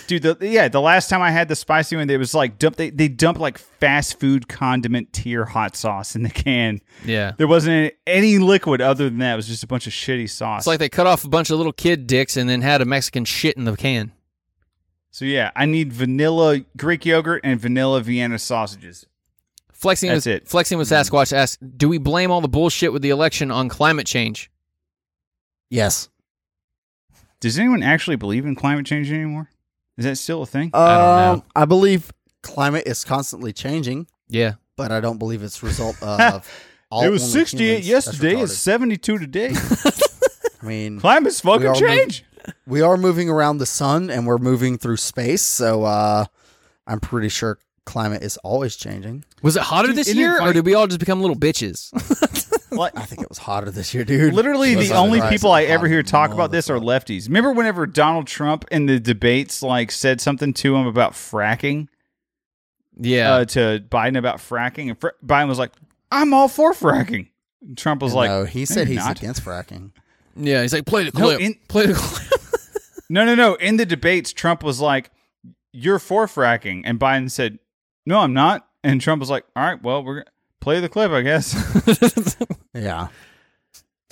S3: Dude, the, yeah, the last time I had the spicy one, it was like dump. They they dump like fast food condiment tier hot sauce in the can.
S1: yeah.
S3: There wasn't any liquid other than that. It was just a bunch of shitty sauce.
S1: It's like they cut off a bunch of little kid dicks and then had a Mexican shit in the can.
S3: so yeah, I need vanilla Greek yogurt and vanilla Vienna sausages.
S1: Flexing
S3: That's
S1: with,
S3: it. Mm.
S1: Flexing with Sasquatch asks, "Do we blame all the bullshit with the election on climate change?"
S2: Yes.
S3: Does anyone actually believe in climate change anymore? Is that still a thing?
S2: Um,
S1: don't know.
S2: I believe climate is constantly changing,
S1: Yeah.
S2: but I don't believe it's a result of all.
S3: it was
S2: only
S3: 68
S2: humans. That's
S3: yesterday. It's
S2: retarded.
S3: 72 today.
S2: I mean,
S3: Climate's
S2: We
S3: fucking
S2: are
S3: change.
S2: we are moving around the sun and we're moving through space, so uh, I'm pretty sure climate is always changing.
S1: Was it hotter
S3: Dude,
S1: this
S3: isn't it
S1: year, or
S3: funny-
S1: did we all just become little bitches?
S3: Like,
S2: I think it was hotter this year, dude.
S3: literally,
S2: Jesus
S3: the only
S2: Christ,
S3: people I ever
S2: hot
S3: hear talk about this are
S2: motherfucker.
S3: lefties. Remember whenever Donald Trump in the debates like said something to him about fracking
S1: yeah.
S3: uh, to Biden about fracking, and fr- Biden was like, "I'm all for fracking." And Trump was like,
S2: no, he said
S3: "Maybe
S2: he's
S3: not."
S2: against fracking.
S1: yeah. He's like, play the
S3: No,
S1: clip.
S3: in-
S1: play the clip.
S3: "No, no, no." In the debates, Trump was like, "You're for fracking," and Biden said, "No, I'm not." And Trump was like, "All right, well, we're gonna play the clip, I guess."
S2: Yeah.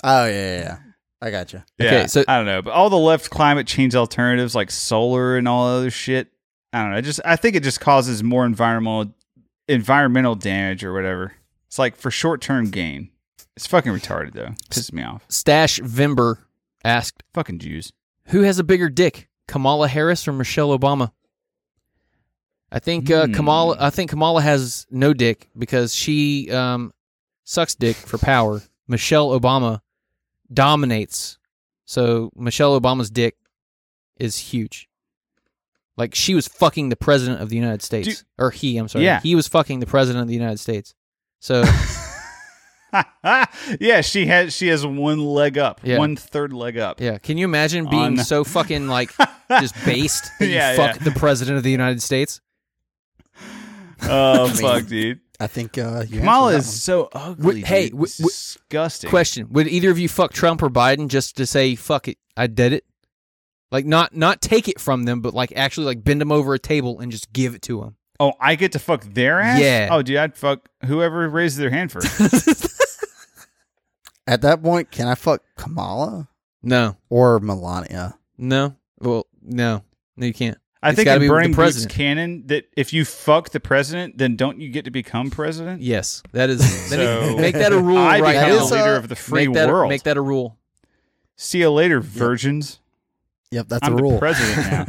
S2: Oh yeah, yeah, yeah. I got you.
S1: Okay,
S3: yeah,
S1: so-
S3: I don't know, but all the left climate change alternatives like solar and all other shit. I don't know. I Just I think it just causes more environmental environmental damage or whatever. It's like for short term gain. It's fucking retarded though. Pisses me off.
S1: Stash Vimber asked,
S3: Fucking Jews.
S1: "Who has a bigger dick, Kamala Harris or Michelle Obama?" I think uh,
S3: Hmm.
S1: Kamala. I think Kamala has no dick because she um, sucks dick for power. Michelle Obama dominates, so Michelle Obama's dick is huge. Like she was fucking the president of the United States,
S3: Dude-
S1: or he. I'm sorry,
S3: Yeah.
S1: he was fucking the president of the United States. So
S3: yeah, she has she has one leg up,
S1: Yeah.
S3: one third leg up.
S1: yeah, can you imagine being
S3: On-
S1: so fucking like just based that
S3: Yeah,
S1: you fuck
S3: yeah.
S1: the president of the United States?
S3: Oh fuck, dude.
S2: I think uh, you
S3: Kamala
S2: answered that
S3: is so ugly.
S1: Wait, hey,
S3: dude.
S1: wh-
S3: It's
S1: wh-
S3: disgusting.
S1: Question: Would either of you fuck Trump or Biden just to say "fuck it, I did it"? Like not not take it from them, but like actually like bend them over a table and just give it to them.
S3: Oh, I get to fuck their ass.
S1: Yeah.
S3: Oh, dude, I'd fuck whoever raises their hand first.
S2: one. At that point, can I fuck Kamala
S1: No,
S2: or Melania?
S1: no, well, no, no, you can't.
S3: I
S1: It's
S3: think
S1: gotta
S3: in
S1: be with the
S3: Burning Boots
S1: president.
S3: canon that if you fuck the president, then don't you get to become president?
S1: Yes, that is. that is-
S3: So-
S1: make that a rule
S3: I
S1: right
S3: become
S2: That
S1: now.
S2: is
S3: the
S2: a-
S3: leader of the free
S1: make that,
S3: world.
S1: Make that a rule.
S3: See you later, virgins.
S2: Yep, that's
S3: I'm
S2: a
S3: the
S2: rule.
S3: president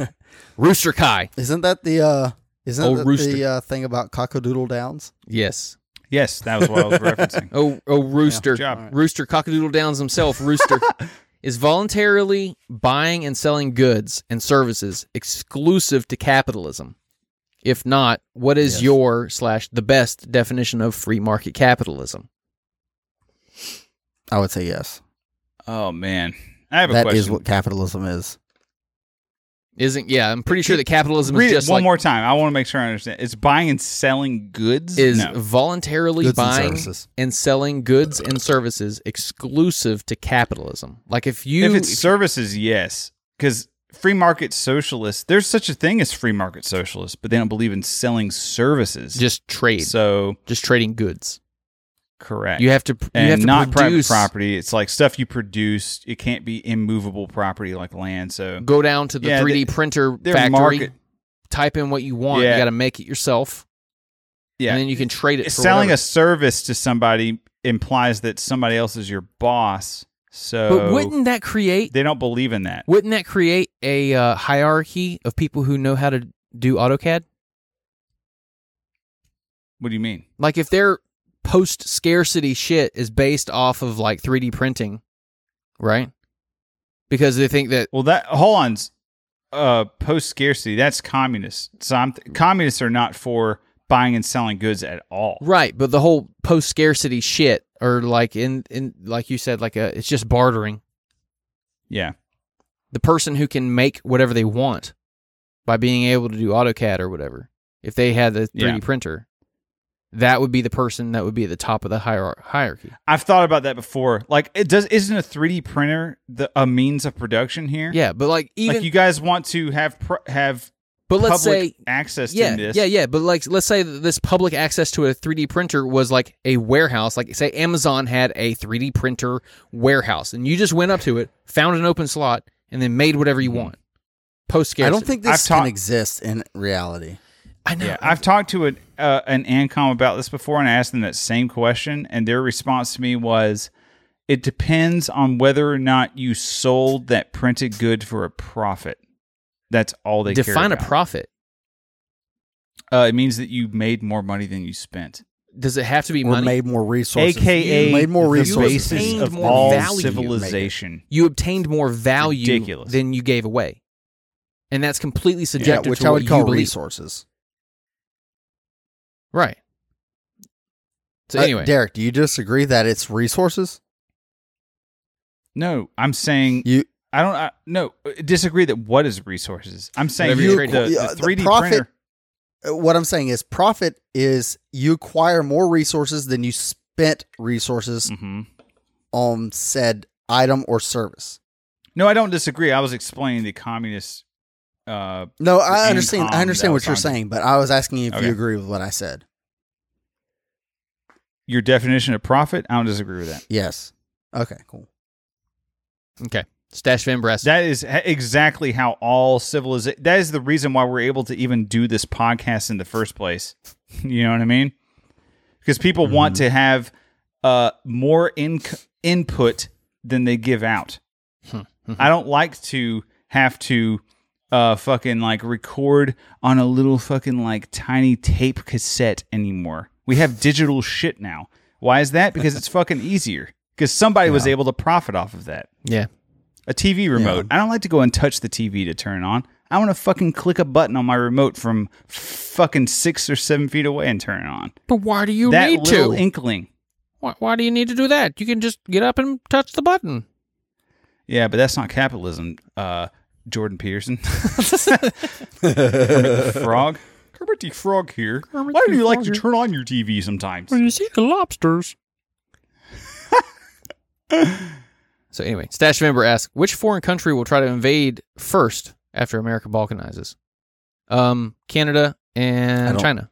S3: now.
S1: Rooster Kai.
S2: Isn't that the uh, isn't
S1: Oh,
S2: that
S1: rooster.
S2: the uh, thing about cockadoodle downs?
S1: Yes.
S3: yes, that was what I was referencing.
S1: Oh, oh, rooster.
S3: Good job.
S1: Rooster Cockadoodle Downs himself, Rooster, is voluntarily buying and selling goods and services exclusive to capitalism. If not, what is
S2: Yes.
S1: your slash the best definition of free market capitalism?
S2: I would say yes.
S3: Oh man, I have a
S2: That
S3: question.
S2: is what capitalism is.
S1: Isn't yeah? I'm pretty sure that capitalism
S3: Read
S1: is
S3: it
S1: just
S3: one
S1: like
S3: more time. I want to make sure I understand. It's buying and selling goods.
S1: is
S3: no.
S1: voluntarily
S2: Goods and
S1: buying
S2: services.
S1: and selling goods and services exclusive to capitalism. Like if you
S3: if it's services, yes, because free market socialists. There's such a thing as free market socialists, but they don't believe in selling services.
S1: just trade,
S3: so
S1: just trading goods,
S3: correct.
S1: you have to you
S3: and
S1: have to
S3: not
S1: produce,
S3: private property. It's like stuff you produce. It can't be immovable property like land. So
S1: Go down to the
S3: Yeah,
S1: 3D printer
S3: their
S1: factory.
S3: market,
S1: type in what you want.
S3: Yeah.
S1: You got to make it yourself, and
S3: yeah,
S1: then you can trade it. For
S3: selling
S1: whatever.
S3: a service to somebody implies that somebody else is your boss. So
S1: but wouldn't that create?
S3: they don't believe in that.
S1: Wouldn't that create a uh, hierarchy of people who know how to do AutoCAD?
S3: What do you mean?
S1: Like if their post scarcity shit is based off of like 3D printing, right? Because they think that
S3: Well, that hold on. Uh, post scarcity. That's communist. So I'm
S1: Mm.
S3: th- communists are not for buying and selling goods at all.
S1: right, but the whole post scarcity shit, or like in in like you said, like a it's just bartering.
S3: Yeah.
S1: the person who can make whatever they want by being able to do AutoCAD or whatever, if they had the 3D
S3: Yeah.
S1: printer, that would be the person that would be at the top of the hierar- hierarchy.
S3: I've thought about that before. Like, it does isn't a 3D printer the a means of production here?
S1: Yeah, but like even
S3: like you guys want to have pr- have
S1: but let's
S3: public
S1: say
S3: access to
S1: yeah,
S3: this.
S1: yeah, yeah, but like let's say that this public access to a 3D printer was like a warehouse, like say Amazon had a 3D printer warehouse and you just went up to it, found an open slot and then made whatever
S3: Mm-hmm.
S1: you want. Post scarcity.
S2: I don't think
S3: I've
S2: this
S3: talked-
S2: can exist in reality.
S1: I know.
S3: Yeah, I've talked to an uh, an Ancom about this before, and I asked them that same question, and their response to me was, "It depends on whether or not you sold that printed good for a profit. That's all they care
S1: Define a
S3: about.
S1: profit.
S3: Uh, it means that you made more money than you spent,
S1: Does it have to be
S2: Or
S1: money?
S2: made more resources.
S3: aka
S2: You made more
S3: the
S2: resources.
S3: basis
S1: Gained
S3: of
S1: more
S3: all
S1: value.
S3: civilization.
S1: you obtained more value
S3: Ridiculous.
S1: than you gave away. And that's completely
S2: Yeah,
S1: subjective
S2: which
S1: to
S2: I
S1: what
S2: would call
S1: you believe.
S2: resources.
S1: Right. So
S2: Uh,
S1: anyway,
S2: Derek, do you disagree that it's resources?
S3: No, I'm saying
S2: You
S3: I don't. I, no, disagree that what is resources. I'm saying
S1: Whatever
S3: you,
S1: you're
S3: the,
S1: trading.
S2: Yeah,
S3: the
S2: the
S3: 3D
S2: profit-
S3: printer.
S2: uh, what I'm saying is profit is you acquire more resources than you spent resources
S3: hmm
S2: on said item or service.
S3: No, I don't disagree. I was explaining the communist. Uh,
S2: No,
S3: The
S2: I understand.
S3: income
S2: I
S3: that
S2: understand what
S3: was
S2: you're
S3: on-
S2: saying, but I was asking you if
S3: Okay.
S2: you agree with what I said.
S3: your definition of profit, I don't disagree with that.
S2: Yes. Okay. Cool.
S1: okay. Stash Van Brass.
S3: That is ha- exactly how all civilization. That is the reason why we're able to even do this podcast in the first place. you know what I mean? Because people want to have uh, more in- input than they give out. I don't like to have to uh, fucking like record on a little fucking like tiny tape cassette anymore. We have digital shit now. Why is that? Because it's fucking easier. Because somebody was able to profit off of that
S1: yeah.
S3: a TV remote. I don't like to go and touch the TV to turn it on. I want to fucking click a button on my remote from fucking six or seven feet away and turn it on.
S1: But why do you
S3: that
S1: need
S3: little
S1: to?
S3: inkling.
S1: why, why do you need to do that? You can just get up and touch the button.
S3: Yeah, but that's not capitalism, uh, Jordan Peterson. Frog. Kermit the Frog here.
S1: Kermit
S3: Why do
S1: the
S3: you like
S1: Frog
S3: to
S1: here."
S3: turn on your TV sometimes?
S1: you see the lobsters. so anyway, stash member asks, which foreign country will try to invade first after America balkanizes? Um, Canada
S2: I
S1: and
S2: don't-
S1: China.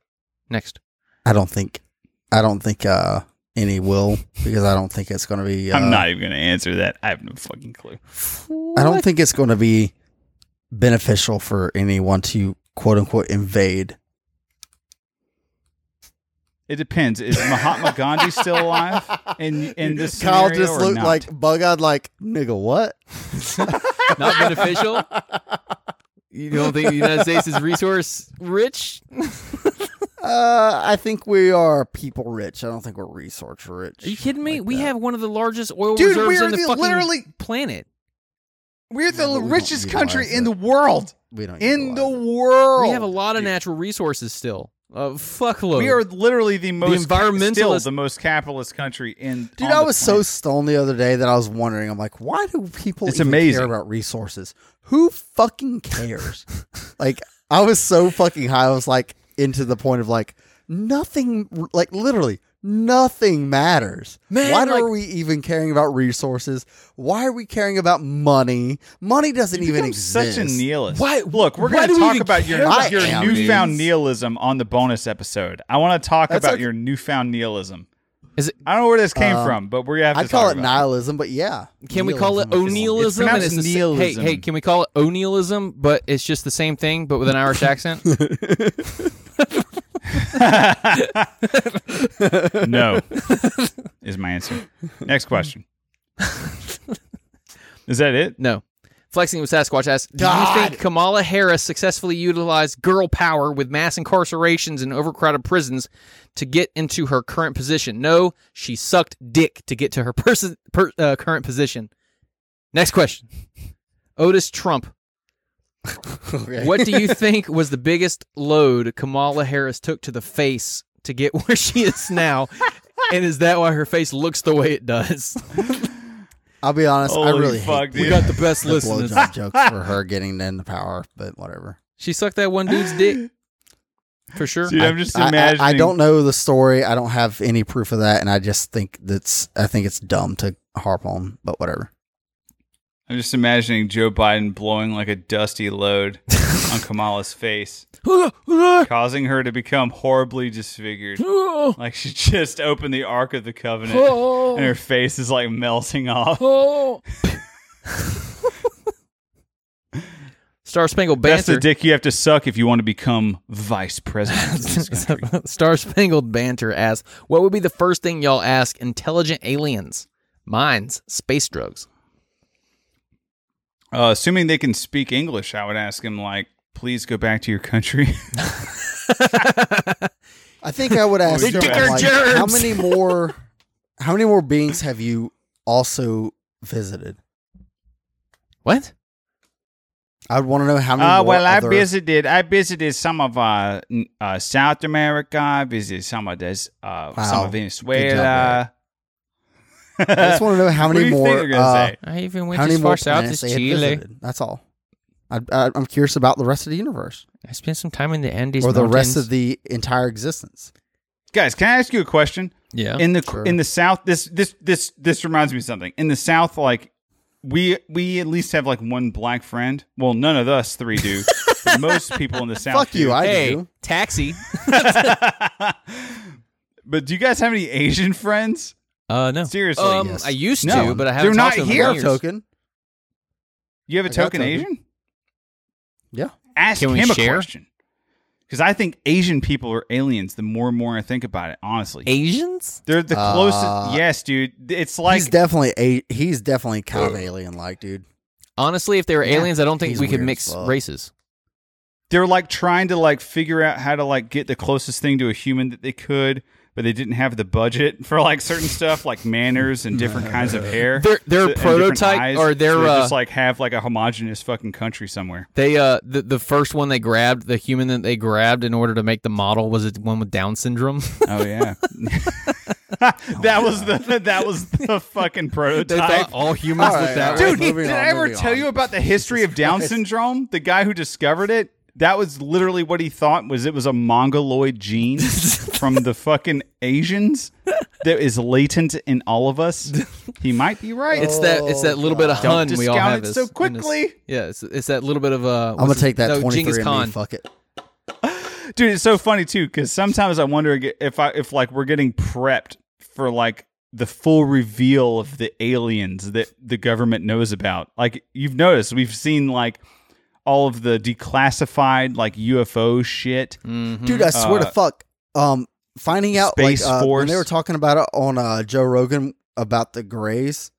S1: Next.
S2: I don't think, I don't think uh, any will because I don't think it's going to be. Uh,
S3: I'm not even going to answer that. I have no fucking clue.
S2: I don't think it's going to be beneficial for anyone to quote unquote invade.
S3: It depends. Is Mahatma Gandhi still alive? In in this
S2: Kyle
S3: scenario
S2: just
S3: or
S2: looked
S3: not?
S2: like bug eyed, like nigga. What?
S1: not beneficial. You don't think the United States is resource rich?
S2: Uh, I think we are people rich. I don't think we're resource rich.
S1: Are you kidding me?
S2: Like
S1: we
S2: that.
S1: have one of the largest oil
S3: Dude,
S1: reserves
S3: we are
S1: on the,
S3: the-
S1: fucking
S3: literally-
S1: planet.
S3: we're
S2: Yeah, but
S3: the
S2: we don't
S3: richest country
S2: utilize
S3: in
S2: it.
S3: the world.
S2: we don't
S3: In the
S2: utilize it.
S3: world,
S1: We have a lot of natural resources still. A fuckload.
S3: We are literally the most still
S1: environmentalist-
S3: the most capitalist country in.
S2: Dude,
S3: on
S2: I
S3: the
S2: was so
S3: planet.
S2: stoned the other day that I was wondering. I'm like, why do people
S3: It's
S2: even
S3: amazing.
S2: care about resources? Who fucking cares? like, I was so fucking high. I was like into the point of like nothing. Like literally nothing matters.
S1: Man,
S2: why are
S1: like-
S2: we even caring about resources? Why are we caring about money? Money doesn't
S3: You
S2: even
S3: become
S2: exist.
S3: such a nihilist.
S1: Why-
S3: Look, we're
S1: why
S3: going
S1: do
S3: to
S1: we
S3: talk
S1: even
S3: about your,
S1: care
S2: about
S3: your
S2: I am,
S3: newfound
S2: dudes.
S3: nihilism on the bonus episode. I want to talk
S2: That's
S3: about
S2: a-
S3: your newfound nihilism.
S1: Is it-
S3: I don't know where this came
S2: Um,
S3: from, but we're gonna have to
S2: I call
S3: talk
S2: it
S3: about
S2: nihilism, but yeah.
S1: Can we call it
S2: Nihilism
S1: O'Neillism?
S3: It's pronounced
S1: the sa-
S3: nihilism.
S1: Hey, hey, can we call it O'Neillism? But it's just the same thing, but with an Irish accent.
S3: it. no, is my answer. Next question. is that it?
S1: No. Flexing with Sasquatch asks, "Do
S2: God.
S1: you think Kamala Harris successfully utilized girl power with mass incarcerations and overcrowded prisons to get into her current position? No, she sucked dick to get to her person per, uh, current position." Next question. Otis Trump,
S2: Okay.
S1: what do you think was the biggest load Kamala Harris took to the face to get where she is now? and is that why her face looks the way it does?
S2: I'll be honest. I
S3: Holy
S2: really
S3: fuck,
S2: hate
S3: dude.
S1: We got the best
S2: the
S1: listeners.
S2: blowjob jokes for her getting in the power, but whatever.
S1: She sucked that one dude's dick. For sure.
S3: Dude, I'm just
S2: I-
S3: imagining.
S2: I, I don't know the story. I don't have any proof of that, and I just think that's. I think it's dumb to harp on, but whatever.
S3: I'm just imagining Joe Biden blowing like a dusty load on Kamala's face, causing her to become horribly disfigured. Like she just opened the Ark of the Covenant and her face is like melting off.
S1: Star Spangled
S3: That's the
S1: Banter.
S3: dick you have to suck if you want to become vice president. of this country.
S1: Star Spangled Banter asks, "What would be the first thing y'all ask intelligent aliens? Mines, space drugs.
S3: uh, assuming they can speak English, I would ask him like, please go back to your country.
S2: I think I would ask
S3: They
S2: them,
S3: dig our
S2: like, how
S1: germs.
S2: many more, how many more beings have you also visited?
S1: What?
S2: I would want to know how many.
S3: Uh,
S2: more
S3: well, I
S2: other-
S3: visited. I visited some of uh, n- uh, South America. I visited some of this, uh, some
S2: Wow.
S3: of
S2: Good
S3: Venezuela.
S2: job, I just want to know how
S3: what do
S2: many
S3: you
S2: more.
S3: think they're gonna
S2: uh,
S3: say?
S1: I even
S2: how
S1: went
S2: many
S1: as
S2: more
S1: far south as
S2: planets they had
S1: Chile.
S2: visited? That's all. I, I, I'm curious about the rest of the universe,
S1: I spent some time in the Andes
S2: or the rest
S1: Mountains.
S2: of the entire existence.
S3: Guys, can I ask you a question?
S1: yeah.
S3: in the
S2: Oh, Sure.
S3: in the south this this this this reminds me of something in the south like we we at least have like one black friend well none of us three do But most people in the south
S2: Fuck
S3: do.
S2: you! I
S1: hey,
S2: do.
S1: taxi.
S3: but do you guys have any asian friends
S1: Uh, no.
S3: seriously
S1: Um,
S2: Yes.
S1: I used
S3: No,
S1: to, but I
S3: they're
S1: haven't.
S3: not
S1: talked to them
S3: here.
S1: in
S2: Here,
S1: years.
S2: token.
S3: you have a
S2: I got
S3: token
S2: that, dude.
S3: asian
S2: Yeah.
S3: ask
S1: Can we
S3: him a
S1: share?
S3: question because i think asian people are aliens the more and more i think about it honestly
S1: Asians?
S3: they're the closest
S2: Uh,
S3: yes dude it's like
S2: he's definitely a he's definitely kind of alien like, dude.
S1: Honestly, if they were
S2: Yeah,
S1: aliens, I don't think
S2: he's
S1: we could
S2: weird as
S1: mix
S2: fuck.
S1: races.
S3: they're like trying to like figure out how to like get the closest thing to a human that they could but they didn't have the budget for like certain stuff like manners and different kinds of hair
S1: Their their
S3: and different
S1: prototype
S3: eyes,
S1: or their
S3: so they
S1: uh,
S3: just like have like a homogenous fucking country somewhere
S1: they uh the, the first one they grabbed, the human that they grabbed in order to make the model was the one with Down syndrome.
S3: oh yeah that was the that was the fucking
S1: they
S3: prototype
S1: thought all humans
S2: All right,
S1: looked that
S2: all
S1: way.
S2: right.
S3: Dude, he-
S2: moving
S3: did
S2: on,
S3: I ever
S2: moving
S3: tell
S2: on.
S3: you about the history of Down syndrome? The guy who discovered it? That was literally what he thought was it was a mongoloid gene from the fucking Asians that is latent in all of us. He might be right.
S2: Oh.
S1: It's that it's that little bit of
S3: Don't
S1: hun we all
S3: discount
S1: have
S3: it
S1: is-
S3: so
S1: in this-
S3: quickly.
S1: yeah, it's, it's that little bit of uh.
S2: I'm gonna take that
S1: no,
S2: 23
S1: Genghis
S2: and
S1: Khan.
S2: me. Fuck it.
S3: Dude, it's so funny too cuz sometimes I wonder if I if like we're getting prepped for like the full reveal of the aliens that the government knows about. Like you've noticed we've seen like all of the declassified like UFO shit.
S1: Mhm.
S2: dude. I swear to
S3: Uh,
S2: fuck. Um, finding out
S3: Space
S2: like uh, when
S3: Force.
S2: they were talking about it on uh, Joe Rogan about the Greys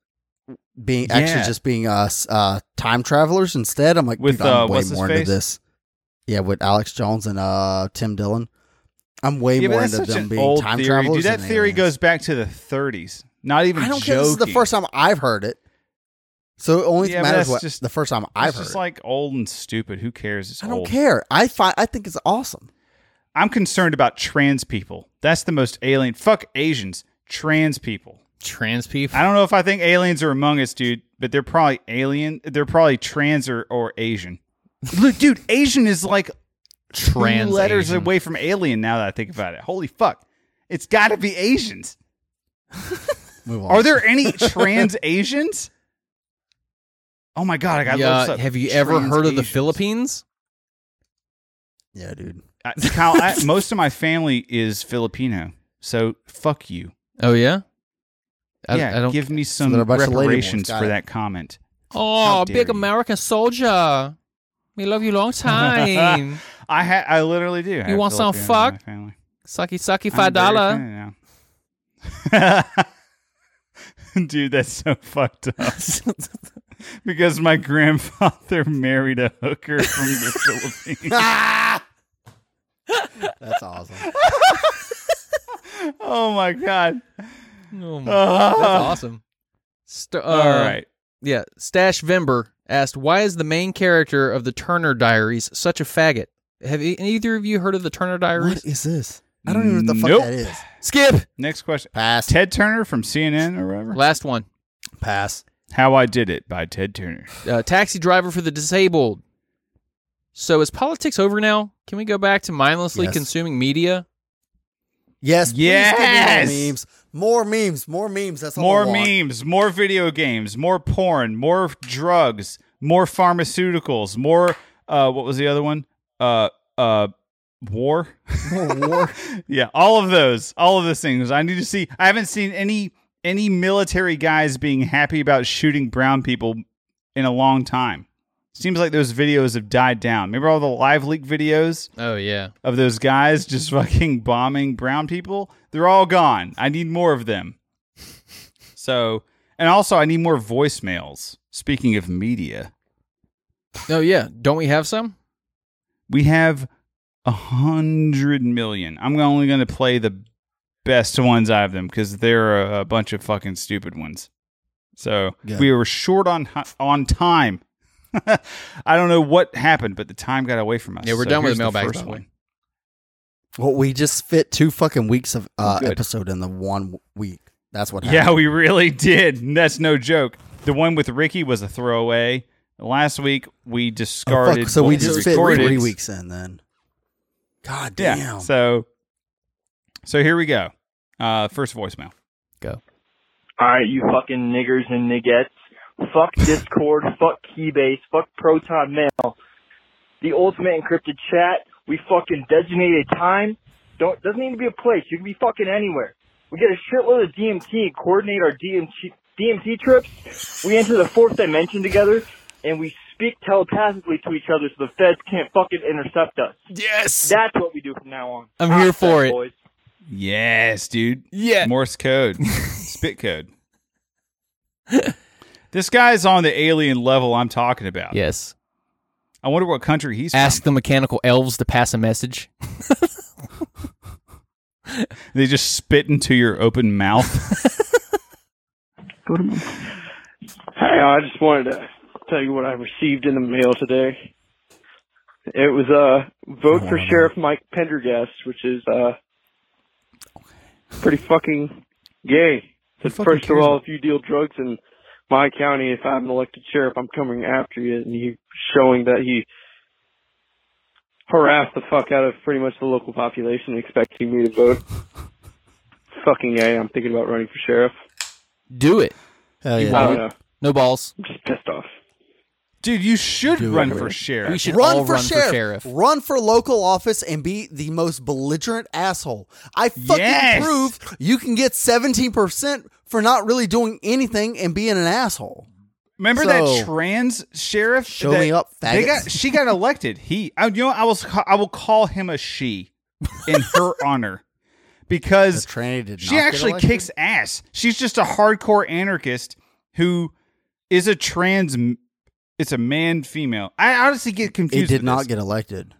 S2: being actually
S3: Yeah.
S2: just being uh, s- uh time travelers instead. I'm like,
S3: With,
S2: dude, I'm
S3: uh,
S2: way
S3: what's his
S2: more into
S3: face?
S2: this. Yeah, with Alex Jones and uh Tim Dillon, I'm way
S3: Yeah, but
S2: more
S3: that's
S2: into
S3: such
S2: them
S3: an
S2: being
S3: old
S2: time
S3: theory.
S2: travelers.
S3: Dude, that
S2: than
S3: theory
S2: aliens.
S3: goes back to the 30s. Not even
S2: I don't
S3: joking.
S2: care. This is the first time I've heard it. So it only
S3: Yeah, but
S2: matters
S3: that's
S2: what
S3: just-
S2: the first time
S3: It's
S2: I've heard.
S3: just
S2: it.
S3: like old and stupid. Who cares? It's
S2: I don't
S3: old.
S2: care. I find I think it's awesome.
S3: I'm concerned about trans people. That's the most alien. Fuck Asians. Trans people.
S1: trans people.
S3: I don't know if I think aliens are among us, dude, but they're probably alien. They're probably trans or, or Asian. Look, dude, Asian is like
S1: Trans
S3: two letters
S1: Asian.
S3: away from alien now that I think about it. Holy fuck. It's got to be Asians.
S2: Move on.
S3: Are there any trans Asians? Oh my god, I got
S1: yeah, have you ever heard of the Philippines?
S2: yeah, dude.
S3: Uh, Kyle, I, most of my family is Filipino, so fuck you.
S1: Oh yeah. I,
S3: yeah,
S1: I don't.
S3: give me some
S2: they're a bunch of lady
S3: reparations
S2: boys, got
S3: for
S2: it.
S3: that comment.
S1: oh,
S3: How dare
S1: big
S3: you.
S1: American soldier. We love you long time.
S3: I ha- I literally do. have
S1: want some
S3: Filipinos in
S1: fuck?
S3: my family.
S1: sucky sucky
S3: I'm
S1: five
S3: very
S1: dollar.
S3: offended now. Dude, that's so fucked up. Because my grandfather married a hooker from the Philippines. Ah!
S2: That's awesome.
S3: Oh my god!
S1: Oh my
S3: That's
S1: That's awesome. St- uh,
S3: All right.
S1: Yeah. Stash Vember asked, why is the main character of the Turner Diaries such a faggot? Have e- either of you heard of the Turner Diaries?
S2: What is this? I don't even know what the fuck
S3: Nope.
S2: that is.
S1: Skip.
S3: Next question.
S2: Pass.
S3: Ted Turner from CNN or whatever.
S1: Last one.
S2: Pass.
S3: How I Did It by Ted Turner.
S1: Uh, taxi driver for the disabled. So is politics over now? Can we go back to mindlessly
S2: Yes.
S1: consuming media?
S2: Yes. please
S3: Yes!
S2: give me More memes. More memes. More memes. That's all
S3: More
S2: I want.
S3: memes, more video games, more porn, more drugs, more pharmaceuticals, more uh what was the other one? Uh uh war.
S2: More war.
S3: yeah, all of those, all of those things. I need to see I haven't seen any any military guys being happy about shooting brown people in a long time. Seems like those videos have died down. Remember all the live leak videos?
S1: Oh yeah.
S3: of those guys just fucking bombing brown people, they're all gone. I need more of them. So, and also I need more voicemails. Speaking of media,
S1: Oh yeah. Don't we have some?
S3: we have a hundred million. I'm only going to play the best ones out of them because there are a bunch of fucking stupid ones. So
S2: Yeah.
S3: we were short on on time. I don't know what happened, but the time got away from us.
S1: Yeah, we're
S3: So
S1: done with
S3: here's the
S1: mailbags,
S3: first
S1: by the way.
S3: one.
S2: Well, we just fit two fucking weeks of uh,
S3: Good.
S2: episode in the one w- week. That's what happened.
S3: Yeah, we really did. And That's no joke. The one with Ricky was a throwaway. Last week we
S2: Oh,
S3: discarded.
S2: fuck. So
S3: what
S2: we just fit
S3: recorded.
S2: three weeks in then. God
S3: Yeah.
S2: damn.
S3: So, so here we go. Uh, first voicemail.
S4: Alright, you fucking niggers and niggettes. Fuck Discord, fuck Keybase, fuck Proton Mail. The ultimate encrypted chat. We fucking designated time. Don't doesn't need to be a place. You can be fucking anywhere. We get a shitload of DMT and coordinate our DMT DMT trips. We enter the fourth dimension together and we speak telepathically to each other so the feds can't fucking intercept us.
S1: Yes.
S4: That's what we do from now on.
S1: I'm here for it.
S4: Boys.
S3: Yes, dude.
S1: Yeah.
S3: Morse code, spit code. this guy's on the alien level I'm talking about.
S1: Yes.
S3: I wonder what country he's
S1: Ask the mechanical elves to pass a message.
S3: from. They just spit into your open mouth.
S4: Hey, I just wanted to tell you what I received in the mail today. It was uh, vote
S3: Oh.
S4: for Sheriff Mike Pendergast, which is uh, pretty fucking gay.
S3: Who
S4: Said,
S3: fucking
S4: First of
S3: cares
S4: all,
S3: about-
S4: if you deal drugs in my county, if I'm an elected sheriff, I'm coming after you. And he showing that he
S5: harass the fuck out of pretty much the local population expecting me to vote. Fucking A, I'm thinking about running for sheriff.
S1: Do it.
S2: Hell
S1: You
S2: yeah.
S5: I don't
S1: Right.
S5: know.
S1: No balls.
S5: I'm just pissed off.
S3: Dude, you should
S1: Do it,
S3: run
S1: Rick.
S3: for
S1: We
S3: sheriff.
S1: should
S2: run,
S1: all
S2: for,
S1: run
S2: sheriff.
S1: for sheriff.
S2: Run for local office and be the most belligerent asshole. I fucking
S3: Yes.
S2: proved you can get 17% for not really doing anything and being an asshole.
S3: Remember
S2: So-
S3: that trans sheriff?
S2: Show
S3: that-
S2: me up,
S3: They got
S2: faggots.
S3: she got elected. He, I, you know, I was I will call him a she in her honor
S2: The
S3: because
S2: tranny did
S3: she
S2: not get
S3: actually
S2: elected?
S3: kicks ass. She's just a hardcore anarchist who is a trans. m- It's a man female. I honestly get confused.
S2: It did
S3: with
S2: not
S3: this.
S2: get elected.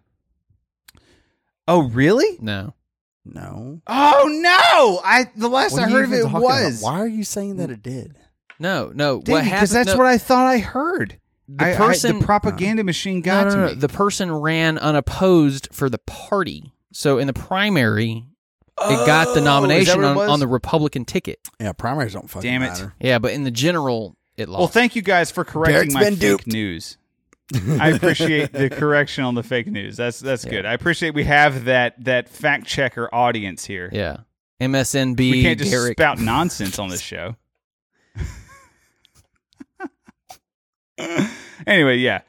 S3: Oh really?
S1: No.
S2: No.
S3: Oh no! I the last
S2: What
S3: I
S2: are you
S3: heard of
S2: even
S3: it
S2: talking
S3: was
S2: about? Why are you saying that it did?
S1: No, no. what happened?
S3: because that's
S1: no,
S3: what I thought I heard.
S1: The
S3: I- I-
S1: person-
S3: the propaganda machine got
S1: no, no, no,
S3: to me.
S1: The person ran unopposed for the party. So in the primary,
S2: Oh,
S1: it got the nomination on, on the Republican ticket.
S2: Yeah, primaries don't fucking
S3: Damn it.
S2: matter.
S1: Yeah, but in the general, it lost.
S3: Well, thank you guys for correcting
S2: Derek's
S3: my
S2: been
S3: fake
S2: duped.
S3: news. I appreciate the correction on the fake news. That's that's good. I appreciate we have that that fact checker audience here.
S1: yeah. MSNB.
S3: we can't just
S1: Derek.
S3: spout nonsense on this show. anyway, yeah.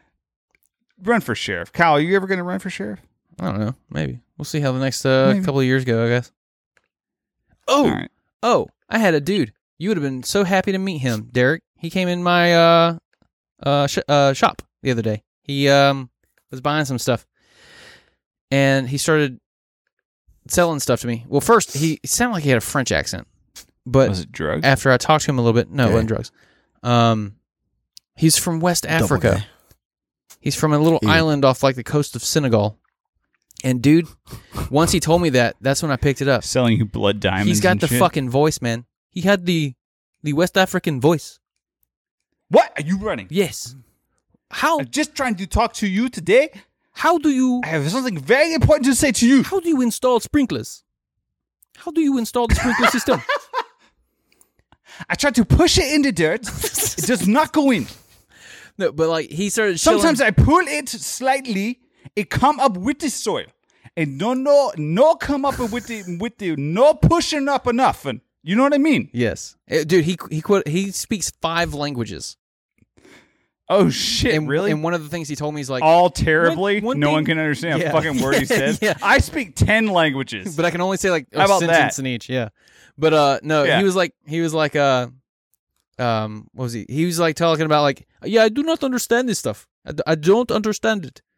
S3: Run for sheriff. Kyle, are you ever going to run for sheriff?
S1: I don't know. Maybe we'll see how the next uh,
S3: Maybe.
S1: couple of years go. I guess. Oh,
S3: All right.
S1: oh! I had a dude. You would have been so happy to meet him, Derek. He came in my uh, uh, sh- uh shop the other day. He um was buying some stuff, and he started selling stuff to me. Well, first he it sounded like he had a French accent, but
S3: Was it drugs?
S1: after I talked to him a little bit, no, it
S2: Okay.
S1: wasn't drugs. Um, he's from West
S2: Double
S1: Africa.
S2: day.
S1: He's from a little
S2: Ew.
S1: island off like the coast of Senegal. And dude, once he told me that, that's when I picked it up.
S3: Selling you blood diamonds.
S1: He's got
S3: and
S1: the
S3: shit?
S1: fucking voice, man. He had the the West African voice.
S3: What are you running?
S1: Yes. How
S3: I'm just trying to talk to you today.
S1: how do you
S3: I have something very important to say to you.
S1: how do you install sprinklers? How do you install the sprinkler system?
S3: I tried to push it in the dirt. it does not go in.
S1: No, but like he started showing-
S3: Sometimes I pull it slightly. It come up with the soil, and no, no, no, come up with the with the no pushing up enough. And you know what I mean?
S1: Yes. Eh, Dude, he he quote he speaks five languages.
S3: Oh shit!
S1: And
S3: really?
S1: and one of the things he told me is like
S3: all terribly.
S1: One- one
S3: no
S1: thing-
S3: one can understand
S1: Yeah.
S3: a fucking word he
S1: Yeah,
S3: says.
S1: yeah.
S3: I speak ten languages.
S1: but I can only say like a
S3: How about
S1: sentence
S3: that?
S1: in each. Yeah, but uh, no,
S3: Yeah.
S1: he was like he was like uh, um, what was he? He was like talking about like yeah, I do not understand this stuff. I, d- I don't understand it.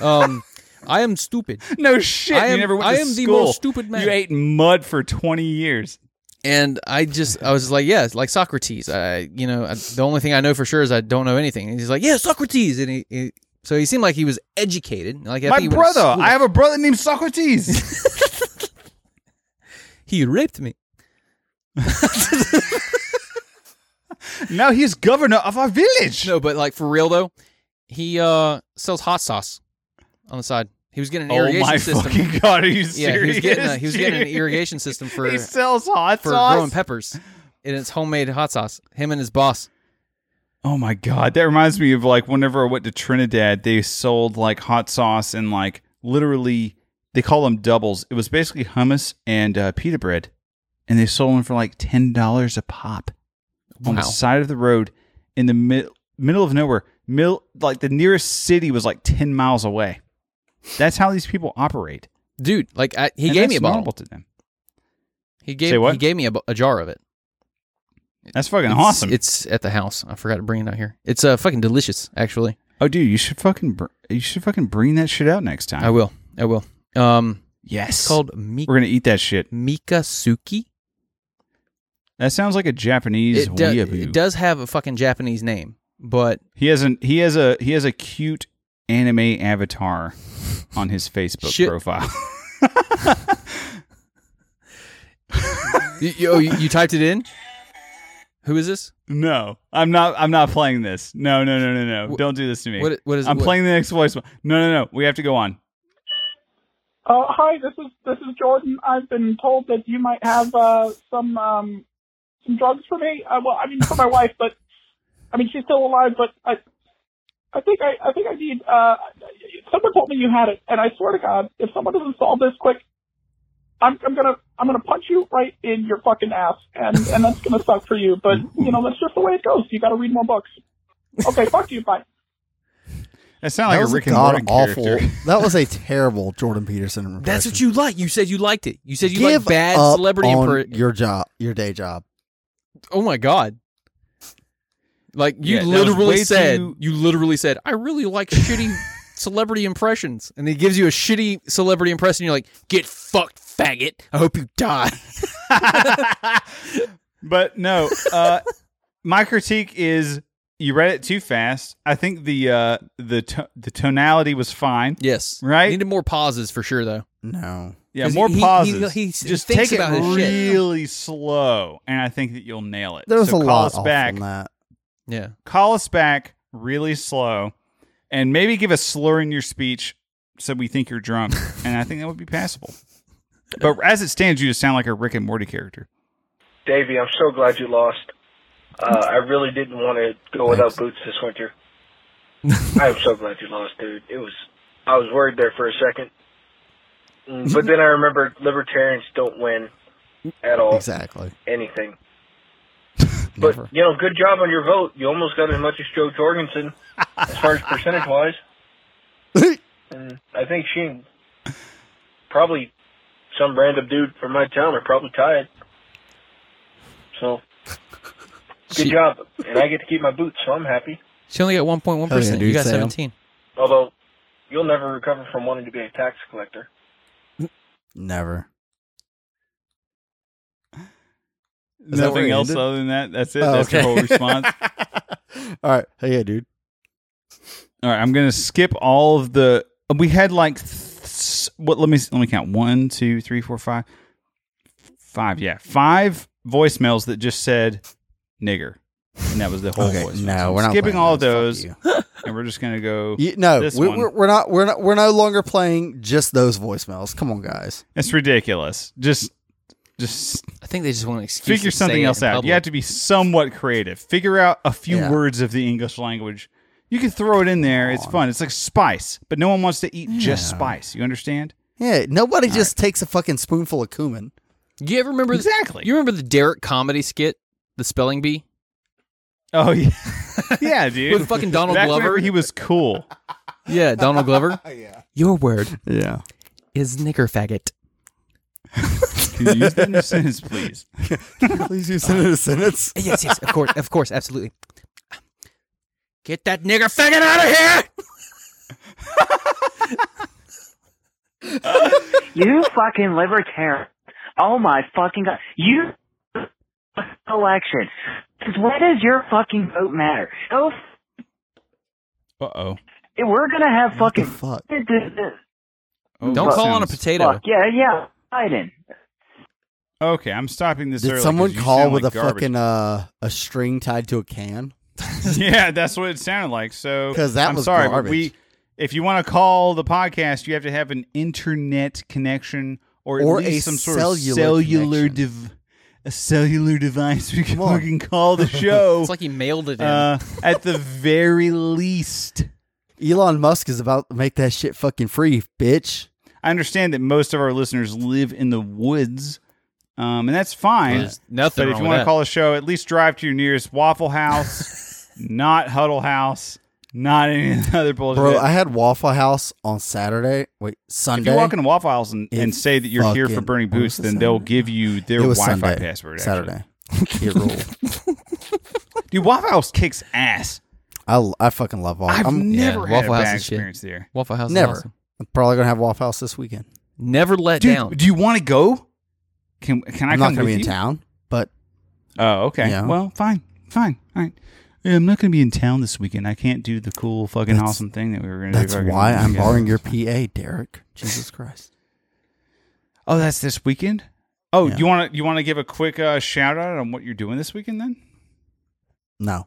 S1: Um, I am stupid.
S3: no shit!
S1: I am
S3: you never went
S1: I
S3: to
S1: am the
S3: school.
S1: most stupid man.
S3: You ate mud for twenty years.
S1: and I just I was like yeah, it's like Socrates. I you know I, the only thing I know for sure is I don't know anything. And he's like yeah, Socrates, and he. he so he seemed like he was educated. Like I think
S3: My
S1: he went to
S3: brother.
S1: school.
S3: I have a brother named Socrates.
S1: he raped me.
S3: now he's governor of our village.
S1: No, but like for real though, he uh sells hot sauce on the side. He was getting an
S3: Oh
S1: irrigation
S3: my
S1: system.
S3: fucking god! Are you serious?
S1: yeah, he was getting a, he was getting an
S3: dude?
S1: irrigation system for
S3: he sells hot
S1: for
S3: sauce.
S1: growing peppers. And it's homemade hot sauce. Him and his boss.
S3: oh my god, that reminds me of like whenever I went to Trinidad, they sold like hot sauce and like literally they call them doubles. It was basically hummus and uh, pita bread, and they sold them for like ten dollars a pop on the
S1: Wow.
S3: side of the road in the mi- middle of nowhere. Mil- like the nearest city was like ten miles away. That's how these people operate.
S1: Dude, like I, he
S3: And
S1: gave
S3: that's
S1: me a bottle.
S3: normal to them.
S1: He gave
S3: Say what?
S1: he gave me a, bo- a jar of it.
S3: That's fucking
S1: It's-
S3: awesome.
S1: It's at the house. I forgot to bring it out here. It's uh fucking delicious actually.
S3: Oh, dude, you should fucking br- you should fucking bring that shit out next time.
S1: I will. I will. Um
S3: yes,
S1: it's called Mi-
S3: we're gonna eat that shit.
S1: Mikasuki.
S3: That sounds like a Japanese
S1: It, do-
S3: weeaboo.
S1: it does have a fucking Japanese name, but
S3: He has an he has a he has a cute anime avatar on his Facebook
S1: Shit.
S3: profile.
S1: you, you, oh, you- you typed it in? Who is this?
S3: no, I'm not. I'm not playing this. No, no, no, no, no.
S1: Wh-
S3: Don't do this to me.
S1: What, what is
S3: I'm
S1: what-
S3: playing the next voice. No, no, no. We have to go on.
S6: Uh, hi, this is this is Jordan. I've been told that you might have uh, some um, some drugs for me. Uh, well, I mean for my wife, but I mean she's still alive. But I I think I, I think I need. Uh, someone told me you had it, and I swear to God, if someone doesn't solve this quick, I'm, I'm gonna, I'm gonna punch you right in your fucking ass, and and that's gonna suck for you. But you know, that's just the way it goes. You got to read more books. Okay, fuck you. Bye.
S3: That sounds like
S2: was
S3: a
S2: a
S3: Rick and
S2: god
S3: Morty
S2: awful.
S3: character.
S2: that was a terrible Jordan Peterson impression.
S1: That's what you like. You said you liked it. You said you
S2: Give
S1: like bad
S2: up
S1: celebrity.
S2: on
S1: impre-
S2: your job, your day job.
S1: oh my god! Like you
S3: Yeah, that was
S1: literally
S3: way
S1: said,
S3: too-
S1: you literally said, I really like shitty celebrity impressions, and he gives you a shitty celebrity impression. You're like, get fucked, faggot. I hope you die.
S3: but no, uh, my critique is you read it too fast. I think the uh, the to- the tonality was fine.
S1: yes,
S3: Right?
S1: Needed more pauses for sure, though.
S2: No,
S3: Yeah,
S1: 'Cause
S3: more
S1: he- he-
S3: pauses.
S1: he- he
S3: Just
S1: thinks
S3: take it
S1: about his shit.
S3: really slow, and I think that you'll nail it.
S2: there was
S3: So
S2: a
S3: call
S2: lot
S3: us
S2: off
S3: back.
S2: on that.
S1: Yeah,
S3: Call us back really slow, and maybe give a slur in your speech so we think you're drunk, and I think that would be passable. But as it stands, you just sound like a Rick and Morty character.
S7: Davey, I'm so glad you lost. Uh, I really didn't want to go without boots this winter. I am so glad you lost, dude. It was I was worried there for a second, Mm, but then I remembered libertarians don't win at all
S2: Exactly.
S7: anything. But you know, good job on your vote. You almost got as much as Joe Jorgensen as far as percentage wise. and I think she and probably some random dude from my town are probably tied. So good job. And I get to keep my boots, so I'm happy.
S1: she only got one point one
S2: Hell yeah,
S1: percent. You
S2: dude,
S1: got
S2: Sam.
S1: seventeen.
S7: Although you'll never recover from wanting to be a tax collector.
S2: Never. Is that where
S3: Nothing
S2: it
S3: else
S2: ended?
S3: other than that. That's it.
S2: Oh,
S3: That's your
S2: okay.
S3: whole response.
S2: All right. Hey, yeah, dude.
S3: All right, I'm gonna skip all of the. We had like th- what? Let me let me count. One, two, three, four, five, five. Yeah, five voicemails that just said "nigger," and that was the whole
S2: Okay.
S3: voicemail. So
S2: No,
S3: I'm
S2: we're not
S3: skipping
S2: playing
S3: all
S2: those.
S3: those,
S2: Fuck
S3: and we're just gonna go.
S2: You, You- no,
S3: This
S2: we,
S3: one.
S2: we're, we're not. We're not. We're no longer playing just those voicemails. Come on, guys.
S3: It's ridiculous. Just, just
S1: I think they just want an excuse.
S3: figure
S1: to
S3: something
S1: say it
S3: else
S1: in
S3: out. You
S1: public.
S3: have to be somewhat creative. Figure out a few
S2: Yeah.
S3: words of the English language. You can throw it in there. It's fun. It's like spice, but no one wants to eat just spice. You understand?
S2: Yeah, nobody just takes a fucking spoonful of cumin.
S1: Do you ever remember the-
S3: Exactly.
S1: You remember the Derek comedy skit, the spelling bee
S3: Oh yeah, yeah, dude.
S1: with fucking Donald
S3: Back
S1: Glover?
S3: whenever he was cool.
S1: yeah, Donald Glover.
S2: yeah.
S1: Your word
S2: Yeah.
S1: is nigger faggot.
S3: Can you use that in a sentence, please?
S2: Please use it in a sentence.
S1: Yes, yes, of course, of course, absolutely. Get that nigger faggot out of here!
S8: You fucking libertarian. Oh my fucking god. You election. 'Cause Why does your fucking vote matter? Oh,
S3: Uh oh.
S8: we're gonna have
S2: What the
S8: fucking.
S2: fuck?
S3: Oh,
S1: Don't call on a potato.
S8: Fuck yeah, yeah. Biden.
S3: Okay, I'm stopping this.
S2: Did
S3: early
S2: someone
S3: 'cause you
S2: call
S3: sound
S2: with a
S3: like garbage.
S2: fucking uh, a string tied to a can?
S3: yeah, that's what it sounded like. So
S2: 'Cause that
S3: I'm
S2: was
S3: sorry,
S2: garbage.
S3: but we. If you want to call the podcast, you have to have an internet connection or at
S2: Or
S3: least
S2: a
S3: some sort
S2: cellular
S3: of cellular
S2: connection.
S3: dev- a cellular device we can
S2: on.
S3: fucking call the show.
S1: It's like he mailed it in.
S3: uh, at the very least.
S2: Elon Musk is about to make that shit fucking free, bitch.
S3: I understand that most of our listeners live in the woods, um, and that's fine.
S1: There's nothing
S3: But if
S1: wrong
S3: you
S1: with
S3: want to
S1: that.
S3: call a show, at least drive to your nearest Waffle House, not Huddle House, not any of the other bullshit.
S2: Bro, I had Waffle House on Saturday. Wait,
S3: if
S2: Sunday.
S3: you walk into Waffle House and, and
S2: It
S3: say that you're here for
S2: fucking-
S3: Burning
S2: what
S3: Boots,
S2: was
S3: then
S2: the
S3: they'll
S2: Saturday?
S3: give you their
S2: it was
S3: Wi-Fi
S2: Sunday.
S3: password. actually.
S2: Saturday. It ruled.
S3: dude, Waffle House kicks ass.
S2: I, I fucking love Waffle.
S3: I've
S2: I'm
S3: never
S1: yeah,
S3: had
S1: Waffle
S3: a
S1: House
S3: bad
S1: is shit.
S3: experience there.
S1: Waffle House. is
S2: Never.
S1: awesome.
S2: I'm probably gonna have Waffle House this weekend.
S1: Never let
S3: Dude,
S1: down.
S3: do you want to go? Can can I
S2: I'm not
S3: come
S2: gonna be
S3: with
S2: in
S3: you?
S2: town, but
S3: Oh, okay.
S2: Yeah.
S3: Well, fine, fine, all right. Yeah, I'm not going to be in town this weekend. I can't do the cool, fucking
S2: That's-
S3: awesome thing that we were going to do.
S2: that's
S3: fucking
S2: why I'm
S3: together.
S2: borrowing your PA, Derek. Jesus Christ.
S3: Oh, that's this weekend. Oh,
S2: Yeah.
S3: you want to you want to give a quick uh, shout out on what you're doing this weekend then?
S2: No.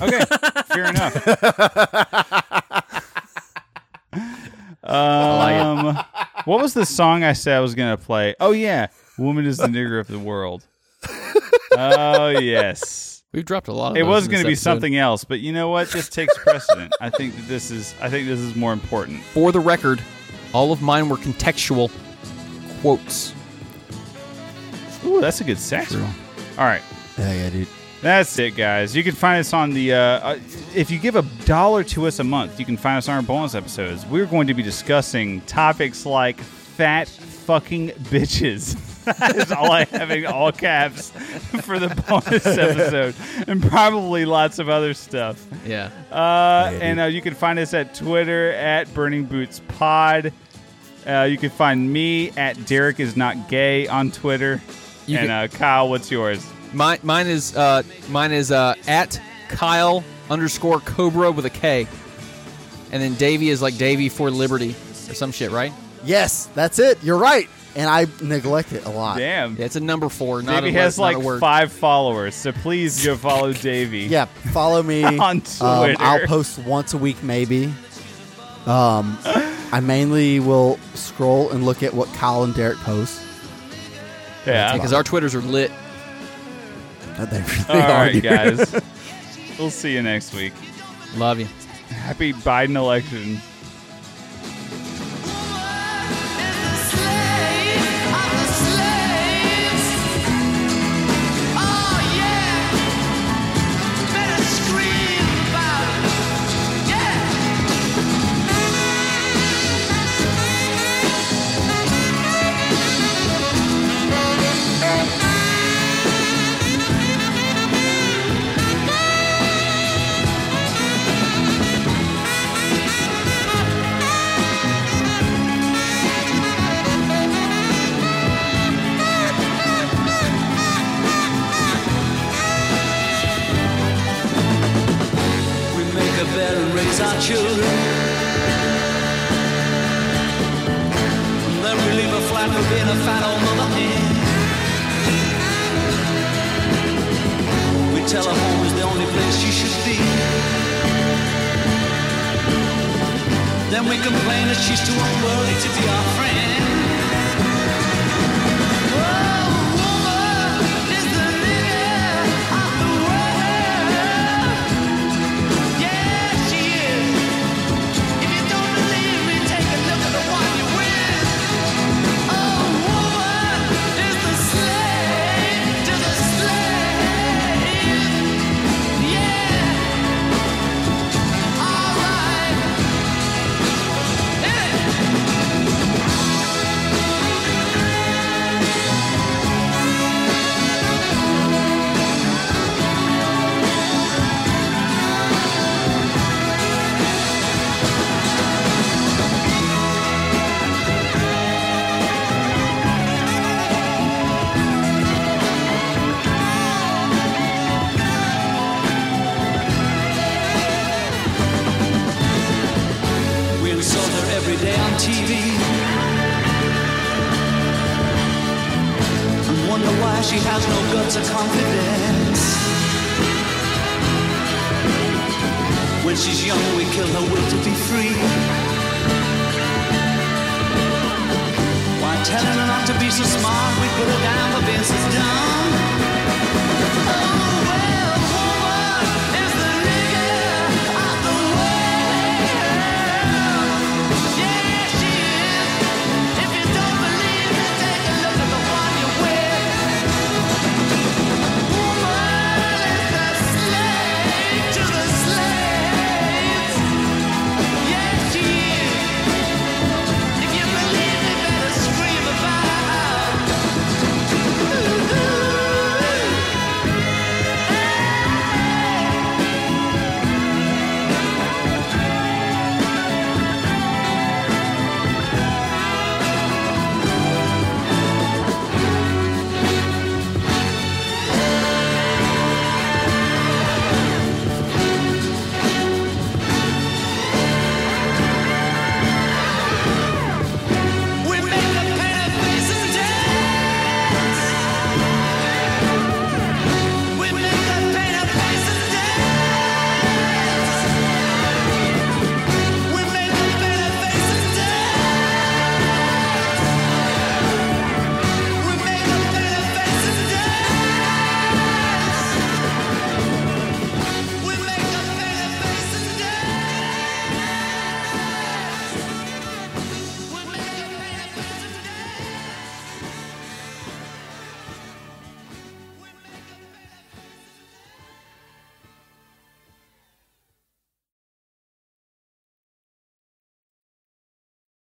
S3: Okay, fair enough. Um, what was the song I said I was going to play? Oh yeah, "Woman is the nigger of the world." oh yes,
S1: We've dropped a lot. of
S3: It
S1: those
S3: was
S1: in
S3: going
S1: this
S3: to be
S1: episode.
S3: something else, but you know what? This takes precedent. I think that this is. I think this is more important.
S1: For the record, all of mine were contextual quotes.
S3: Ooh, that's a good saxophone. All right.
S2: Yeah, yeah, dude.
S3: That's it, guys. You can find us on the. Uh, uh, if you give a dollar to us a month, you can find us on our bonus episodes. We're going to be discussing topics like fat fucking bitches. that is all I have in all caps for the bonus episode, and probably lots of other stuff.
S1: Yeah.
S3: Uh, and uh, you can find us at Twitter at Burning Boots Pod. Uh, you can find me at Derek is not gay on Twitter.
S1: You
S3: and
S1: can-
S3: uh, Kyle, what's yours?
S1: Mine, mine is uh, mine is uh, at Kyle underscore Cobra with a K, and then Davy is like Davy for Liberty or some shit, right?
S2: Yes, that's it. You're right. And I neglect it a lot.
S3: Damn.
S1: Yeah, it's a number four, not
S3: Davey
S1: a
S3: has
S1: word, not
S3: like
S1: a word.
S3: five followers, so please go follow Davey.
S2: Yeah, follow me um,
S3: On Twitter.
S2: I'll post once a week, maybe. Um, I mainly will scroll and look at what Kyle and Derek post.
S3: yeah.
S1: because our Twitters are lit.
S2: Uh, They, they
S3: All
S2: are,
S3: right,
S2: dude.
S3: guys. we'll see you next week.
S1: Love you.
S3: Happy Biden election.
S9: We make a bed and raise our children. And then we leave a flat and be in a fat old mother hen. We tell her home is the only place she should be. Then we complain that she's too unworthy to be our friend. Oh, woman is the leader of the world. We insult her every day on TV. And wonder why she has no guts or confidence. When she's young, we kill her will to be free. By telling her not to be so smart, we put her down for being so dumb.